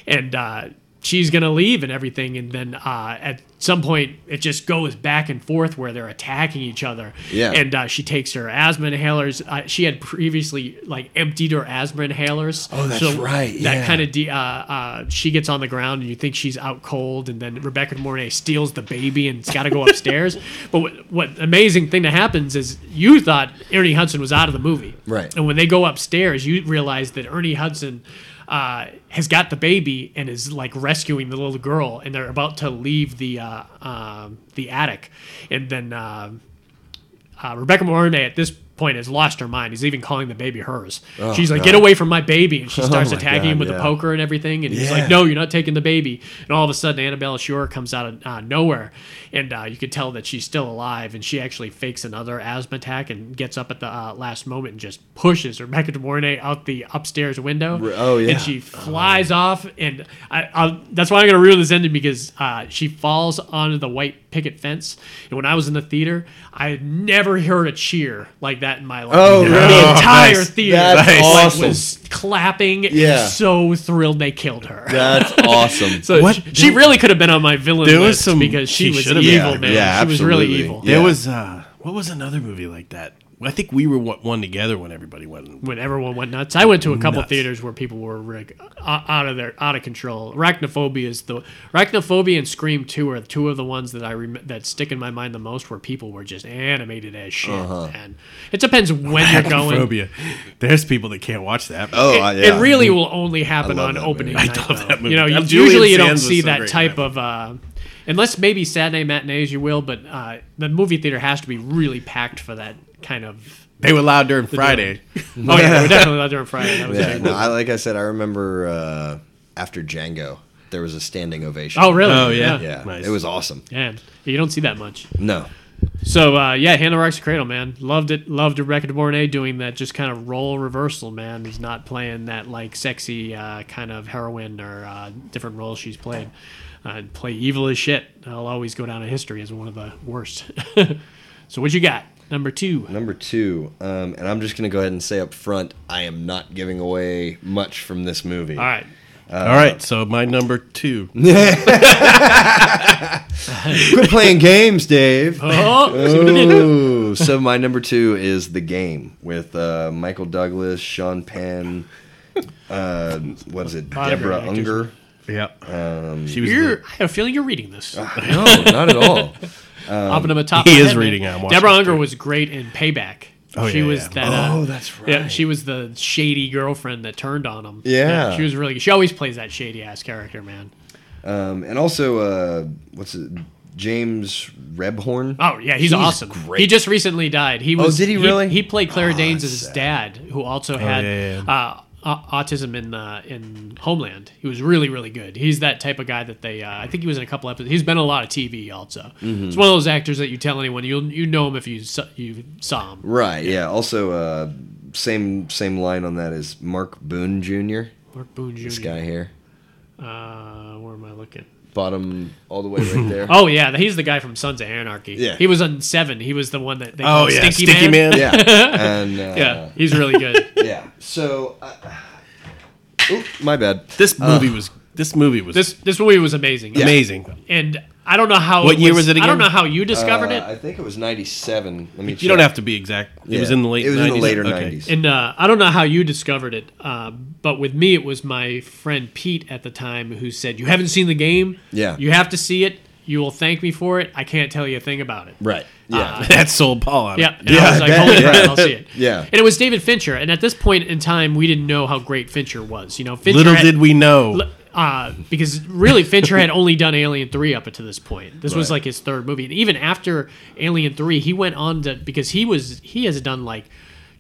and uh, she's gonna leave and everything, and then uh, at some point it just goes back and forth where they're attacking each other. Yeah. and uh, she takes her asthma inhalers. Uh, she had previously like emptied her asthma inhalers. Oh, that's right, yeah. That kind of de- uh, uh, she gets on the ground and you think she's out cold, and then Rebecca De Mornay steals the baby and's got to go upstairs. But what, what amazing thing that happens is you thought Ernie Hudson was out of the movie, Right. And when they go upstairs, you realize that Ernie Hudson. Uh, has got the baby and is like rescuing the little girl, and they're about to leave the uh, um the attic, and then um uh, Rebecca Mornay at this point has lost her mind. He's even calling the baby hers. she's like, "Get away from my baby!" And she starts Oh, my attacking God, him with yeah. a poker and everything. And he's Yeah. like, "No, you're not taking the baby." And all of a sudden, Annabella Shore comes out of uh, nowhere, and uh, you could tell that she's still alive. And she actually fakes another asthma attack and gets up at the uh, last moment and just pushes Rebecca De Mornay out the upstairs window. oh, yeah. and she flies off. And I, I'll, that's why I'm gonna ruin this ending because uh, she falls onto the white picket fence. And when I was in the theater, I had never heard a cheer like that in my life. Oh, the really? entire Nice. theater That's like, awesome. was clapping. and Yeah. so thrilled they killed her. That's awesome. So What? She, she really could have been on my villain There was list some- because she, she was should have evil, been. Yeah, man. yeah, she was really absolutely. evil. Yeah. There was uh, what was another movie like that? I think we were one one together when everybody went. When everyone went nuts, I went to a couple Nuts. theaters where people were like, o- out of their out of control. Arachnophobia is the arachnophobia and Scream Two are two of the ones that I rem- that stick in my mind the most, where people were just animated as shit. Uh-huh. And it depends when you're going. Arachnophobia. There's people that can't watch that. oh, it, uh, it yeah. really will only happen love on that opening movie. night. love though. that You movie. know, you, That Julian usually you don't Sands was see so that great, type man. of. Uh, Unless maybe Saturday matinees, you will, but uh, the movie theater has to be really packed for that kind of. They were loud during Friday. Uh, Oh yeah, we're definitely not during Friday. That was Yeah, big. no, I like I said, I remember uh, after Django, there was a standing ovation. Oh really? Oh, yeah. yeah. yeah, Nice. it was awesome. Man, you don't see that much. No, So uh, yeah, Hannah Rocks the Cradle, man. Loved it. Loved Rebecca De Mornay doing that just kind of role reversal, man. He's not playing that like sexy uh, kind of heroine or uh, different roles she's played. Uh, and play evil as shit. I'll always go down in history as one of the worst. so what you got? Number two. Number two, um, and I'm just going to go ahead and say up front, I am not giving away much from this movie. All right. All right, so my number two. Quit playing games, Dave. Oh, see what I did? Ooh, so my number two is The Game with uh, Michael Douglas, Sean Penn, uh, what is it, lot of Deborah great actors. Unger? Yeah, Um, she was. You're, the- I have a feeling you're reading this. No, not at all. Off and up top. Uh, he of my is head, reading man. it. I'm watching Deborah it, Unger too. was great in Payback. Oh, she yeah, was yeah. that. Oh, uh, that's right. Yeah, she was the shady girlfriend that turned on him. Yeah. she was really. She always plays that shady ass character, man. Um, and also, uh, what's it? James Rebhorn. Oh yeah, he's, awesome. Great. Oh, He just recently died. He was. did he really? He, played Claire Oh, Danes' that's sad. Oh, dad, who also had yeah, Uh, au- autism in uh, in Homeland. He was really really good. He's that type of guy that they. Uh, I think he was in a couple episodes. He's been in a lot of TV also. Mm-hmm. It's one of those actors that you tell anyone you will you know him if you saw, you saw him. right. Yeah. Also, uh, same same line on that is Mark Boone Jr. Mark Boone Jr. This guy here, Uh, where am I looking? bottom all the way right there. Oh yeah, he's the guy from Sons of Anarchy. Yeah. he was on Seven. He was the one that they Oh called yeah, Stinky, Man. Yeah. And uh, Yeah, he's really good. yeah. So, uh, oop, my bad. This movie was this movie was this this movie was amazing. amazing. and I don't know how. What year was it I don't again? know how you discovered Uh, I think it was '97. Let me. You don't have to be exact. It was in the late. It was 90s. in the later Okay. '90s. it, and uh, I don't know how you discovered it. Uh, but with me, it was my friend Pete at the time who said, "You haven't seen the game. Yeah. you have to see it. You will thank me for it. I can't tell you a thing about it." right. Yeah. That sold Paul on it. Yeah, and Yeah, I was like, I bet, "Holy yeah. crap, I'll see it." Yeah. and it was David Fincher. And at this point in time, we didn't know how great Fincher was. You know, Fincher Little had- did we know. uh, because really Fincher had only done Alien Three up to this point. This was like his third movie, and even after Alien Three, he went on to because he was he has done like.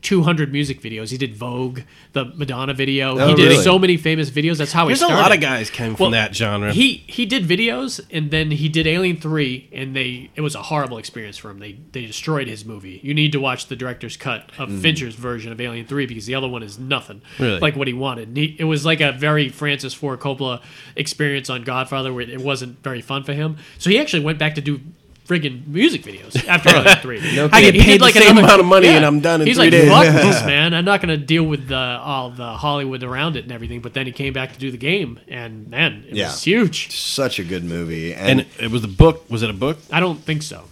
200 music videos. He did Vogue, the Madonna video. Oh, he did really? so many famous videos. That's how There's he a started. lot of guys came Well, from that genre. He he did videos and then he did Alien 3 and they it was a horrible experience for him. They they destroyed his movie. You need to watch the director's cut of Fincher's version of Alien 3 because the other one is nothing Mm. Really? like what he wanted. And he, it was like a very Francis Ford Coppola experience on Godfather where it wasn't very fun for him. So he actually went back to do friggin' music videos after Alien 3. No He- kidding. he I get did paid the same amount of money and I'm done in He's like, three days. fuck this, man. I'm not going to deal with the, all the Hollywood around it and everything. But then he came back to do the game, and man, it Yeah. was huge. Such a good movie. And, and it was a book. Was it a book? I don't think so.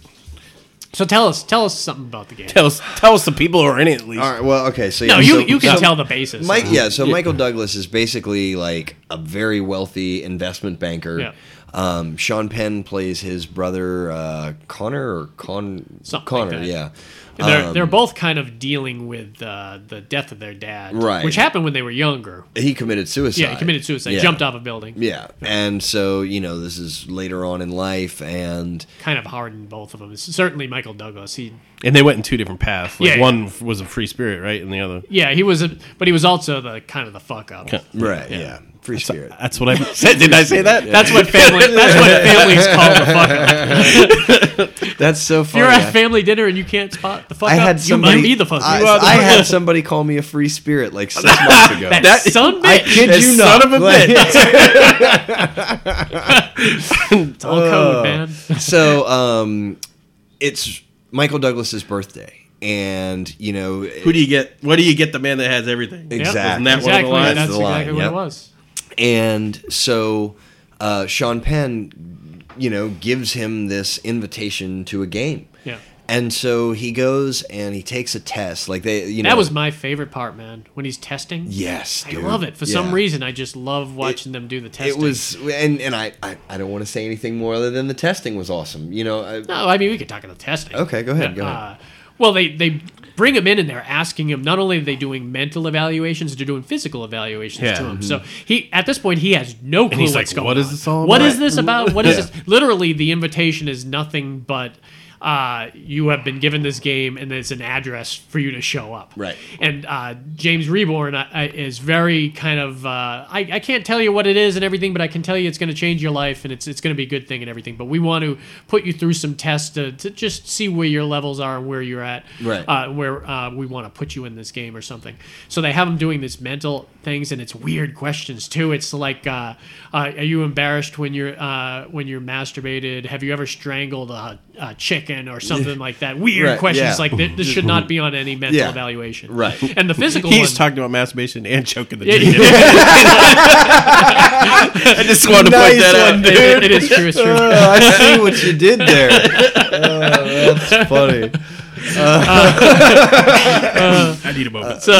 So tell us, tell us something about the game. Tell us, tell us the people who are in it at least. all right. Well, okay. So no, yeah, you so- you can so tell the basis. Mike, yeah. So Michael Douglas is basically like a very wealthy investment banker. Yeah. Um, Sean Penn plays his brother uh, Connor or Con Something like Connor. that. yeah. And they're Um, they're both kind of dealing with uh, the death of their dad, Right. Which happened when they were younger. he committed suicide. Yeah, he committed suicide, Yeah. jumped off a building. Yeah. And so, you know, this is later on in life and Kind of hardened both of them. Certainly Michael Douglas. He And they went in two different paths. Like Yeah, yeah. one f- was a free spirit, right? And the other. yeah he was, a, but he was also the kind of the fuck up. right, yeah. Free spirit. That's what I said. Did I say that? That's what family. That's what families call the fuck up. That's so If funny. you're I- at family dinner and you can't spot the fuck Oh, I up, had somebody you might be the fuck I, up. I had somebody call me a free spirit like 6 months ago. that, son I bitch. kid you son not. of a Like- it's all Oh. code, man. so um it's Michael Douglas's birthday and you know Who do you get? What do you get? The man that has everything. Exactly. Isn't that Exactly. one of the That's lines? the line, exactly what yep. it was. And so uh, Sean Penn, you know, gives him this invitation to a game. Yeah. And so he goes and he takes a test. Like they, you know, That was my favorite part, man. When he's testing. yes. I dude. love it. For Yeah. some reason, I just love watching them do the testing. It was, and and I, I, I don't want to say anything more other than the testing was awesome. You know, I, No, I mean we could talk about the testing. Okay, go ahead, go ahead. Uh, well, they they bring him in and they're asking him. Not only are they doing mental evaluations, they're doing physical evaluations Yeah. to mm-hmm. him. So he at this point he has no clue he's what's like, going. "What on. is this all What about?" is this about? What is this? Literally, the invitation is nothing but. Uh, you have been given this game, and it's an address for you to show up. Right. And uh, James Reborn uh, uh, is very kind of uh, I, I can't tell you what it is and everything, but I can tell you it's going to change your life and it's it's going to be a good thing and everything. But we want to put you through some tests to, to just see where your levels are and where you're at, Right. Uh, where uh, we want to put you in this game or something. So they have them doing this mental things and it's weird questions too. It's like, uh, uh, are you embarrassed when you're uh, when you're masturbated? Have you ever strangled a, a chicken or something like that? Weird Right, questions yeah. like th- this should not be on any mental Yeah. evaluation, Right. And the physical He's one, talking about masturbation and choking the Yeah, dude. I just wanted to Nice point that one, out. it- it- it is true. It's true. Oh, I see what you did there. Oh, that's funny. I need a moment. So,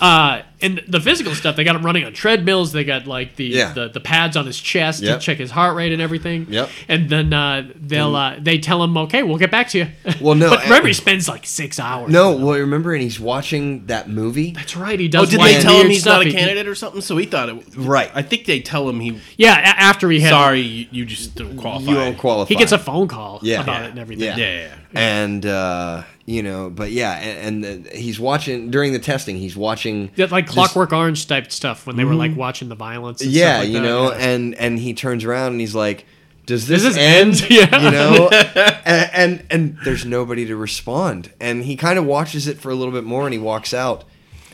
uh, and the physical stuff, they got him running on treadmills. They got like the Yeah. the, the pads on his chest Yep. to check his heart rate and everything. Yep. And then uh, they'll uh, they tell him, okay, we'll get back to you. Well, no, but remember, I- he spends like six hours. No, well, remember, and he's watching that movie. that's right. He Oh, does. did like they tell weird him he's stuff. not a He- he- candidate or something? So he thought it. Right. I think they tell him he. Yeah, a- after he had Sorry, you, you just don't qualify. You don't qualify. he gets a phone call Yeah. about Yeah. it and everything. Yeah, yeah, and uh, you know, but yeah, and, and uh, he's watching during the testing. He's watching Yeah, like this- Clockwork Orange type stuff when they were like watching the violence. And Mm-hmm. yeah, stuff like you that. know, Yeah. and and he turns around and he's like, "Does this, this end?" end? Yeah. you know, and, and and there's nobody to respond, and he kind of watches it for a little bit more, and he walks out,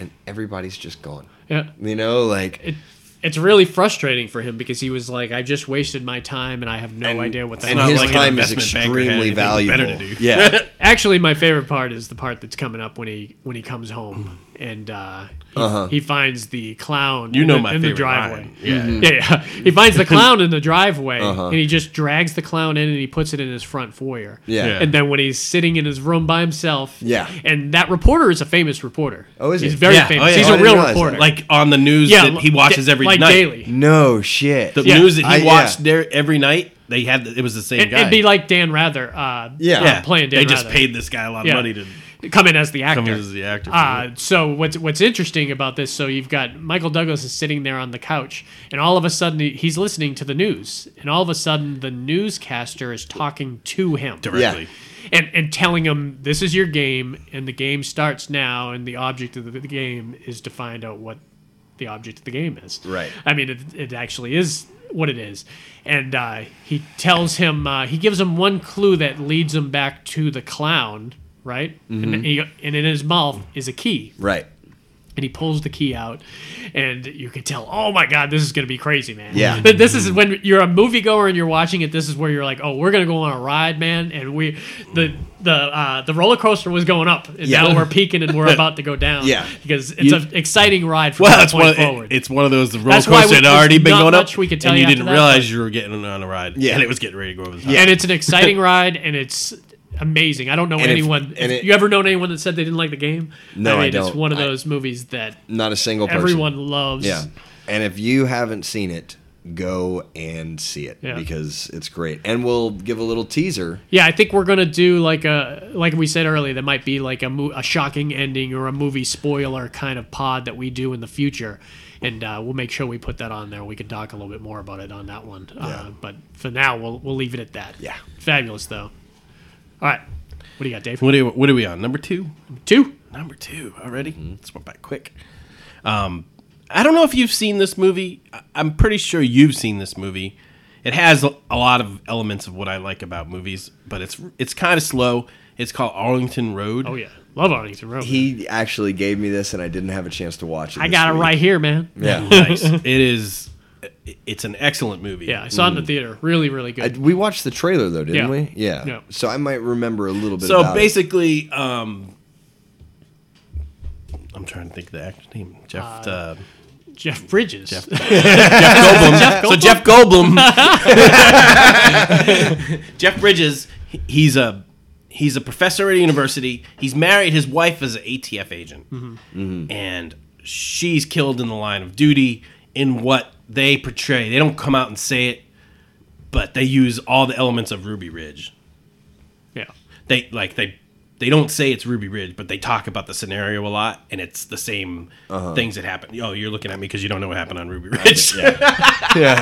and everybody's just gone. yeah. You know, like It, it's really frustrating for him because he was like, "I just wasted my time, and I have no idea what the and hell." his I'm doing." time is investment banker had extremely anything valuable. better to do. Yeah, Actually, my favorite part is the part that's coming up when he when he comes home and uh, he, he finds the clown. Mm-hmm. Uh-huh. You in know the, my in the favorite driveway. Mm-hmm. line. Uh-huh. Yeah. yeah, yeah. He finds the clown in the driveway and he just drags the clown in and he puts it in his front foyer. Yeah. Yeah. And then when he's sitting in his room by himself. Yeah. And that reporter is a famous reporter. Oh, is he? He's very Yeah. famous. Oh, yeah. He's Oh, I a didn't real realize that. reporter. Like on the news that he watches da- every like night. daily. no shit. The Yeah. news that he I- yeah. watched there every night. They had it was the same It, guy. would be like Dan Rather. Uh, Yeah. uh, yeah, playing Dan They just Rather. paid this guy a lot of Yeah. money to come in as the actor. come in as the actor. Uh, so what's what's interesting about this? So you've got Michael Douglas is sitting there on the couch, and all of a sudden he- he's listening to the news, and all of a sudden the newscaster is talking to him directly. yeah. and and telling him this is your game, and the game starts now, and the object of the, the game is to find out what the object of the game is. Right. I mean, it, it actually is what it is, and uh, he tells him uh, he gives him one clue that leads him back to the clown. Right, and, he, and in his mouth is a key Right. and he pulls the key out and you can tell oh my god this is going to be crazy man Yeah. Th- this is when you're a moviegoer and you're watching it this is where you're like oh we're going to go on a ride man and we the the uh, the roller coaster was going up and Yeah. now we're peaking and we're about to go down Yeah. because it's an exciting ride from Well, that that's one. point It, forward it's one of those the roller That's why coaster had we- there's already been not going up, much we could tell and you you after didn't that, realize but- you were getting on a ride. Yeah. and it was getting ready to go over the top. and it's an exciting ride and it's amazing i don't know And if- anyone and if it- you ever known anyone that said they didn't like the game No, I it's don't. one of I- those movies that Not a single person. everyone loves Yeah. And if you haven't seen it, go and see it Yeah. because it's great. And we'll give a little teaser. Yeah, I think we're gonna do like a like we said earlier. That might be like a mo- a shocking ending or a movie spoiler kind of pod that we do in the future, and uh, we'll make sure we put that on there. We can talk a little bit more about it on that one. Uh, but for now, we'll we'll leave it at that. Yeah. fabulous though. All right, what do you got, Dave? What are, what are we on? Number two. Mm-hmm. Two. Number two already. Let's walk back quick. Um, I don't know if you've seen this movie. I- I'm pretty sure you've seen this movie. It has a a lot of elements of what I like about movies, but it's it's kind of slow. It's called Arlington Road. Oh yeah, love Arlington Road. He actually gave me this, and I didn't have a chance to watch it. I this got it week. right here, man. Yeah. nice. It is. It's an excellent movie. Yeah, I saw it in the theater. Really, really Mm. I- good. we watched the trailer though, didn't Yeah. we? Yeah. Yeah. So I might remember a little bit. So about it. basically, um, I'm trying to think of the actor's name. Jeff. Uh, Jeff Bridges. So Jeff Goldblum, Jeff Bridges, he- he's a he's a professor at a university. He's married. His wife is an ATF agent, and she's killed in the line of duty. In what they portray, they don't come out and say it, but they use all the elements of Ruby Ridge yeah. they like they they don't say it's Ruby Ridge, but they talk about the scenario a lot, and it's the same Uh-huh. things that happen. Oh, you're looking at me because you don't know what happened on Ruby Ridge. Yeah,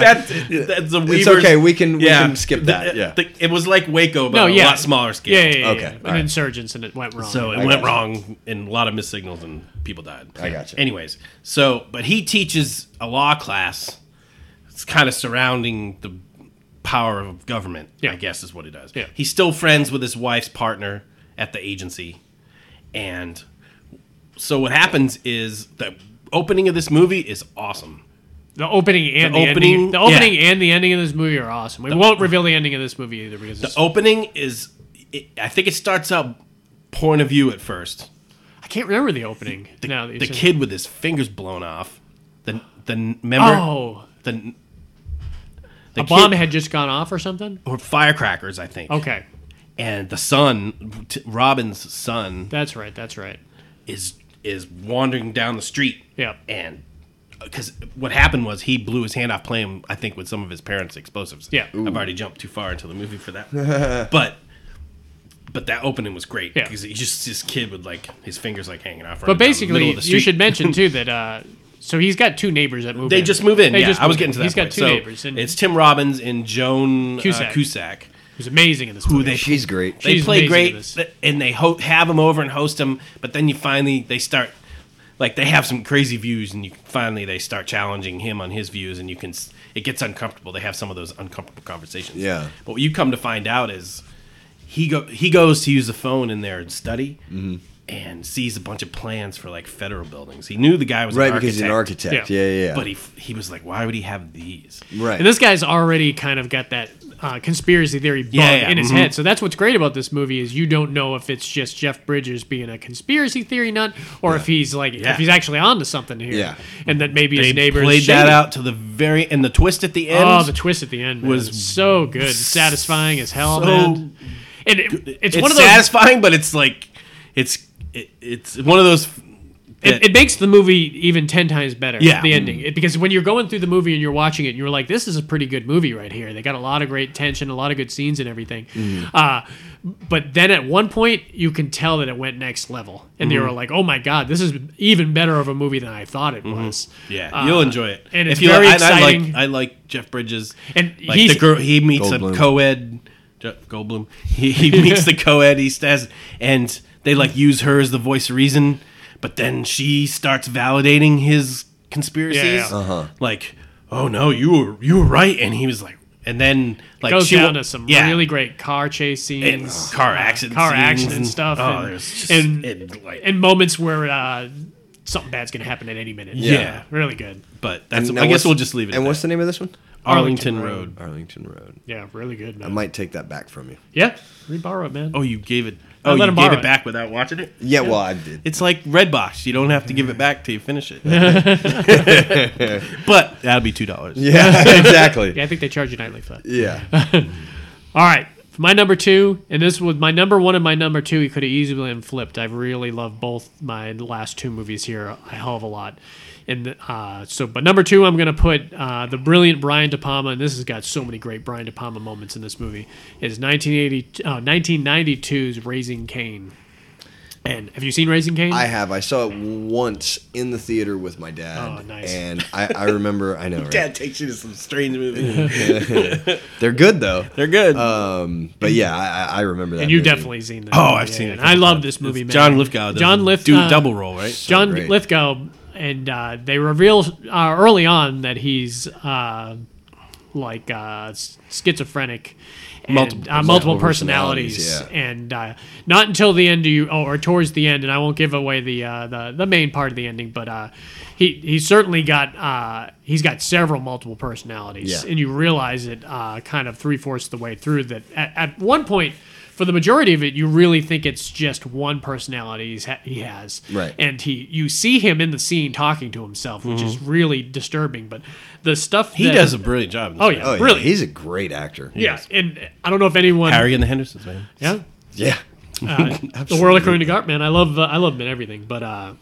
that's that's a Weaver's, okay, we can- we can skip that, The- uh, yeah. the- it was like Waco, but No, on yeah. a lot smaller scale. Yeah, yeah, yeah. Okay, yeah. all An right. insurgence and it went wrong. So I it went gotcha. wrong, and a lot of missed signals, and people died. I gotcha. Anyways, so but he teaches a law class. It's kind of surrounding the power of government. Yeah. I guess is what he does. Yeah. He's still friends with his wife's partner at the agency, and so what happens is the opening of this movie is awesome. The opening and the, The opening, ending. opening- The opening yeah. and the ending of this movie are awesome. We won't reveal the ending of this movie either because The it's, opening is, it, I think it starts out point of view at first. I can't remember the opening. The, now that you the say- kid with his fingers blown off. The the member. Oh, the a the bomb kid- had just gone off or something. or firecrackers, I think. Okay, And the son, t- Robin's son, that's right. That's right. is is wandering down the street. Yeah. And because what happened was he blew his hand off playing, I think, with some of his parents' explosives. Yeah. Ooh. I've already jumped too far into the movie for that. but but that opening was great Yeah. because he just this kid with like his fingers like hanging off. But basically, you should mention. mention too that uh, so he's got two neighbors that move. They in. just move in. They yeah, just I was move getting to that. He's got point. two So neighbors, and it's Tim Robbins and Joan uh, Cusack. Cusack. who's amazing in this. who movie. they She's great. they She's play amazing great, at this. th- and they ho- have them over and host them. But then you finally they start like they have some crazy views, and you finally they start challenging him on his views, and you can s- it gets uncomfortable. They have some of those uncomfortable conversations. Yeah. But what you come to find out is he go he goes to use the phone in their study. Mm-hmm. And sees a bunch of plans for like federal buildings. He knew the guy was Right, an because he's an architect. Yeah, yeah. yeah. but he f- he was like, why would he have these? right. And this guy's already kind of got that uh, conspiracy theory bug Yeah, yeah, in his mhm. head. So that's what's great about this movie is you don't know if it's just Jeff Bridges being a conspiracy theory nut or if he's like Yeah. if he's actually onto something here. Yeah. And that maybe They his neighbors played that shady. out to the very and the twist at the end. Oh, the twist at the end man. was was so good, satisfying as hell, so man. And it, it's, it's, one of those. satisfying, but it's like it's it, it's one of those. it, it makes the movie even 10 times better Yeah. the ending it, because when you're going through the movie and you're watching it you're like this is a pretty good movie right here they got a lot of great tension a lot of good scenes and everything Mm-hmm. uh, but then at one point you can tell that it went next level and they were Mm-hmm. like oh my god this is even better of a movie than i thought it was Mm-hmm. yeah, Uh, you'll enjoy it. and it's you very like- I- exciting. I, like I like Jeff Bridges And like he's- the girl he meets Goldblum. a co-ed Jeff Goldblum. He, he meets the co-ed East has, and they like use her as the voice of reason, but then she starts validating his conspiracies. Yeah, yeah. Like, oh no, you were you were right, and he was like, and then like goes she down wa- to some yeah. really great car chase and scenes car accident, car scenes accident stuff Oh, and, there's just- and, it, like, and moments where uh, something bad's going to happen at any minute Yeah. really good but that's. And now I guess what's- we'll just leave it. And at what's the that. name of this one? Arlington, Arlington Road? Arlington Road. yeah really good man I might take that back from you. Yeah, reborrow it, man. Oh, you gave it. I Oh, let you him gave borrow it it. back without watching it. Yeah, well, I did. It's like Redbox. You don't have to give it back till you finish it. but that'll be two dollars. Yeah, exactly. Yeah, I think they charge you nightly for that. Yeah. All right, for my number two, and this was my number one and my number two. He could have easily been flipped. I really love both my last two movies here a hell of a lot. And uh, so, but number two, I'm gonna put uh, the brilliant Brian De Palma, and this has got so many great Brian De Palma moments in this movie. Is 1980, uh, 1992's Raising Cain. And have you seen Raising Cain? I have. I saw it once in the theater with my dad. Oh, nice. And I, I remember, I know, right? Dad takes you to some strange movies. They're good, though. They're good. Um, but yeah, I, I- I remember that. and you movie. definitely seen that. oh, movie, I've yeah, seen and it. I love this movie, man. It's John Lithgow. does John a Lith- do uh, double roll, right? John great. Lithgow, and uh, they reveal uh, early on that he's uh, like uh, s- schizophrenic. And, Multiple- uh, multiple multiple personalities, personalities, and uh, not until the end do you, oh, or towards the end, and I won't give away the uh, the, the main part of the ending, but uh, he he's certainly got uh, he's got several multiple Yeah. personalities, and you realize it uh, kind of three fourths the way through that at, at one point. For the majority of it, you really think it's just one personality he's ha- he has, Right. And he, you see him in the scene talking to himself, which is really disturbing. But the stuff Mm-hmm. He that- does a brilliant job. in this oh movie. yeah, Oh, yeah. really, He's a great actor. yeah. And I don't know if anyone, Harry and the Hendersons, man. yeah, uh, Yeah. the world according to Garp, man. I love, uh, I love him in everything. But uh,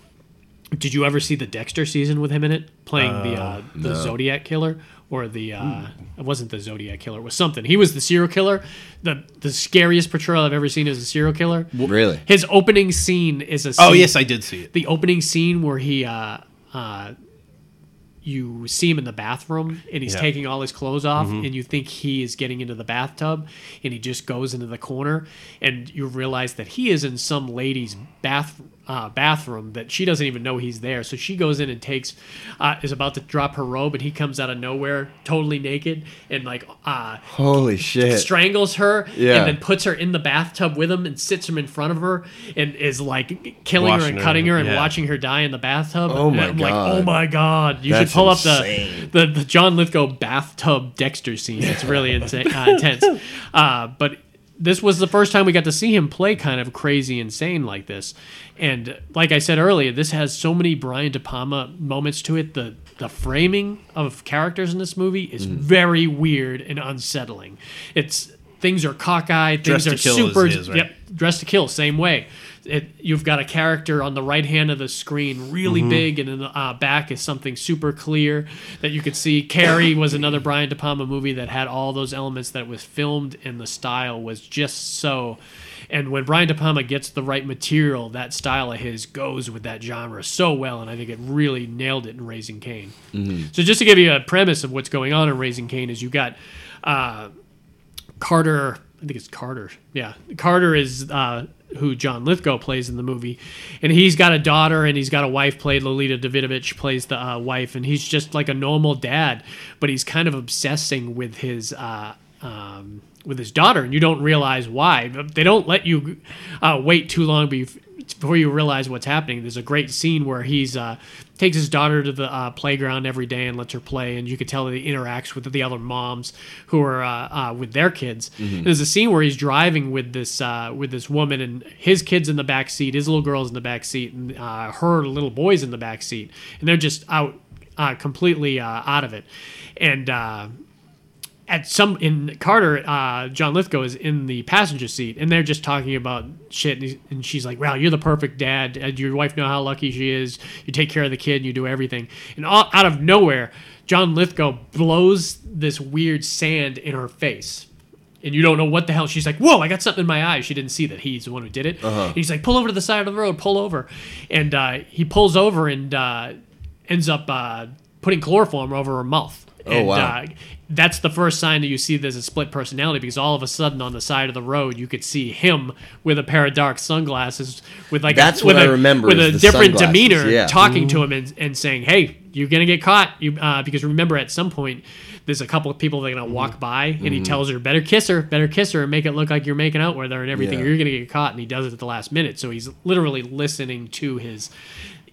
did you ever see the Dexter season with him in it, playing the uh, the Zodiac killer or the? Uh, Hmm. it wasn't the Zodiac killer. It was something. He was the serial killer. the The scariest portrayal I've ever seen is a serial killer. Really? His opening scene is a. Scene Oh yes, I did see it. the opening scene where he uh uh you see him in the bathroom and he's Yeah. taking all his clothes off and you think he is getting into the bathtub and he just goes into the corner and you realize that he is in some lady's bath uh, bathroom that she doesn't even know he's there so she goes in and takes uh, is about to drop her robe and he comes out of nowhere totally naked and like uh Holy shit. strangles her Yeah. and then puts her in the bathtub with him and sits him in front of her and is like killing her Washing and her, cutting her and yeah. watching her die in the bathtub. Oh And my I'm like, God. oh my god! You That's should pull insane. up the, the the John Lithgow bathtub Dexter scene. It's really insa- uh, intense. Uh, but this was the first time we got to see him play kind of crazy, insane like this. And like I said earlier, this has so many Brian De Palma moments to it. The the Mm. framing of characters in this movie is very weird and unsettling. It's things are cockeyed, things Dress to are Kill is super. his, right? Yep, Dress to Kill, same way. It, you've got a character on the right hand of the screen, really Mm-hmm. big, and in the uh, back is something super clear that you could see. Carrie was another Brian De Palma movie that had all those elements that was filmed, and the style was just so. And when Brian De Palma gets the right material, that style of his goes with that genre so well, and I think it really nailed it in Raising Cain. Mm-hmm. So just to give you a premise of what's going on in Raising Cain is you got uh, Carter. I think it's Carter. Yeah, Carter is uh, who John Lithgow plays in the movie, and he's got a daughter and he's got a wife. Played Lolita Davidovich plays the uh, wife, and he's just like a normal dad, but he's kind of obsessing with his. Uh, um, with his daughter, and you don't realize why. They don't let you uh, wait too long bef- before you realize what's happening. There's a great scene where he's uh, takes his daughter to the uh, playground every day and lets her play, and you can tell that he interacts with the other moms who are uh, uh, with their kids. There's a scene where he's driving with this uh, with this woman, and his kids in the back seat, his little girl's in the back seat, and uh, her little boy's in the back seat, and they're just out uh, completely uh, out of it, and. Uh, at some in Carter, uh, John Lithgow is in the passenger seat, and they're just talking about shit. And, he's, and she's like, "Wow, you're the perfect dad. Uh, Your wife know how lucky she is. You take care of the kid, and you do everything." And all, out of nowhere, John Lithgow blows this weird sand in her face and you don't know what the hell. She's like, "Whoa, I got something in my eye." She didn't see that he's the one who did it. And he's like, "Pull over to the side of the road. Pull over," and uh, he pulls over and uh, ends up uh, putting chloroform over her mouth. Oh and, wow. Uh, that's the first sign that you see there's a split personality because all of a sudden on the side of the road you could see him with a pair of dark sunglasses with like That's a, what with I a- remember with is a the different sunglasses, demeanor yeah. talking talking to him and, and saying, "Hey, you're gonna get caught." You uh, because remember at some point there's a couple of people that are gonna walk by, and Mm-hmm. he tells her, "Better kiss her, better kiss her, and make it look like you're making out with her and everything. Yeah. You're gonna get caught." And he does it at the last minute, so he's literally listening to his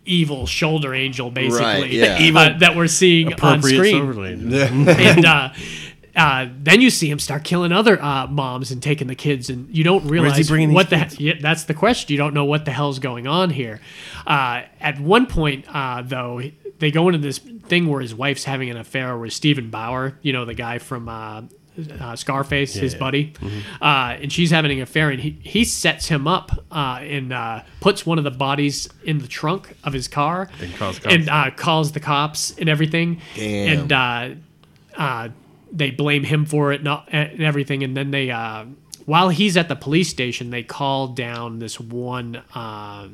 evil shoulder angel, basically yeah. uh, that we're seeing on Appropriate screen overlay. and uh, uh, then you see him start killing other uh, moms and taking the kids, and you don't realize bringing these what the kids? yeah, that's the question. You don't know what the hell's going on here. Uh, at one point, uh, though, they go into this thing where his wife's having an affair with Stephen Bauer, you know, the guy from. Uh, uh, Scarface, his buddy, Mm-hmm. uh, and she's having an affair, and he, he sets him up uh, and uh, puts one of the bodies in the trunk of his car, And calls cops. and uh, calls the cops and everything, Damn. and uh, uh, they blame him for it and, all- and everything. And then they, uh, while he's at the police station, they call down this one. Uh,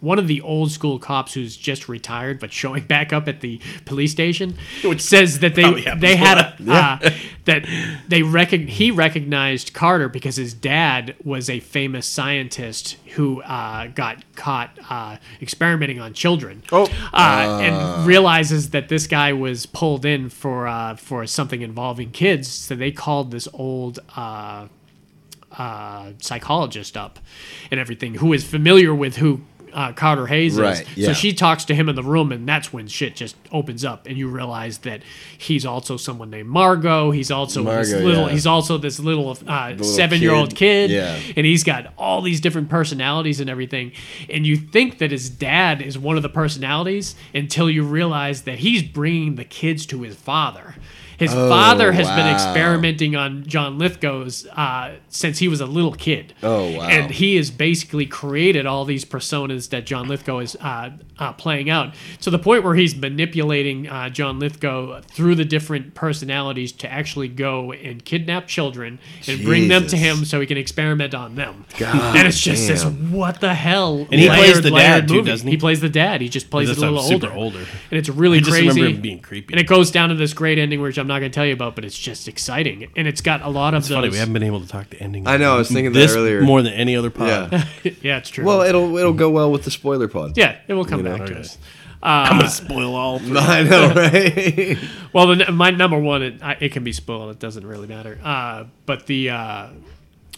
one of the old school cops who's just retired but showing back up at the police station, which says that they probably happens they a had lot. a, uh, that they recog- he recognized Carter because his dad was a famous scientist who uh, got caught uh, experimenting on children. Oh, uh, and realizes that this guy was pulled in for uh, for something involving kids. So they called this old. Uh, uh, psychologist up and everything who is familiar with who uh, Carter Hayes Right, is. yeah. So she talks to him in the room, and that's when shit just opens up, and you realize that he's also someone named Margot. He's also this Margot, little. yeah. He's also this little, uh, seven-year-old kid, kid, yeah. and he's got all these different personalities and everything. And you think that his dad is one of the personalities until you realize that he's bringing the kids to his father. His father has been Oh, wow. experimenting commenting on John Lithgow's uh, since he was a little kid. Oh, wow. And he has basically created all these personas that John Lithgow is uh, uh, playing out to the point where he's manipulating uh, John Lithgow through the different personalities to actually go and kidnap children and bring them to Jesus. him so he can experiment on them. and it's just this what the hell? And he layered, plays the layered dad too, movie. doesn't he? He plays the dad. He just plays it That's a why I'm little super older. older. And it's really I just crazy. remember him being creepy. And it goes down to this great ending, which I'm not going to tell you about, but it's just exciting. And it's got a lot of those. Funny, we haven't been able to talk to ending. I know, I was thinking that this earlier. more than any other pod. Yeah. yeah, it's true. Well, it'll it'll go well with the spoiler pod. yeah, it will come know, back to okay. us. Uh, I'm gonna spoil all. three. I know, right? Well, the, my number one, it, I, it can be spoiled. It doesn't really matter. Uh, but the uh,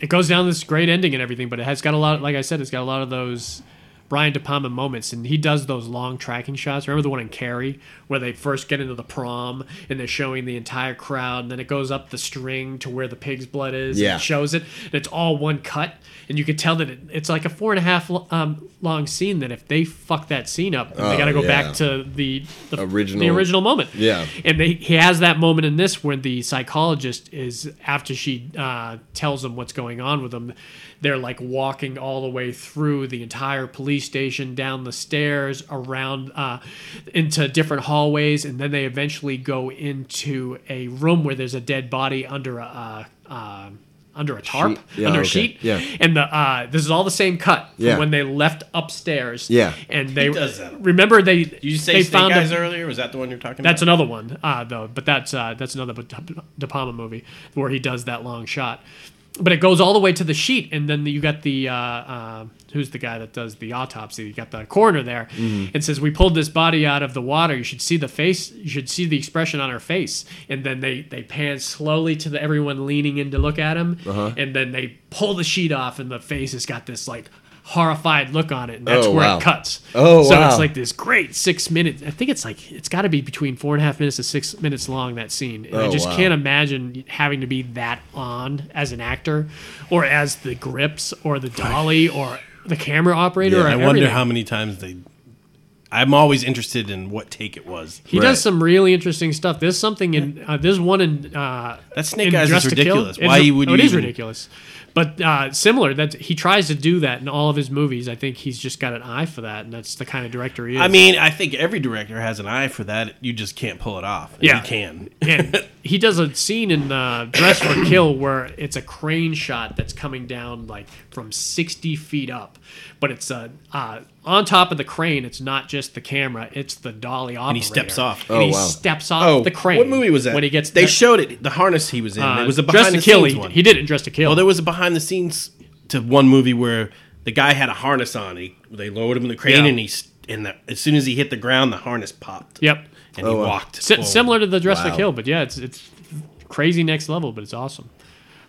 it goes down this great ending and everything, but it has got a lot. Like I said, it's got a lot of those Brian De Palma moments, and he does those long tracking shots. Remember the one in Carrie where they first get into the prom and they're showing the entire crowd, and then it goes up the string to where the pig's blood is. Yeah. and it shows it, and it's all one cut, and you can tell that it, it's like a four and a half lo- um, long scene. That if they fuck that scene up, they Oh, got to go yeah. back to the the Original- the original moment. Yeah. And they, he has that moment in this when the psychologist is after she uh, tells him what's going on with him, they're like walking all the way through the entire police station, down the stairs, around uh, into different hallways, and then they eventually go into a room where there's a dead body under a. Uh, uh, under a tarp, Yeah, under a okay. sheet, Yeah. and the uh, this is all the same cut from Yeah. when they left upstairs. Yeah. and they does that. remember they Did you say they Snake found a- Eyes earlier? Was that the one you're talking that's about? another one, uh, though. But that's uh, that's another De Palma movie where he does that long shot. But it goes all the way to the sheet, and then you got the uh, uh, who's the guy that does the autopsy? You got the coroner there, Mm-hmm. and says we pulled this body out of the water. You should see the face. You should see the expression on her face. And then they they pan slowly to the everyone leaning in to look at him, Uh-huh. and then they pull the sheet off, and the face has got this like horrified look on it, and that's Oh, where wow. it cuts. Oh, so wow. it's like this great six minutes. I think it's like it's got to be between four and a half minutes to six minutes long that scene. And I Oh, just wow. can't imagine having to be that on as an actor, or as the grips, or the dolly, or the camera operator. or I wonder everything. how many times they. I'm always interested in what take it was. he Right. does some really interesting stuff. There's something in uh, there's one in uh, That Snake in Eyes Dressed is to Kill. ridiculous. It's- Why you would oh, you it is even- ridiculous, but uh, similar. That he tries to do that in all of his movies. I think he's just got an eye for that, and that's the kind of director he is. I mean, I think every director has an eye for that. You just can't pull it off. And Yeah. you can. and he does a scene in uh, Dress for Kill where it's a crane shot that's coming down like from 60 feet up, but it's uh, uh, on top of the crane. It's not just the camera; it's the dolly operator. And he steps off. And Oh, he wow. steps off the crane. What movie was that? When he gets they the- showed it. The harness he was in. uh, it was a Dress behind to the Kill. scenes he, one. he did it in Dress to Kill. Well, Oh, there was a behind the scenes to one movie where the guy had a harness on. He they lowered him in the crane Yeah. and he s- and the, as soon as he hit the ground, the harness popped. yep, And he walked. Si- forward. similar to the Dress to Wow. Kill, but yeah, it's it's crazy next level, but it's awesome.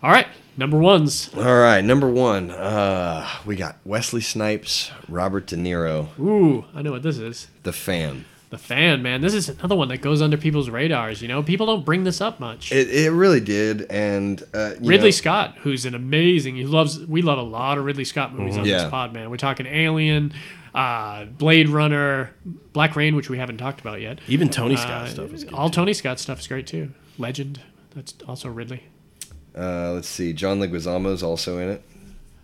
All right, number ones. All right, number one, uh, we got Wesley Snipes, Robert De Niro, Ooh, I know what this is. The Fan. The fan, man. This is another one that goes under people's radars. You know, people don't bring this up much. It, it really did, and uh, you Ridley know- Scott, who's an amazing, he loves. We love a lot of Ridley Scott movies on Mm-hmm. Yeah. this pod, man. We're talking Alien, uh, Blade Runner, Black Rain, which we haven't talked about yet. Even Tony Uh, Scott stuff is good. all Tony Scott stuff is great too. Legend, that's also Ridley. Uh, let's see, John Leguizamo's also in it.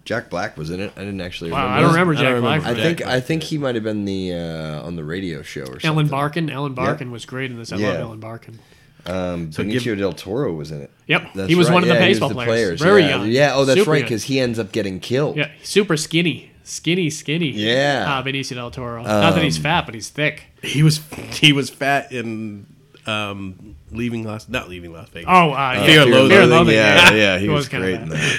Jack Black was in it. I didn't actually Wow, remember. I don't remember I don't Jack Black. remember I Jack think Black I think he might have been the uh, on the radio show or something. Ellen Barkin. Ellen Barkin was great in this. I love Yeah. Ellen Barkin. Benicio del Toro was in it. Yep, That's he was right. one of the Yeah, he was baseball players. Very yeah. young. Yeah. Oh, that's Super right, young. because he ends up getting killed. Yeah, super skinny, skinny, skinny. Yeah. Um, uh, Benicio del Toro. Not that he's fat, but he's thick. He was he was fat in um, leaving Las not leaving Las Vegas. Oh, uh, yeah. Fear and Loathing. and Loathing, Yeah, yeah, he It was, kinda great bad. in that.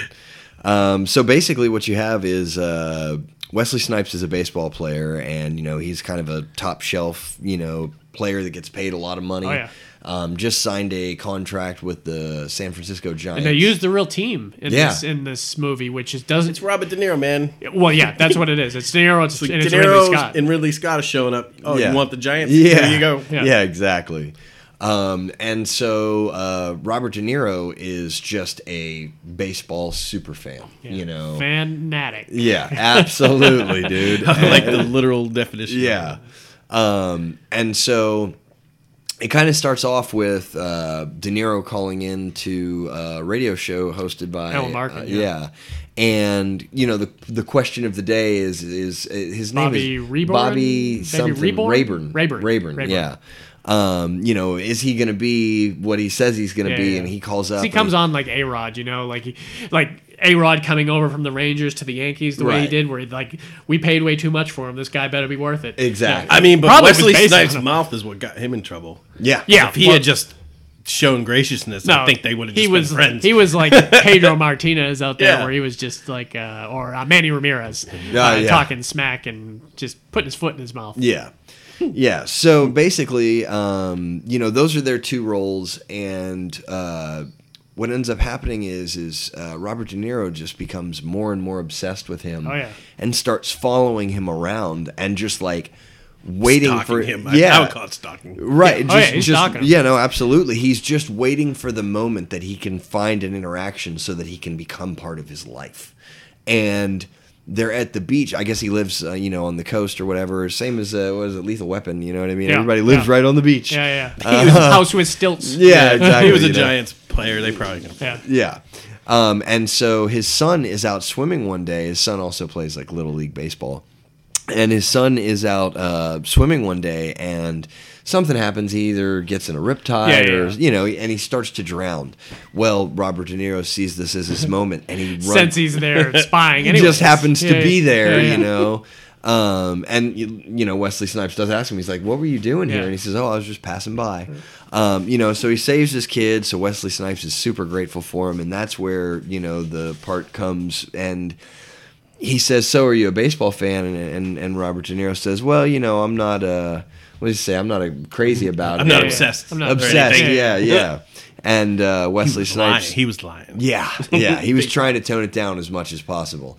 Um, so basically, what you have is uh, Wesley Snipes is a baseball player, and you know he's kind of a top shelf, you know, player that gets paid a lot of money. Oh, yeah. Um, just signed a contract with the San Francisco Giants. And they used the real team in Yeah. this in this movie, which is doesn't. It's Robert De Niro, man. Well, yeah, that's what it is. It's De Niro it's, Like and De it's Ridley Niro Scott. and Ridley Scott is showing up. Oh, Yeah. you want the Giants? Yeah. There you go. Yeah. Yeah, exactly. Um, and so uh, Robert De Niro is just a baseball super fan, you know. fanatic. Yeah, absolutely, dude. like the literal definition. Yeah. Um, and so it kind of starts off with uh, De Niro calling in to uh, a radio show hosted by Alan Barkin, uh, yeah. yeah. And you know the the question of the day is is uh, his name Bobby is Reborn? Maybe Bobby something Reborn? Rayburn Rayburn. Rayburn Rayburn. yeah um, you know is he gonna be what he says he's gonna Yeah, be yeah. and he calls up He and comes on like A Rod, you know, like he, like A Rod coming over from the Rangers to the Yankees the way he Right. did, where he like we paid way too much for him. This guy better be worth it. exactly I mean, but Probably was Wesley based on Snipes' him. mouth is what got him in trouble. yeah Yeah, If he well- had just shown graciousness, No, I think they would have just he been was friends. he was like Pedro Martinez out there, Yeah. where he was just like uh, or uh, Manny Ramirez uh, Yeah, yeah. talking smack and just putting his foot in his mouth. Yeah. Yeah. So basically, um, you know, those are their two roles. And uh, what ends up happening is is uh, Robert De Niro just becomes more and more obsessed with him, Oh, yeah. and starts following him around and just like waiting stalking for him. I, Yeah, I would call it stalking. Right. Yeah. Oh, yeah, he's stalking him. yeah, no, absolutely. He's just waiting for the moment that he can find an interaction so that he can become part of his life. And they're at the beach. I guess he lives, uh, you know, on the coast or whatever. Same as, uh, what is it, Lethal Weapon? You know what I mean? Yeah, Everybody lives yeah. right on the beach. Yeah, yeah. He was house with stilts. Uh-huh. Yeah, exactly. he was a you know. Giants player. They probably could Yeah. Yeah. Um, and so his son is out swimming one day. His son also plays like little league baseball. And his son is out uh, swimming one day and something happens. He either gets in a riptide Yeah, yeah, or, yeah. you know, and he starts to drown. Well, Robert De Niro sees this as his moment and he runs. Since he's there spying, He anyway. just happens to Yeah, be yeah. there, Yeah, yeah. you know. Um, and you, you know, Wesley Snipes does ask him. He's like, "What were you doing here?" Yeah. And he says, "Oh, I was just passing by." Um, you know, so he saves his kid. So Wesley Snipes is super grateful for him, and that's where you know the part comes. And he says, "So are you a baseball fan?" And and, and Robert De Niro says, "Well, you know, I'm not uh what did he say? I'm not a crazy about I'm it. not yeah. obsessed. I'm not or obsessed. anything. Yeah, yeah." And uh, Wesley He was lying. Snipes, He was lying. yeah, yeah. He was trying to tone it down as much as possible.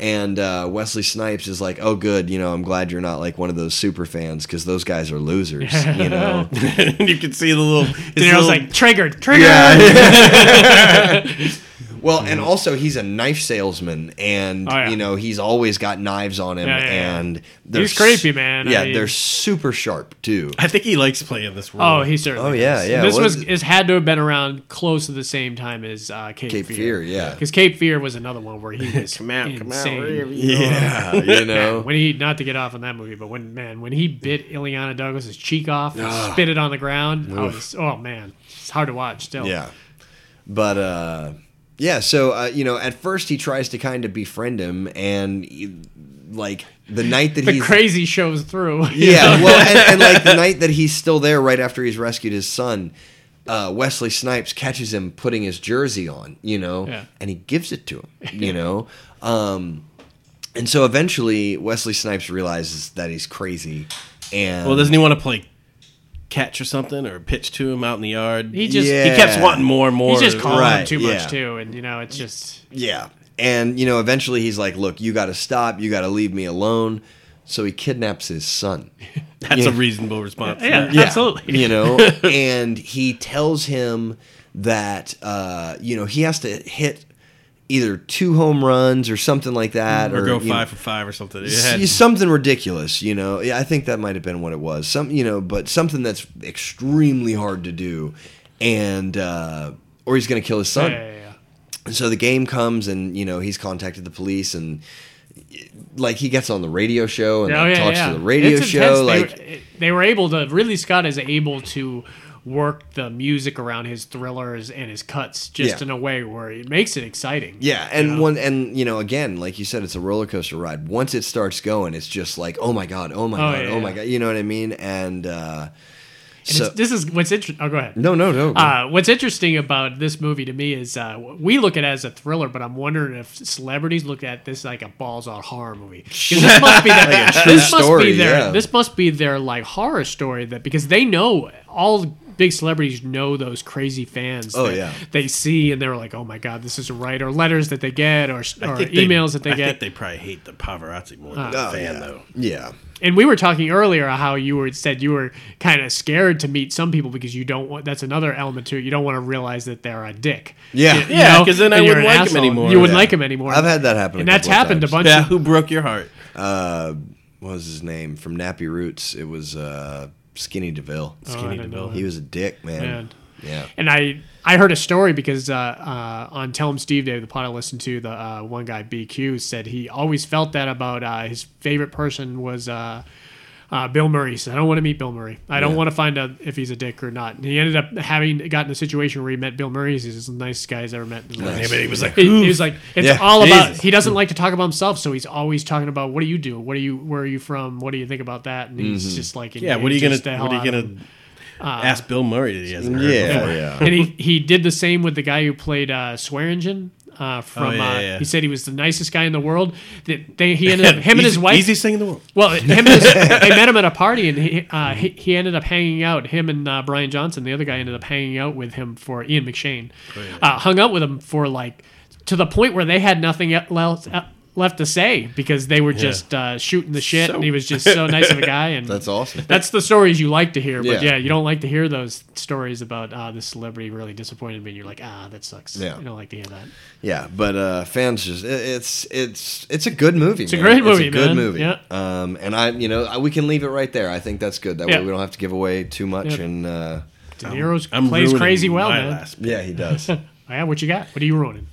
And uh, Wesley Snipes is like, "Oh, good. You know, I'm glad you're not like one of those super fans because those guys are losers. You know." you can see the little. his De Niro's little- like triggered, triggered. well, and also he's a knife salesman, and Oh, yeah. you know he's always got knives on him, Yeah, yeah, yeah. and He's they're s- creepy, man. I Yeah, mean- they're super sharp too. I think he likes playing this role. Oh, he certainly. Oh, yeah, does. yeah. This What was is it? is had to have been around close to the same time as uh, Cape, Cape Fear, yeah. Because Cape Fear was another one where he was Come out, come out, insane. wherever Yeah, you know. When he not to get off on that movie, but when man, when he bit Ileana Douglas's cheek off, and Ah. spit it on the ground. I was, oh man, it's hard to watch still. Yeah. But uh yeah, so uh, you know, at first he tries to kind of befriend him and he- like the night that the he's crazy shows through. Yeah, well and, and like the night that he's still there right after he's rescued his son, uh, Wesley Snipes catches him putting his jersey on, you know, Yeah. and he gives it to him, you know. Um and so eventually Wesley Snipes realizes that he's crazy and Well, doesn't he want to play catch or something or pitch to him out in the yard? he just Yeah. He kept wanting more and more. he just called him Right, too yeah. much too, and you know it's just Yeah. And, you know, eventually he's like, look, you got to stop. You got to leave me alone. So he kidnaps his son. That's a reasonable response. yeah, Yeah. absolutely. You know, and he tells him that, uh, you know, he has to hit either two home runs or something like that. Or go you know, five for five or something. It s- had- something ridiculous, you know. Yeah, I think that might have been what it was. Some, you know, but something that's extremely hard to do, and uh, or he's going to kill his Yeah, son. yeah, yeah. And so the game comes, and you know he's contacted the police, and like he gets on the radio show and Oh, like, yeah, talks yeah. to the radio It's show. intense. Like, they, were- they were able to. Ridley Scott is able to work the music around his thrillers and his cuts just Yeah. in a way where it makes it exciting. yeah, and one, and you know, again, like you said, it's a roller coaster ride. Once it starts going, it's just like, oh my god, oh my Oh, god, yeah, oh my yeah. god. You know what I mean? And uh, And so it's, this is what's interesting. Oh, go ahead. no, no, no. Uh, what's interesting about this movie to me is uh, we look at it as a thriller, but I'm wondering if celebrities look at this like a balls out horror movie. 'Cause This must be their, true this must story, be their yeah. this must be their like horror story that because they know all big celebrities know those crazy fans. Oh, that yeah. they see and they're like, oh my god, this is right, or letters that they get, or, I or think emails that they I get. Ah. think they probably hate the paparazzi more than the Oh, fan, yeah. though. yeah. and we were talking earlier how you were said you were kind of scared to meet some people because you don't want that's another element to it. You don't want to realize that they're a dick. Yeah. You- you Yeah, know, 'cause then I and you're wouldn't an like 'em asshole. anymore. You wouldn't Yeah. like him anymore. I've had that happen, a and that's couple of happened times. a bunch. Yeah, of who broke your heart? Uh, what was his name from Nappy Roots? It was uh, Skinny Deville. Oh, I didn't know He was a dick, man. Man. Yeah. And I I heard a story because uh, uh, on Tell 'em Steve Day, the pod I listened to, the uh, one guy BQ said he always felt that about uh, his favorite person was. Uh, uh, Bill Murray He said, "I don't want to meet Bill Murray. I don't want to find out if he's a dick or not." And he ended up having gotten in a situation where he met Bill Murray. He's the nicest guy he's ever met. In his life. Anybody was like, He, he was like, "It's Yeah. all about." Jesus. He doesn't like to talk about himself, so he's always talking about, "What do you do? What do you? Where are you from? What do you think about that?" And he's just like, yeah, what are you engages the gonna, hell what are out you of gonna ask Bill Murray that he hasn't heard? Yeah. before? Yeah. and he, he did the same with the guy who played uh, Swearingen. uh, from. Oh, yeah, uh, yeah. He said he was the nicest guy in the world. That they he ended up him and his Easy- wife. Easiest thing in the world. Well, him and his, they met him at a party, and he, uh, he he ended up hanging out. Him and uh, Brian Johnson, the other guy, ended up hanging out with him for Ian McShane. Oh, uh, hung out with him for like to the point where they had nothing else uh, left to say because they were just uh, shooting the shit, and he was just so nice of a guy. And That's awesome. That's the stories you like to hear, but Yeah. yeah, you don't like to hear those stories about uh, this celebrity really disappointed me. And you're like, ah, that sucks. Yeah. you don't like to hear that. Yeah, but uh, fans just it, it's it's it's a good movie. It's a great movie, It's a good man. movie. Yeah. Um, and I, you know, I, we can leave it right there. I think that's good. That Yeah. way we don't have to give away too much. Yeah. And uh, De Niro I'm plays ruining crazy well, my man. last- yeah, he does. Yeah, what you got? What are you ruining?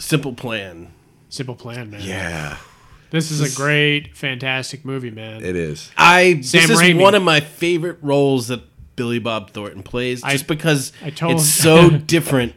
Simple plan. Simple plan, man. yeah, This is a great, fantastic movie, man. it is. I Sam this Raimi. is one of my favorite roles that Billy Bob Thornton plays, I- just because I told- it's so different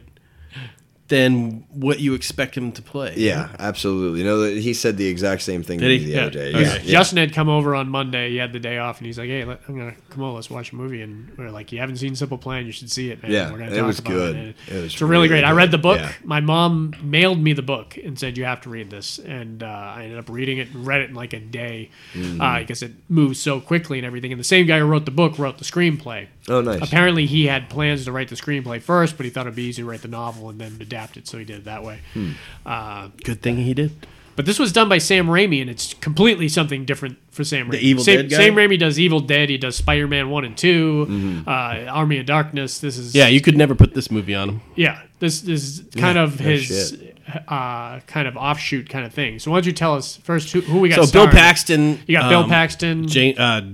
than what you expect him to play. Yeah, absolutely. You know, he said the exact same thing Did to me he? the other day. Okay. Yeah, yeah. Justin had come over on Monday. He had the day off, and he's like, "Hey, let, I'm gonna come on. Let's watch a movie." And we are like, "You haven't seen Simple Plan? You should see it, man. Yeah, we're gonna it talk was about good. It, It was it's a really really, great. I good. read the book. Yeah. My mom mailed me the book and said you have to read this, and uh, I ended up reading it and read it in like a day Mm. uh, because it moves so quickly and everything. And the same guy who wrote the book wrote the screenplay. Oh, nice. Apparently, he had plans to write the screenplay first, but he thought it'd be easy to write the novel and then adapt it, so he did it that way. Hmm. Uh, Good thing he did. but this was done by Sam Raimi, and it's completely something different for Sam Raimi. Evil Sam, Dead guy? Sam Raimi does Evil Dead. He does Spider Man One and 2 uh, Army of Darkness. This is Mm-hmm. Yeah, you could never put this movie on him. yeah. This is kind of no his uh, kind of offshoot kind of thing. So why don't you tell us first who, who we got? So Bill starring. Paxton, You got Bill um, Paxton, Jane, uh,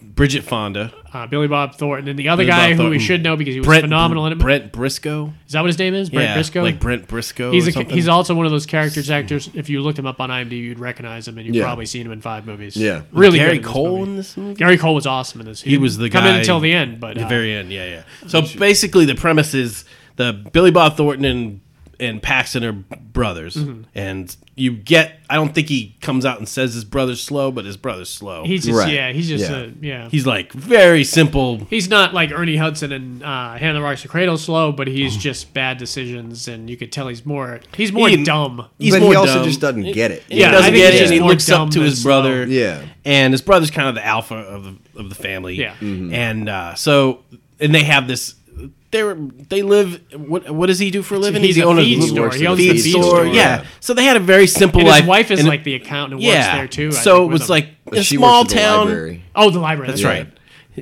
Bridget Fonda, uh, Billy Bob Thornton, and the other Billy Bob guy who we Thornton. should know because he was phenomenal in it. Brent Briscoe, is that what his name is? Brent yeah, Briscoe. like Brent Briscoe. He's or a, something. he's also one of those characters actors. If you looked him up on IMDb, you'd recognize him, and you've Yeah. probably seen him in five movies. Yeah. really good in Gary this Cole movie. in this movie. Gary Cole was awesome in this. He was the come guy- in until the end, but the uh, very end, yeah, yeah. So basically, the premise is the Billy Bob Thornton and and Paxton are brothers, Mm-hmm. and you get. I don't think he comes out and says his brother's slow, but his brother's slow. he's just Right. yeah, he's just Yeah. a yeah. He's, he's like very simple. not like Ernie Hudson and uh, Hannah Rocks the Cradle slow, but Oh. he's just bad decisions, and you could tell he's more he's more He- dumb. He's but more he also dumb. just doesn't get it. he Yeah, I doesn't think get he's it. just And he more looks up dumb to than his slow. brother. Yeah. and his brother's kind of the alpha of the of the family. Yeah. Mhm. Mm-hmm. and uh, so and they have this. They are they live. What what does he do for a living? He's a owner of feed the- store. He owns the feed store. Yeah. Yeah. So they had a very simple And life. his wife is and- like the accountant who works there too. I So think, it with was him. like But a she small works at the town. library. oh the library. That's That's right. right.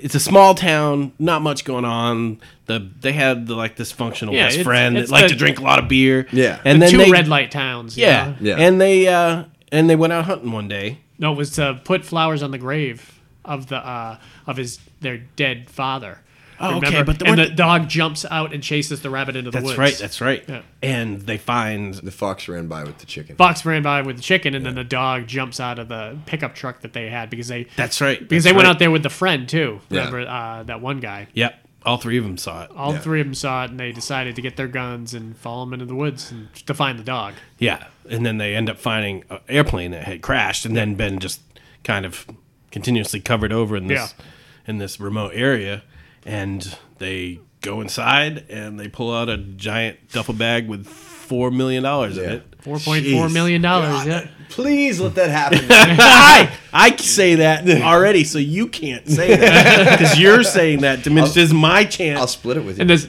It's a small town, not much going on. The they had the, like this functional Yeah, best it's- friend it's that liked the- to drink a lot of beer. Yeah. and the then two they, red light towns. you Yeah, know? Yeah. and they uh, and they went out hunting one day. No, it was to put flowers on the grave of the uh, of his their dead father. Oh, okay, Remember? but the- and the dog jumps out and chases the rabbit into the That's woods. right. That's right. Yeah. And they find The fox ran by with the chicken. Fox ran by with the chicken, and then the dog jumps out of the pickup truck that they had because they That's right. because they That's went right. out there with the friend too. Yeah. Remember uh, that one guy? Yep, all three of them saw it. All Yeah. three of them saw it, and they decided to get their guns and follow him into the woods and to find the dog. Yeah, and then they end up finding an airplane that had crashed and then been just kind of continuously covered over in this Yeah. in this remote area, and they go inside and they pull out a giant duffel bag with four million dollars in Yeah. it. Four point four million dollars. Yeah. Please let that happen. I I say that already, so you can't say that because you're saying that diminishes my I'll chance. split it with you. And this,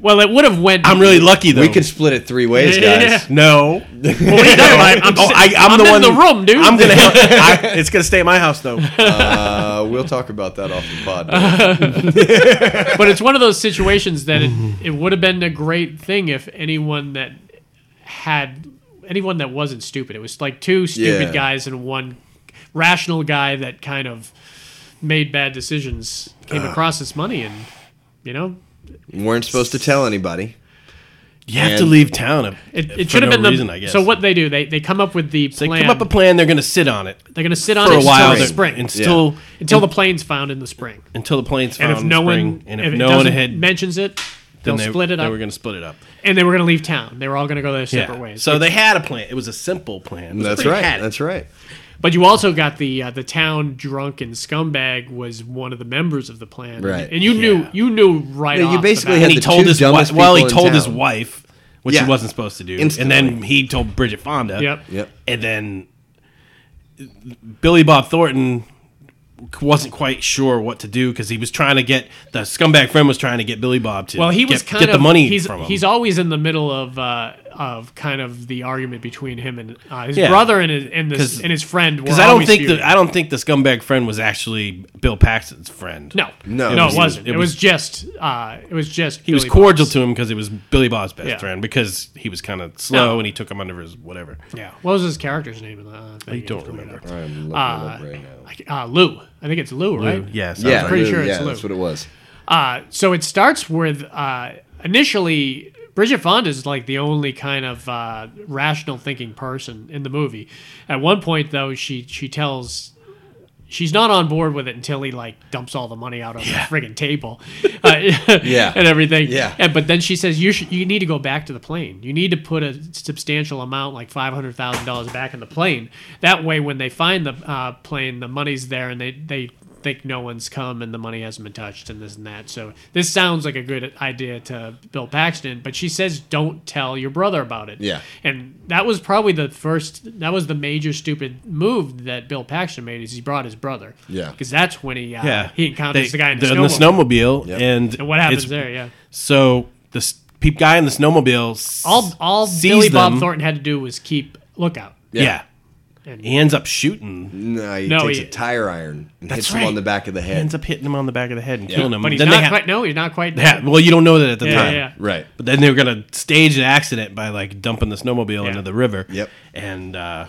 well, it would have went. I'm really lucky though. we can split it three ways, guys. Yeah. no. Wait, no, I- I'm, Oh, I, I'm, I'm the in one the room, dude. I'm gonna. Help, I, it's gonna stay at my house though. Uh, we'll talk about that off the pod. but it's one of those situations that it, Mm-hmm. it would have been a great thing if anyone that had anyone that wasn't stupid. It was like two stupid Yeah. guys and one rational guy that kind of made bad decisions came Ah. across this money and you know Weren't supposed to tell anybody. You have to And- leave town. If, it, for it should have no been the reason, I guess. so what they do they they come up with the They plan come up a plan. They're going to sit on it they're going to sit on for it a while. until the they're- spring until until the plane's found in the spring until the planes and found if no spring, one and if, if, it no doesn't one had mentions it then they'll they, split it they up were going to split it up. and they were going to leave town they were all going to go their Yeah. separate ways So they had a plan. It was a simple plan. It was That's pretty right. pat- That's right. But you also got the uh, the town drunken scumbag was one of the members of the plan, Right. And you knew Yeah. you knew right. Yeah, you off the basically bat. And had he the told two his dumbest wife. Well, he people in told his town. wife which Yeah. he wasn't supposed to do. Instantly. And then he told Bridget Fonda. Yep. Yep. And then Billy Bob Thornton wasn't quite sure what to do because he was trying to get the scumbag friend was trying to get Billy Bob to Well, he get, was kind get of the money He's from him. he's always in the middle of uh, of kind of the argument between him and uh, his Yeah. brother and his and, this, 'Cause- and his friend. Because because I don't think the, I don't think the scumbag friend was actually Bill Paxton's friend. no No, no it it, was- wasn't. it It, was, was- just uh, it was just He was cordial to him because it was Billy Bob's best Yeah. friend because he was kind of slow No. and he took him under his whatever. Yeah, what was his character's name? In the, uh, thing? I don't I'm remember. looking it up right now. Uh, Lou. I think it's Lou, right? Yes, Yeah, yeah. pretty Lou, sure it's yeah, Lou. that's what it was. Uh, so it starts with uh, initially Bridget Fonda is like the only kind of uh, rational thinking person in the movie. At one point, though, she she tells she's not on board with it until he like dumps all the money out on the friggin' table, uh, Yeah. and everything. Yeah. And, but then she says you should, you need to go back to the plane. You need to put a substantial amount, like five hundred thousand dollars, back in the plane. That way, when they find the uh, plane, the money's there, and they they think no one's come and the money hasn't been touched and this and that. So this sounds like a good idea to Bill Paxton, but she says don't tell your brother about it. Yeah. And that was probably the first. That was the major stupid move that Bill Paxton made is he brought his brother. Yeah. Because that's when he uh, Yeah, he encounters the They- guy in the, they're snowmobile. snowmobile, Yep. and, And what happens it's- there? Yeah. So this peep guy in the snowmobile, s- All all sees Billy Bob them. Thornton had to do was keep lookout. Yeah. And- he ends up shooting. No, he No, takes he- a tire iron and hits him right. on the back of the He head. ends up hitting him on the back of the head and killing him. But he's then not they ha- quite. No, he's not quite. they ha- well, you don't know that at the Yeah, time. yeah. Right. But then they were gonna stage the accident by like dumping the snowmobile into the river. Yep. And uh,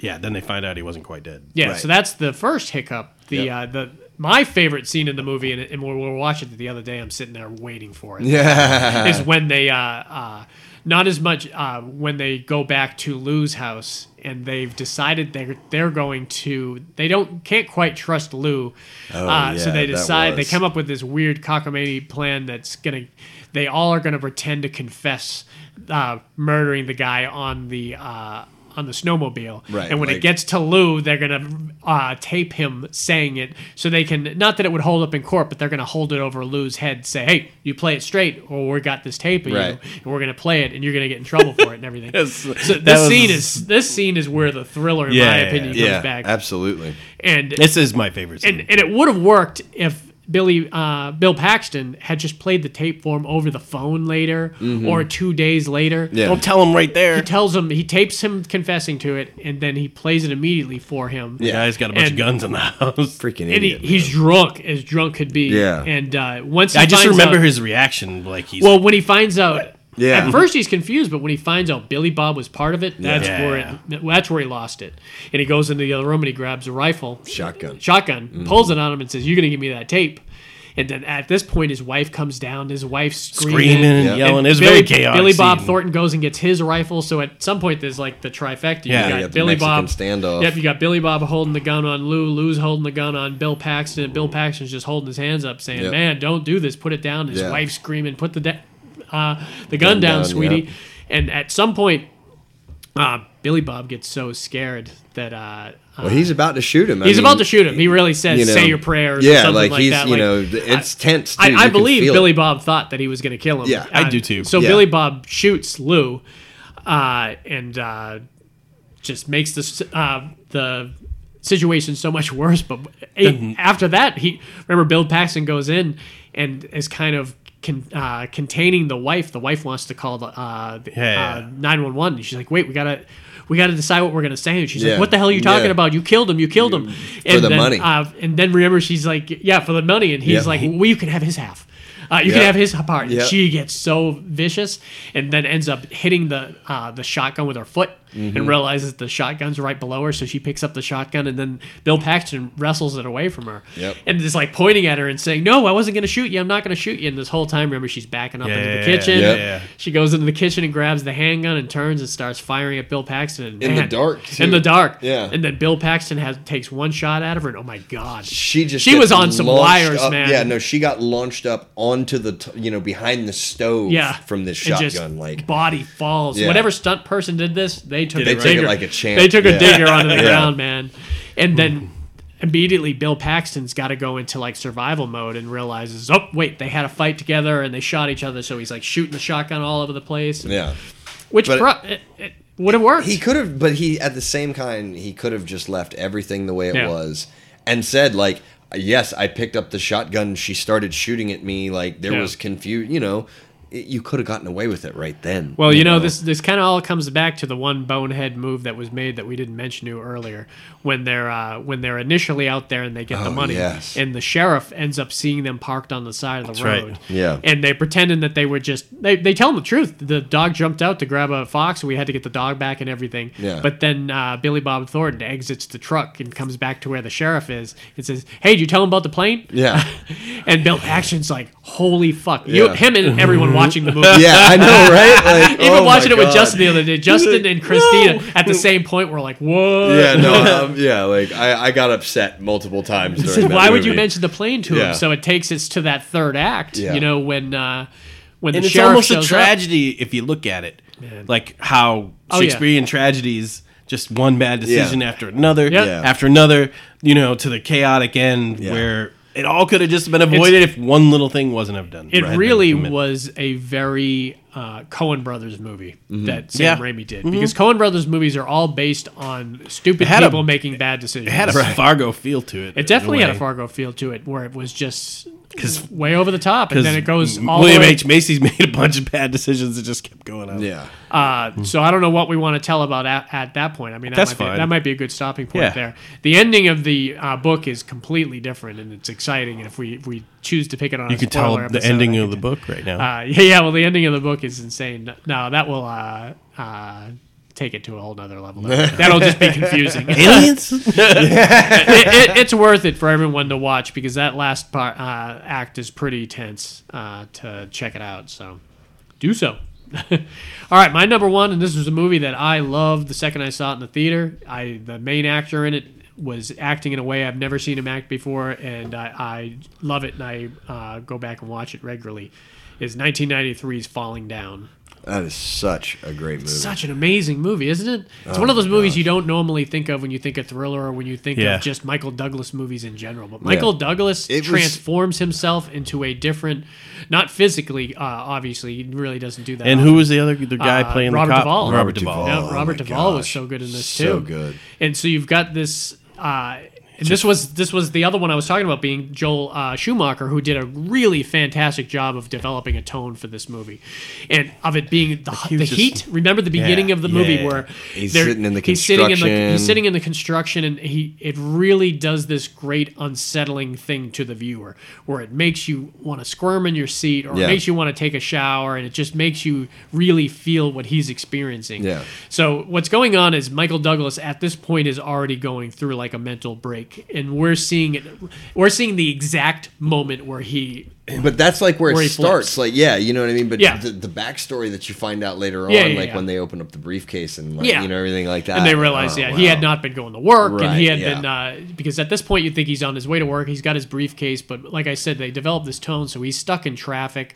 yeah, then they find out he wasn't quite dead. Yeah, Right. so that's the first hiccup. The Yep. uh, the my favorite scene in the movie, and, and we were watching it the other day. I'm sitting there waiting for it. Yeah. Is when they uh, uh, not as much uh, when they go back to Lou's house and they've decided they're they're going to they don't can't quite trust Lou, uh, so Oh, yeah, that they decide they was- come up with this weird cockamamie plan that's gonna they all are gonna pretend to confess uh, murdering the guy on the. Uh, on the snowmobile, Right, and when it like- gets gets to Lou, they're gonna uh, tape him saying it, so they can not that it would hold up in court, but they're gonna hold it over Lou's head, say, "Hey, you play it straight, or we got this tape of Right. you, and we're gonna play it, and you're gonna get in trouble for it and everything." so that this was- scene is this scene is where the thriller, in my Yeah, opinion, yeah, comes back, absolutely. and This is my favorite. Scene. and and it would have worked if Billy uh, Bill Paxton had just played the tape for him over the phone later Mm-hmm. or two days later. Yeah. don't tell him right there. He tells him he tapes him confessing to it, and then he plays it immediately for him. yeah, he's got a bunch And- of guns in the house. Freaking and he, idiot. he's drunk as drunk could be. Yeah. And uh, once he I just finds remember out, his reaction, like he's Well, when he finds out, Yeah. At first he's confused, but when he finds out Billy Bob was part of it, that's Yeah. where it, that's where he lost it. And he goes into the other room and he grabs a rifle, Shotgun. shotgun, Mm-hmm. pulls it on him and says, "You're gonna give me that tape." And then at this point, his wife comes down. His wife's screaming, screaming and yelling. It was Billy, very chaotic. Billy Bob scene. Thornton goes and gets his rifle. So at some point, there's like the trifecta. Yeah, you you got got the Billy Mexican Bob standoff. Yep, you got Billy Bob holding the gun on Lou. Lou's holding the gun on Bill Paxton. And Bill Paxton's just holding his hands up, saying, Mm. Yep. "Man, don't do this. Put it down." His Yeah. wife screaming, "Put the da- uh, the gun, down, down, sweetie." yep. And at some point, uh, Billy Bob gets so scared that. Uh, uh, Well, he's about to shoot him. I He's mean, about to shoot him. He really says, you know, "Say your prayers." or yeah, something like, like he's- that. you Like, know, th- it's tense, too. You I, I can believe feel Billy it. Bob thought that he was going to kill him. Yeah, I Uh, do too. So Yeah. Billy Bob shoots Lou, uh, and uh, just makes this uh, the situation so much worse. But eh, after that, he remember Bill Paxton goes in and is kind of. Con, uh, containing the wife, the wife wants to call the uh, the, Yeah, yeah. uh, 911. And she's like, "Wait, we gotta, we gotta decide what we're gonna say." And she's Yeah. like, "What the hell are you talking Yeah. about? You killed him! You killed him!" And the then, money. Uh, and then remember, she's like, "Yeah, for the money." And he's Yep. like, "Well, you can have his half. Uh, you can Yeah. have his part." And Yeah. She gets so vicious, and then ends up hitting the uh, the shotgun with her foot, Mm-hmm. and realizes the shotgun's right below her. So she picks up the shotgun, and then Bill Paxton wrestles it away from her, Yep. and is like pointing at her and saying, "No, I wasn't going to shoot you. I'm not going to shoot you." And this whole time, remember, she's backing up Yeah, into yeah, the kitchen. yeah, yeah. She goes into the kitchen and grabs the handgun and turns and starts firing at Bill Paxton. And In the man, dark, too. In the dark. Yeah. And then Bill Paxton has takes one shot out of her, and oh my god, she just she gets was on some launched wires, up- man. Yeah, no, she got launched up onto the t- you know behind the stove. Yeah. from this And shotgun, just like body falls. Yeah. Whatever stunt person did this, they took They a took it digger. like a champ. They took a Yeah. digger onto the Yeah. ground, man. And then immediately Bill Paxton's got to go into like survival mode and realizes, oh wait, they had a fight together and they shot each other, so he's like shooting the shotgun all over the place. yeah, Which But- pro- it, it would have worked. He could have, but he at the same time he could have just left everything the way it Yeah. was and said like, "Yes, I picked up the shotgun. She started shooting at me. Like there Yeah. was confusion. You know, it, you could have gotten away with it right then." Well, you know, this this kind of all comes back to the one bonehead move that was made that we didn't mention to earlier. When they're uh, when they're initially out there and they get the Oh, money, yes. and the sheriff ends up seeing them parked on the side of the right. road, Yeah. and they pretending that they were just they, they tell them the truth. The dog jumped out to grab a fox, and we had to get the dog back and everything. Yeah. But then uh, Billy Bob Thornton exits the truck and comes back to where the sheriff is and says, "Hey, did you tell him about the plane?" Yeah. and Bill Action's like, "Holy fuck!" You, Yeah. him, and everyone watching the movie. Yeah, I know, right? Like, Even oh my watching it with God. Justin the other day, Justin and Christina at the same point were like, "Whoa!" Yeah, no, um, yeah, like I, I got upset multiple times. During that Why would you movie. mention the plane to Yeah. him? So it takes us to that third act. Yeah. You know when uh, when and the it's sheriff almost a shows up. tragedy if you look at it, like how Oh, yeah. Shakespearean tragedies just one bad decision Yeah. after another, Yeah. Yeah. after another, you know, to the chaotic end Yeah. where it all could have just been avoided if one little thing wasn't have done. It right? really Been committed. was a very uh, Cohen Brothers movie that Sam Mm-hmm. Yeah. Mm-hmm. Raimi did because Cohen Brothers movies are all based on stupid had a- people making bad decisions. It had a Fargo feel to it. It definitely had a Fargo feel to it where it was just way over the top, and because then it goes all William the way, H Macy's made a bunch of bad decisions that just kept going on. Yeah, Uh, so I don't know what we want to tell about at, at that point. I mean, that That's might be, fine. That might be a good stopping point Yeah. there. The ending of the uh, book is completely different, and it's exciting. And if we if we choose to pick it on, you a can tell spoiler the episode, ending I of the think- book right now. Uh, yeah, yeah. Well, the ending of the book is insane. No, that will uh, uh, take it to a whole nother level. That'll just be confusing. it, Aliens. it, it's worth it for everyone to watch because that last part uh, act is pretty tense uh, to check it out. So do so. All right, my number one, and this was a movie that I loved the second I saw it in the theater. I the main actor in it was acting in a way I've never seen him act before, and I, I love it, and I uh, go back and watch it regularly. Is 1993's Falling Down? that is such a great movie. Such an amazing movie, isn't it? It's one of those movies you don't normally think of when you think of thriller or when you think Oh Yeah. of just Michael Douglas movies in general. But Michael Douglas It was- transforms himself into a different, not physically, uh, obviously, he really doesn't do that. and who was the other the guy Uh, playing Robert the cop? Duvall. Robert Robert Duvall. Duvall. Yeah, Oh, Robert my Duvall was gosh. so good in this too. So good. And so you've got this. Uh, and this was this was the other one I was talking about being Joel uh, Schumacher, who did a really fantastic job of developing a tone for this movie, and of it being the, the was just- heat. Remember the beginning Yeah, of the movie yeah. where He's they're- sitting in the he's sitting in the he's construction. sitting in the construction, and he it really does this great unsettling thing to the viewer, where it makes you want to squirm in your seat or it Yeah. makes you want to take a shower, and it just makes you really feel what he's experiencing. Yeah. So what's going on is Michael Douglas at this point is already going through like a mental break, and we're seeing it. We're seeing the exact moment where he. But that's like where, Where he it starts. flips. Like, yeah, you know what I mean. But Yeah. the, the backstory that you find out later Yeah, on, yeah, like yeah. when they open up the briefcase and like, Yeah. you know everything like that, And they realize, Oh, yeah, he wow. had not been going to work, and he Right, had yeah. been uh, because at this point you think he's on his way to work. He's got his briefcase, but like I said, they developed this tone, so he's stuck in traffic,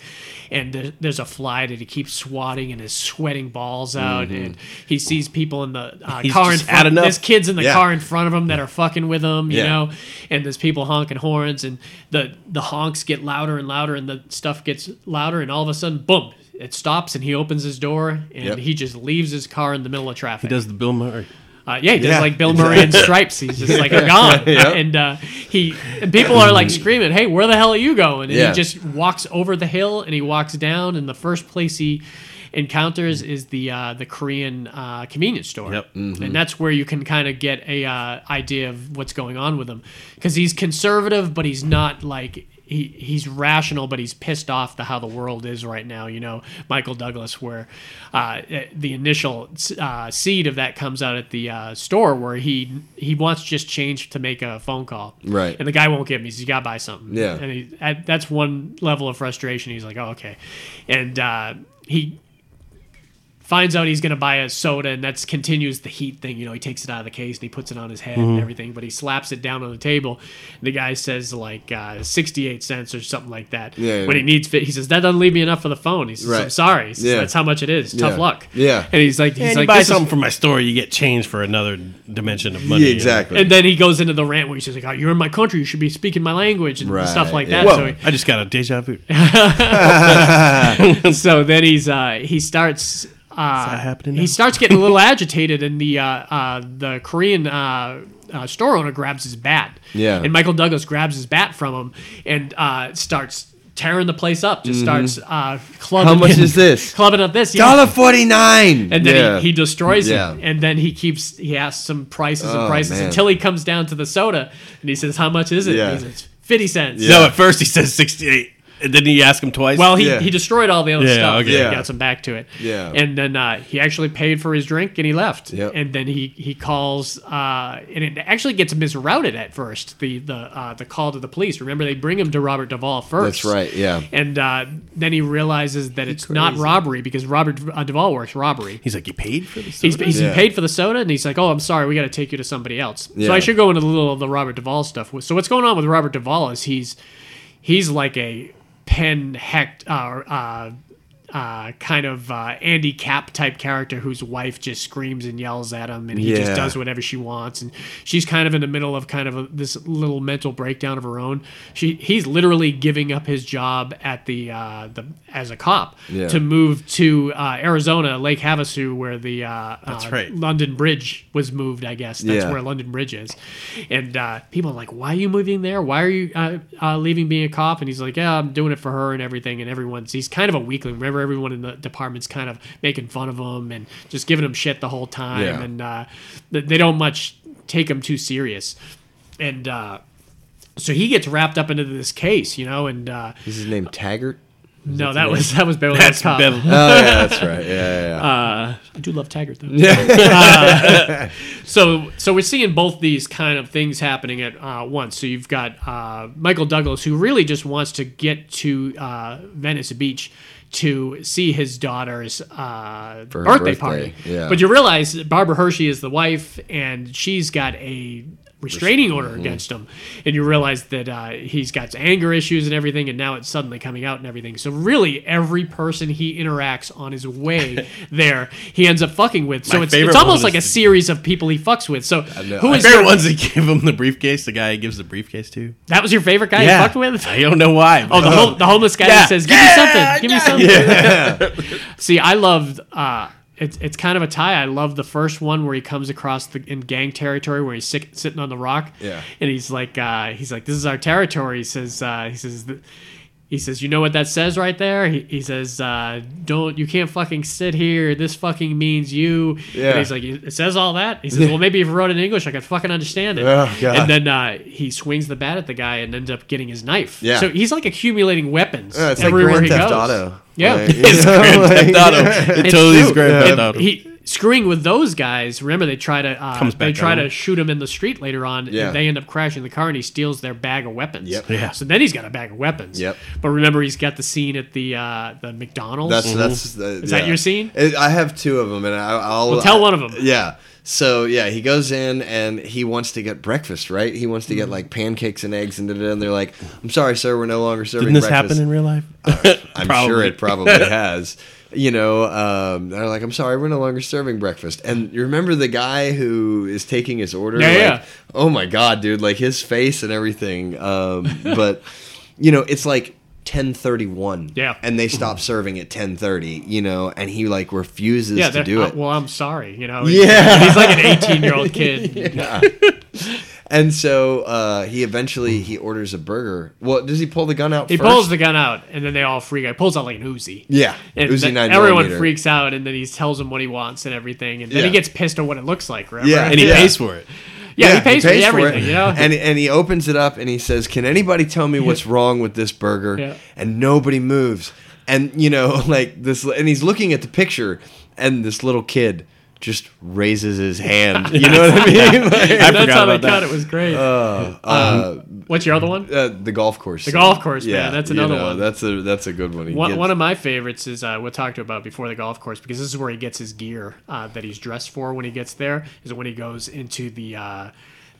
and there, there's a fly that he keeps swatting and is sweating balls out, Mm-hmm. and he sees people in the uh, He's car in just had front. enough. There's kids in the Yeah. car in front of him that are fucking with him, you Yeah. know. and there's people honking horns and the the honks get louder and louder and the stuff gets louder and all of a sudden boom it stops and he opens his door and Yep. he just leaves his car in the middle of traffic He does the Bill Murray. uh, yeah, he does Yeah. like Bill Murray in Stripes. He's just like I'm gone, and uh, he and people are like screaming, "Hey, where the hell are you going?" And Yeah. he just walks over the hill and he walks down, and the first place he encounters is the uh, the Korean uh, convenience store, Yep. Mm-hmm. and that's where you can kind of get a uh, idea of what's going on with him because he's conservative, but he's not like. He, he's rational, but he's pissed off the how the world is right now. You know, Michael Douglas, where uh, the initial uh, seed of that comes out at the uh, store where he he wants just change to make a phone call, Right. And the guy won't give him. He's got to buy something, Yeah. And he, at, that's one level of frustration. He's like, oh okay, and uh, he finds out he's going to buy a soda and that's continues the heat thing you know he takes it out of the case and he puts it on his head and Mm-hmm. everything but he slaps it down on the table and the guy says like uh, 68 cents or something like that Yeah, yeah, when he yeah. needs fit he says that doesn't leave me enough for the phone he says i'm Right. sorry He says, Yeah. that's how much it is tough Yeah. luck Yeah. and he's like he's And like you buy "This is- something from my store, you get change for another dimension of money. Yeah, exactly. and then he goes into the rant where he says like oh, you're in my country you should be speaking my language and Right, stuff like yeah. that Whoa! so he, I just got a deja vu. so then he's uh, he starts Is that happening? He starts getting a little agitated, and the uh, uh, the Korean uh, uh, store owner grabs his bat. Yeah. And Michael Douglas grabs his bat from him and uh, starts tearing the place up. Just starts uh, clubbing. Mm-hmm. How much it- is this? Clubbing up this. yeah. Dollar forty nine. And then he, he destroys Yeah. it. And then he keeps he asks some prices and Oh, prices man. until he comes down to the soda and he says, "How much is it?" Yeah. And he says, Fifty cents. No, at first he says 68. And then he asked him twice. Well, he, Yeah. he destroyed all the other Yeah, stuff. okay. Yeah, Yeah. He got some back to it. Yeah. And then uh, he actually paid for his drink and he left. Yep. And then he he calls uh, and it actually gets misrouted at first. The the uh, the call to the police. Remember, they bring him to Robert Duvall first. That's right, yeah. And uh, then he realizes that it's not robbery because Robert uh, Duvall works robbery. he's like, you paid for this? He's, he's Yeah. paid for the soda, and he's like, "Oh, I'm sorry, we got to take you to somebody else." So Yeah. I should go into a little of the Robert Duvall stuff. So what's going on with Robert Duvall is he's he's like a Penn Hecht uh, uh, uh, kind of uh, Andy Cap type character whose wife just screams and yells at him, and he just Yeah. does whatever she wants, and she's kind of in the middle of kind of a, this little mental breakdown of her own. She he's literally giving up his job at the uh, the as a cop Yeah. to move to uh, Arizona, Lake Havasu, where the uh, uh, right. London Bridge was moved. I guess that's Yeah. where London Bridge is. And uh, people are like, "Why are you moving there? Why are you uh, uh, leaving being a cop?" And he's like, "Yeah, I'm doing it for her and everything." And everyone's he's kind of a weakling. Remember, everyone in the department's kind of making fun of him and just giving him shit the whole time, Yeah. and uh, th- they don't much take him too serious. And uh, so he gets wrapped up into this case, you know. And uh, Is his name Taggart? no, that was that was Beverly Hills That's Cop. Bev- Oh yeah, that's right. Yeah, yeah. Uh, yeah. I do love Taggart though. Uh, so so we're seeing both these kind of things happening at uh, once. So you've got uh, Michael Douglas who really just wants to get to uh, Venice Beach to see his daughter's uh, her birthday, birthday, party. yeah. But you realize that Barbara Hershey is the wife, and she's got a restraining mm-hmm. order against him and you realize that uh, he's got anger issues and everything and now it's suddenly coming out and everything so really every person he interacts on his way there he ends up fucking with so My it's, favorite it's almost one like is a the- series of people he fucks with so who My is favorite your- one's that give him the briefcase, the guy he gives the briefcase to. that was your favorite guy he fucked with I don't know why. Oh, the, hom- the homeless guy Yeah. that says, "Give me something, give me something." See, I loved. Uh, it's it's kind of a tie. I love the first one where he comes across the, in gang territory where he's sick, sitting on the rock. Yeah. and he's like, uh, he's like, "This is our territory." He says, uh, he says. th- he says, "You know what that says right there." He, he says, uh, "Don't you can't fucking sit here. This fucking means you." Yeah. And he's like, "It says all that." He says, "Well, maybe if you wrote it in English, I could fucking understand it." Oh, God. And then uh, he swings the bat at the guy and ends up getting his knife. Yeah. So he's like accumulating weapons Yeah, it's like everywhere Grand he Theft goes. Auto. Yeah. Like, It's Grand Theft Auto. It It's totally is true. Grand Theft And Auto. He screwing with those guys. Remember, they try to uh, Comes back they try at him. to shoot him in the street later on. Yeah. And they end up crashing the car, and he steals their bag of weapons. Yep. Yeah. So then he's got a bag of weapons. Yep. But remember, he's got the scene at the uh, the McDonald's. That's that's. Uh, Is that yeah. your scene? It, I have two of them, and I, I'll Mm-hmm. Well, tell one of 'em. Yeah. So yeah, he goes in and he wants to get breakfast, right? He wants to get like pancakes and eggs, and, da, da, da, and they're like, "I'm sorry, sir, we're no longer serving Didn't this breakfast." happen in real life? I'm Probably. sure it probably has. You know, um, they're like, I'm sorry, we're no longer serving breakfast. And you remember the guy who is taking his order? Yeah, Like, yeah. Oh my God, dude! Like his face and everything. Um, but you know, it's like. 1031 Yeah. and they stop serving at 1030 you know and he like refuses yeah. to they're- do uh, it well, I'm sorry. You know. Yeah. He's like an 18 year old kid. and so uh he eventually he orders a burger well does he pull the gun out He first? pulls the gun out, and then they all freak out. He pulls out like an Uzi. yeah And Uzi th- 9 everyone millimeter. freaks out, and then he tells him what he wants and everything, and then he Yeah. gets pissed at what it looks like. Remember? Yeah. And he Yeah. pays for it. yeah, he pays, for everything. it. You know, And and he opens it up and he says, "Can anybody tell me what's wrong with this burger?" Yeah. And nobody moves. And you know, like this and he's looking at the picture and this little kid just raises his hand. You know what I mean? Like, I that's forgot how they about that. cut it. It was great. Uh, Um, what's your other one? uh, the golf course. The golf course, man, that's another one. That's a that's a good one. He One, gets- one of my favorites is uh, we'll talk to about before the golf course because this is where he gets his gear uh, that he's dressed for when he gets there. Is when he goes into the uh,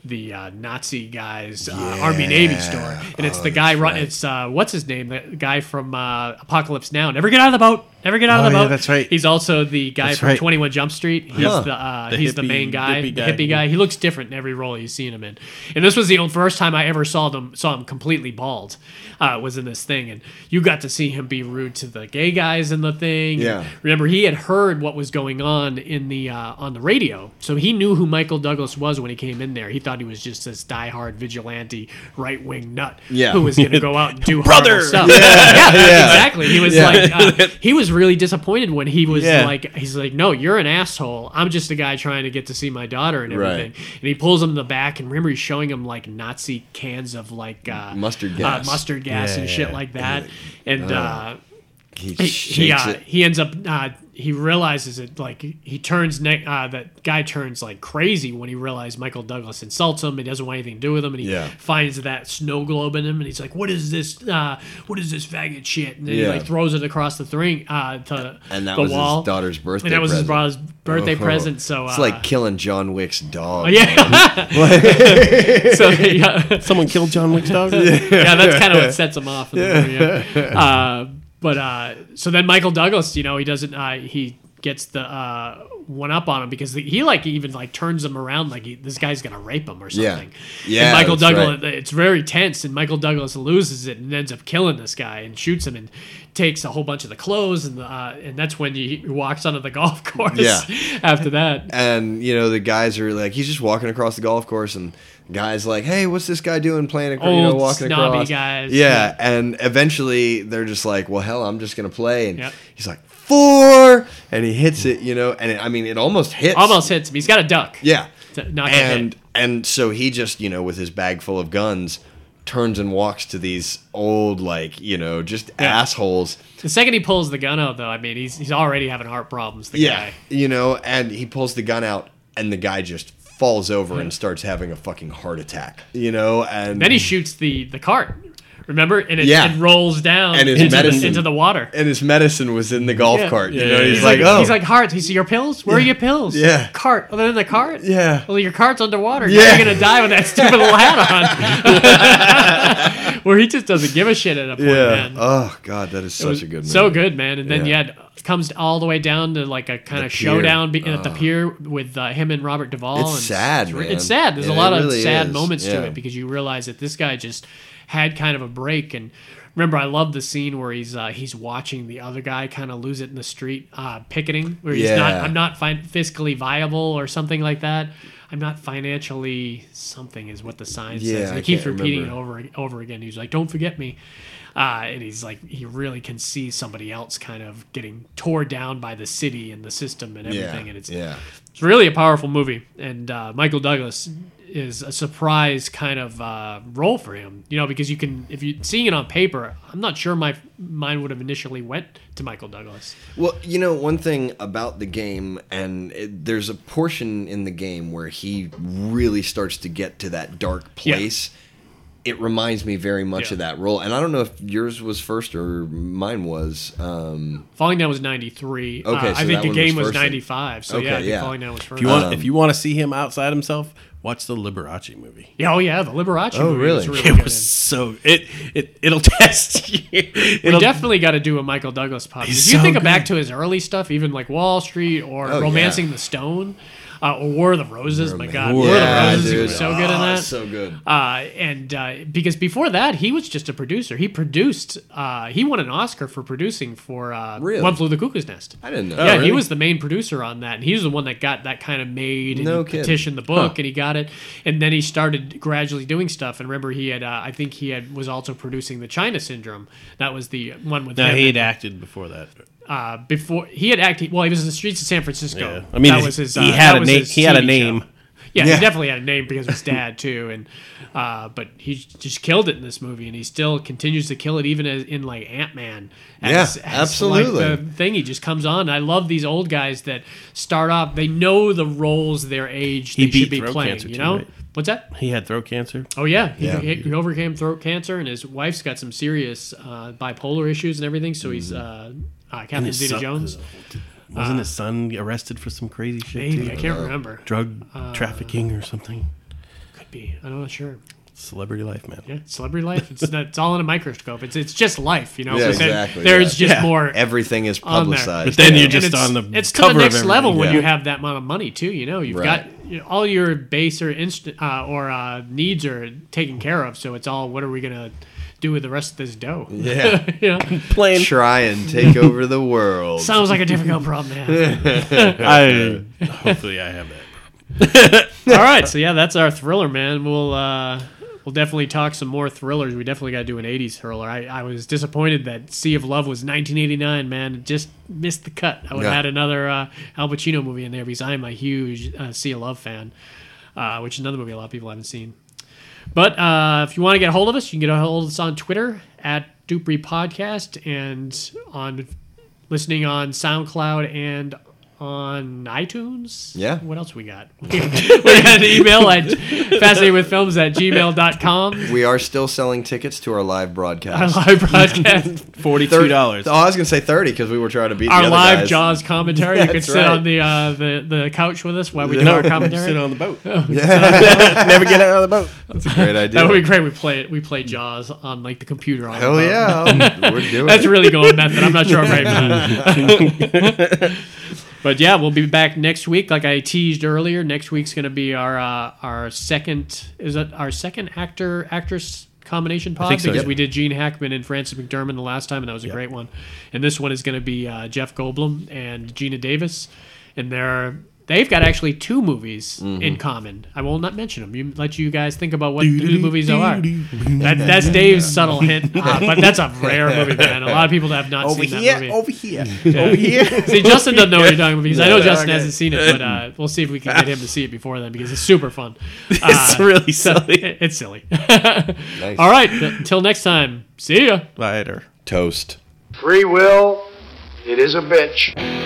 the uh, Nazi guy's uh, Army Navy store, and Oh, it's the guy. Run, It's uh, what's his name? The guy from uh, Apocalypse Now. Never get out of the boat. Never get out Oh, of the yeah, boat. that's right. He's also the guy That's from right. Twenty One Jump Street. He's Huh. the uh, The he's the hippie- main guy, hippie the guy. hippie guy. Uh, He looks different in every role you've seen him in. And this was the old, first time I ever saw them saw him completely bald. Uh, was in this thing, and you got to see him be rude to the gay guys in the thing. Yeah. Remember, he had heard what was going on in the uh, on the radio, so he knew who Michael Douglas was when he came in there. He thought he was just this diehard vigilante, right wing nut, Yeah. who was going to go out and do Brother! horrible stuff. Yeah, exactly. He was like, uh, he was really disappointed when he was Yeah. like, he's like, no, you're an asshole. I'm just a guy trying to get to see my daughter and Right. everything. And he pulls him in the back, and remember, he's showing him like Nazi cans of like uh, Mustard uh, gas. mustard gas, and Yeah. shit like that, and. uh He he, shakes he, uh, it. he ends up uh, he realizes it like he turns ne- uh, that guy turns like crazy when he realizes Michael Douglas insults him he doesn't want anything to do with him and he Yeah. finds that snow globe in him and he's like what is this uh, what is this faggot shit and then he Yeah. like throws it across the thing uh, to And that the was his wall. daughter's birthday and that was his present. brother's birthday Oh. present so uh, It's like killing John Wick's dog. yeah so yeah Someone killed John Wick's dog. yeah, that's kind of what sets him off. In the movie, yeah. Uh, but uh, so then Michael Douglas, you know, he doesn't. Uh, he gets the uh, one up on him because he like even like turns him around like he, this guy's gonna rape him or Yeah. something. Yeah, And Michael that's Douglas, it's very tense, and Michael Douglas loses it and ends up killing this guy and shoots him and takes a whole bunch of the clothes and uh, and that's when he he walks onto the golf course. Yeah. After that, And you know the guys are like, he's just walking across the golf course, and the guys like, hey, what's this guy doing playing? Across, you know, Old walking snobby across. guys. Yeah, and eventually they're just like, well, hell, I'm just gonna play, and Yep. he's like four, and he hits it, you know, and it, I mean, it almost hits, almost hits him. He's got a duck. yeah, To knock it and hit. and so he just you know with his bag full of guns turns and walks to these old like you know just Yeah. assholes The second he pulls the gun out, though, I mean, he's he's already having heart problems. The yeah guy. you know and he pulls the gun out and the guy just falls over and starts having a fucking heart attack you know and Hmm. Then he shoots the the cart. Remember, and it, Mm. Yeah. it rolls down And his into, the, medicine. into the water. and his medicine was in the golf Yeah. cart you Yeah, know yeah, he's yeah. like oh he's like heart. He's your pills. Where are your pills? Yeah. cart. Other than the cart. Yeah. Well, your cart's underwater. Yeah. Now you're gonna die with that stupid little hat on. Where he just doesn't give a shit at a point. yeah Man. oh god that is It such was a good movie. So good, man. And then Yeah. yeah, it comes all the way down to like a kind The of pier. showdown be- at the pier with uh, him and Robert Duvall. It's and sad, it's, re- man. It's sad. There's It a lot really of sad is. moments Yeah. to it because you realize that this guy just had kind of a break and. Remember, I love the scene where he's uh, he's watching the other guy kind of lose it in the street uh, picketing, where he's not Yeah. I'm not fin- fiscally viable or something like that. I'm not financially something is what the sign Yeah, says. And I he keeps can't repeating remember. it over over again. He's like, "Don't forget me," uh, and he's like, he really can see somebody else kind of getting tore down by the city and the system and yeah everything. and it's yeah it's really a powerful movie, and uh, Michael Douglas is a surprise kind of uh, role for him. You know, because you can if you seeing it on paper, I'm not sure my mind would have initially went to Michael Douglas. Well, you know, one thing about the game, and it, there's a portion in the game where he really starts to get to that dark Yeah. place. It reminds me very much Yeah. of that role. And I don't know if yours was first or mine was. Um, Falling Down was 93. Okay, uh, so that I think the one was game was, first then. 95. So Okay, yeah, I think yeah. Falling Down was first. If you want, if you want to see him outside himself, watch the Liberace movie. yeah, oh yeah, the Liberace. Oh, movie was really? really It good. was so it it it'll test you. We It'll, definitely got to do a Michael Douglas pop. He's If you so think of good. back to his early stuff, even like Wall Street or Oh, Romancing yeah. the Stone uh, or War of the Roses. my God, War War of of the the Roses. He Roses. was so good in Oh, that. So good. Uh, and uh, because before that, he was just a producer. He produced. Uh, he won an Oscar for producing for uh, Really? One Flew the Cuckoo's Nest. I didn't know. Oh, yeah, he really? was the main producer on that, and he was the one that got that kind of made and No he kidding. petitioned the book, and he got it. And then he started gradually doing stuff. And remember, he had. Uh, I think he had was also producing the China Syndrome. That was the one with no, him he had and, acted before that. uh, before he had acted. Well, he was in the streets of San Francisco. Yeah. I mean, that was his. Uh, he that had a was name. his He had a TV show. name. Yeah, Yeah. he definitely had a name because of his dad too, and uh, but he just killed it in this movie, and he still continues to kill it even as, in like Ant Man. Yeah, Like, absolutely. the thing he just comes on. I love these old guys that start off. They know the roles their age He they should beat be throat playing. cancer You too, know right? what's that? He had throat cancer. Oh yeah, he, Yeah. he- he overcame throat cancer, and his wife's got some serious uh, bipolar issues and everything. So Mm. he's uh, uh, Catherine his Zeta son- Jones. Wasn't his son arrested for some crazy shit? Maybe Too? I can't remember. Drug trafficking or something. be. I'm not sure. Celebrity life, man. Yeah, celebrity life. It's not, it's all in a microscope. It's it's just life, you know. Yeah, But then exactly, There's yeah. just Yeah. more Everything is on there. publicized. But then yeah. you just it's, on the it's to the cover of next everything. level when Yeah. you have that amount of money too. You know, you've Right. got you know, all your base or inst- uh, or uh, needs are taken care of. So it's all what are we gonna do with the rest of this dough? Yeah. you know? Plane. try and take over the world. sounds like a difficult problem. to have. I, hopefully, I have that. all right, so yeah, that's our thriller, man. We'll uh, we'll definitely talk some more thrillers. We definitely got to do an '80s thriller. I, I was disappointed that Sea of Love was 1989, man. It just missed the cut. I would have Yeah. had another uh, Al Pacino movie in there because I'm a huge uh, Sea of Love fan, uh, which is another movie a lot of people haven't seen. But uh, if you want to get a hold of us, you can get a hold of us on Twitter at Dupree Podcast and on listening on SoundCloud and on iTunes. Yeah. What else we got? we got an email at fascinatedwithfilms at gmail.com. we are still selling tickets to our live Our broadcast. live broadcast, Forty-two dollars. Oh, I was gonna say thirty because we were trying to beat the our other live guys. Jaws commentary. you could That's sit right. on the, uh, the the couch with us while we do our commentary. Sit on the boat. Never get out of the boat. That's a great idea. that would be great. We play it. We play Jaws on like the computer. On the Hell boat. yeah, we're doing That's it. really going method. I'm not sure I'm right. But, but yeah, we'll be back next week. Like I teased earlier, next week's going to be our uh, our second is it our second actor actress combination pod think so, because yep. we did Gene Hackman and Frances McDermott the last time and that was a great one. And this one is going to be uh, Jeff Goldblum and Gina Davis, and they're. They've got actually two movies Mm-hmm. in common. I will not mention them. You let you guys think about what the movies are. That, that's Dave's subtle hint, uh, but that's a rare movie, man. A lot of people have not seen that movie. here, over here. See, Justin doesn't know what you're talking about because I know Yeah. Justin Okay. hasn't seen it, but uh, we'll see if we can get him to see it before then because it's super fun. Uh, it's really silly. it- it's silly. All right, until next time. See ya. Lighter. Toast. Free will, it is a bitch.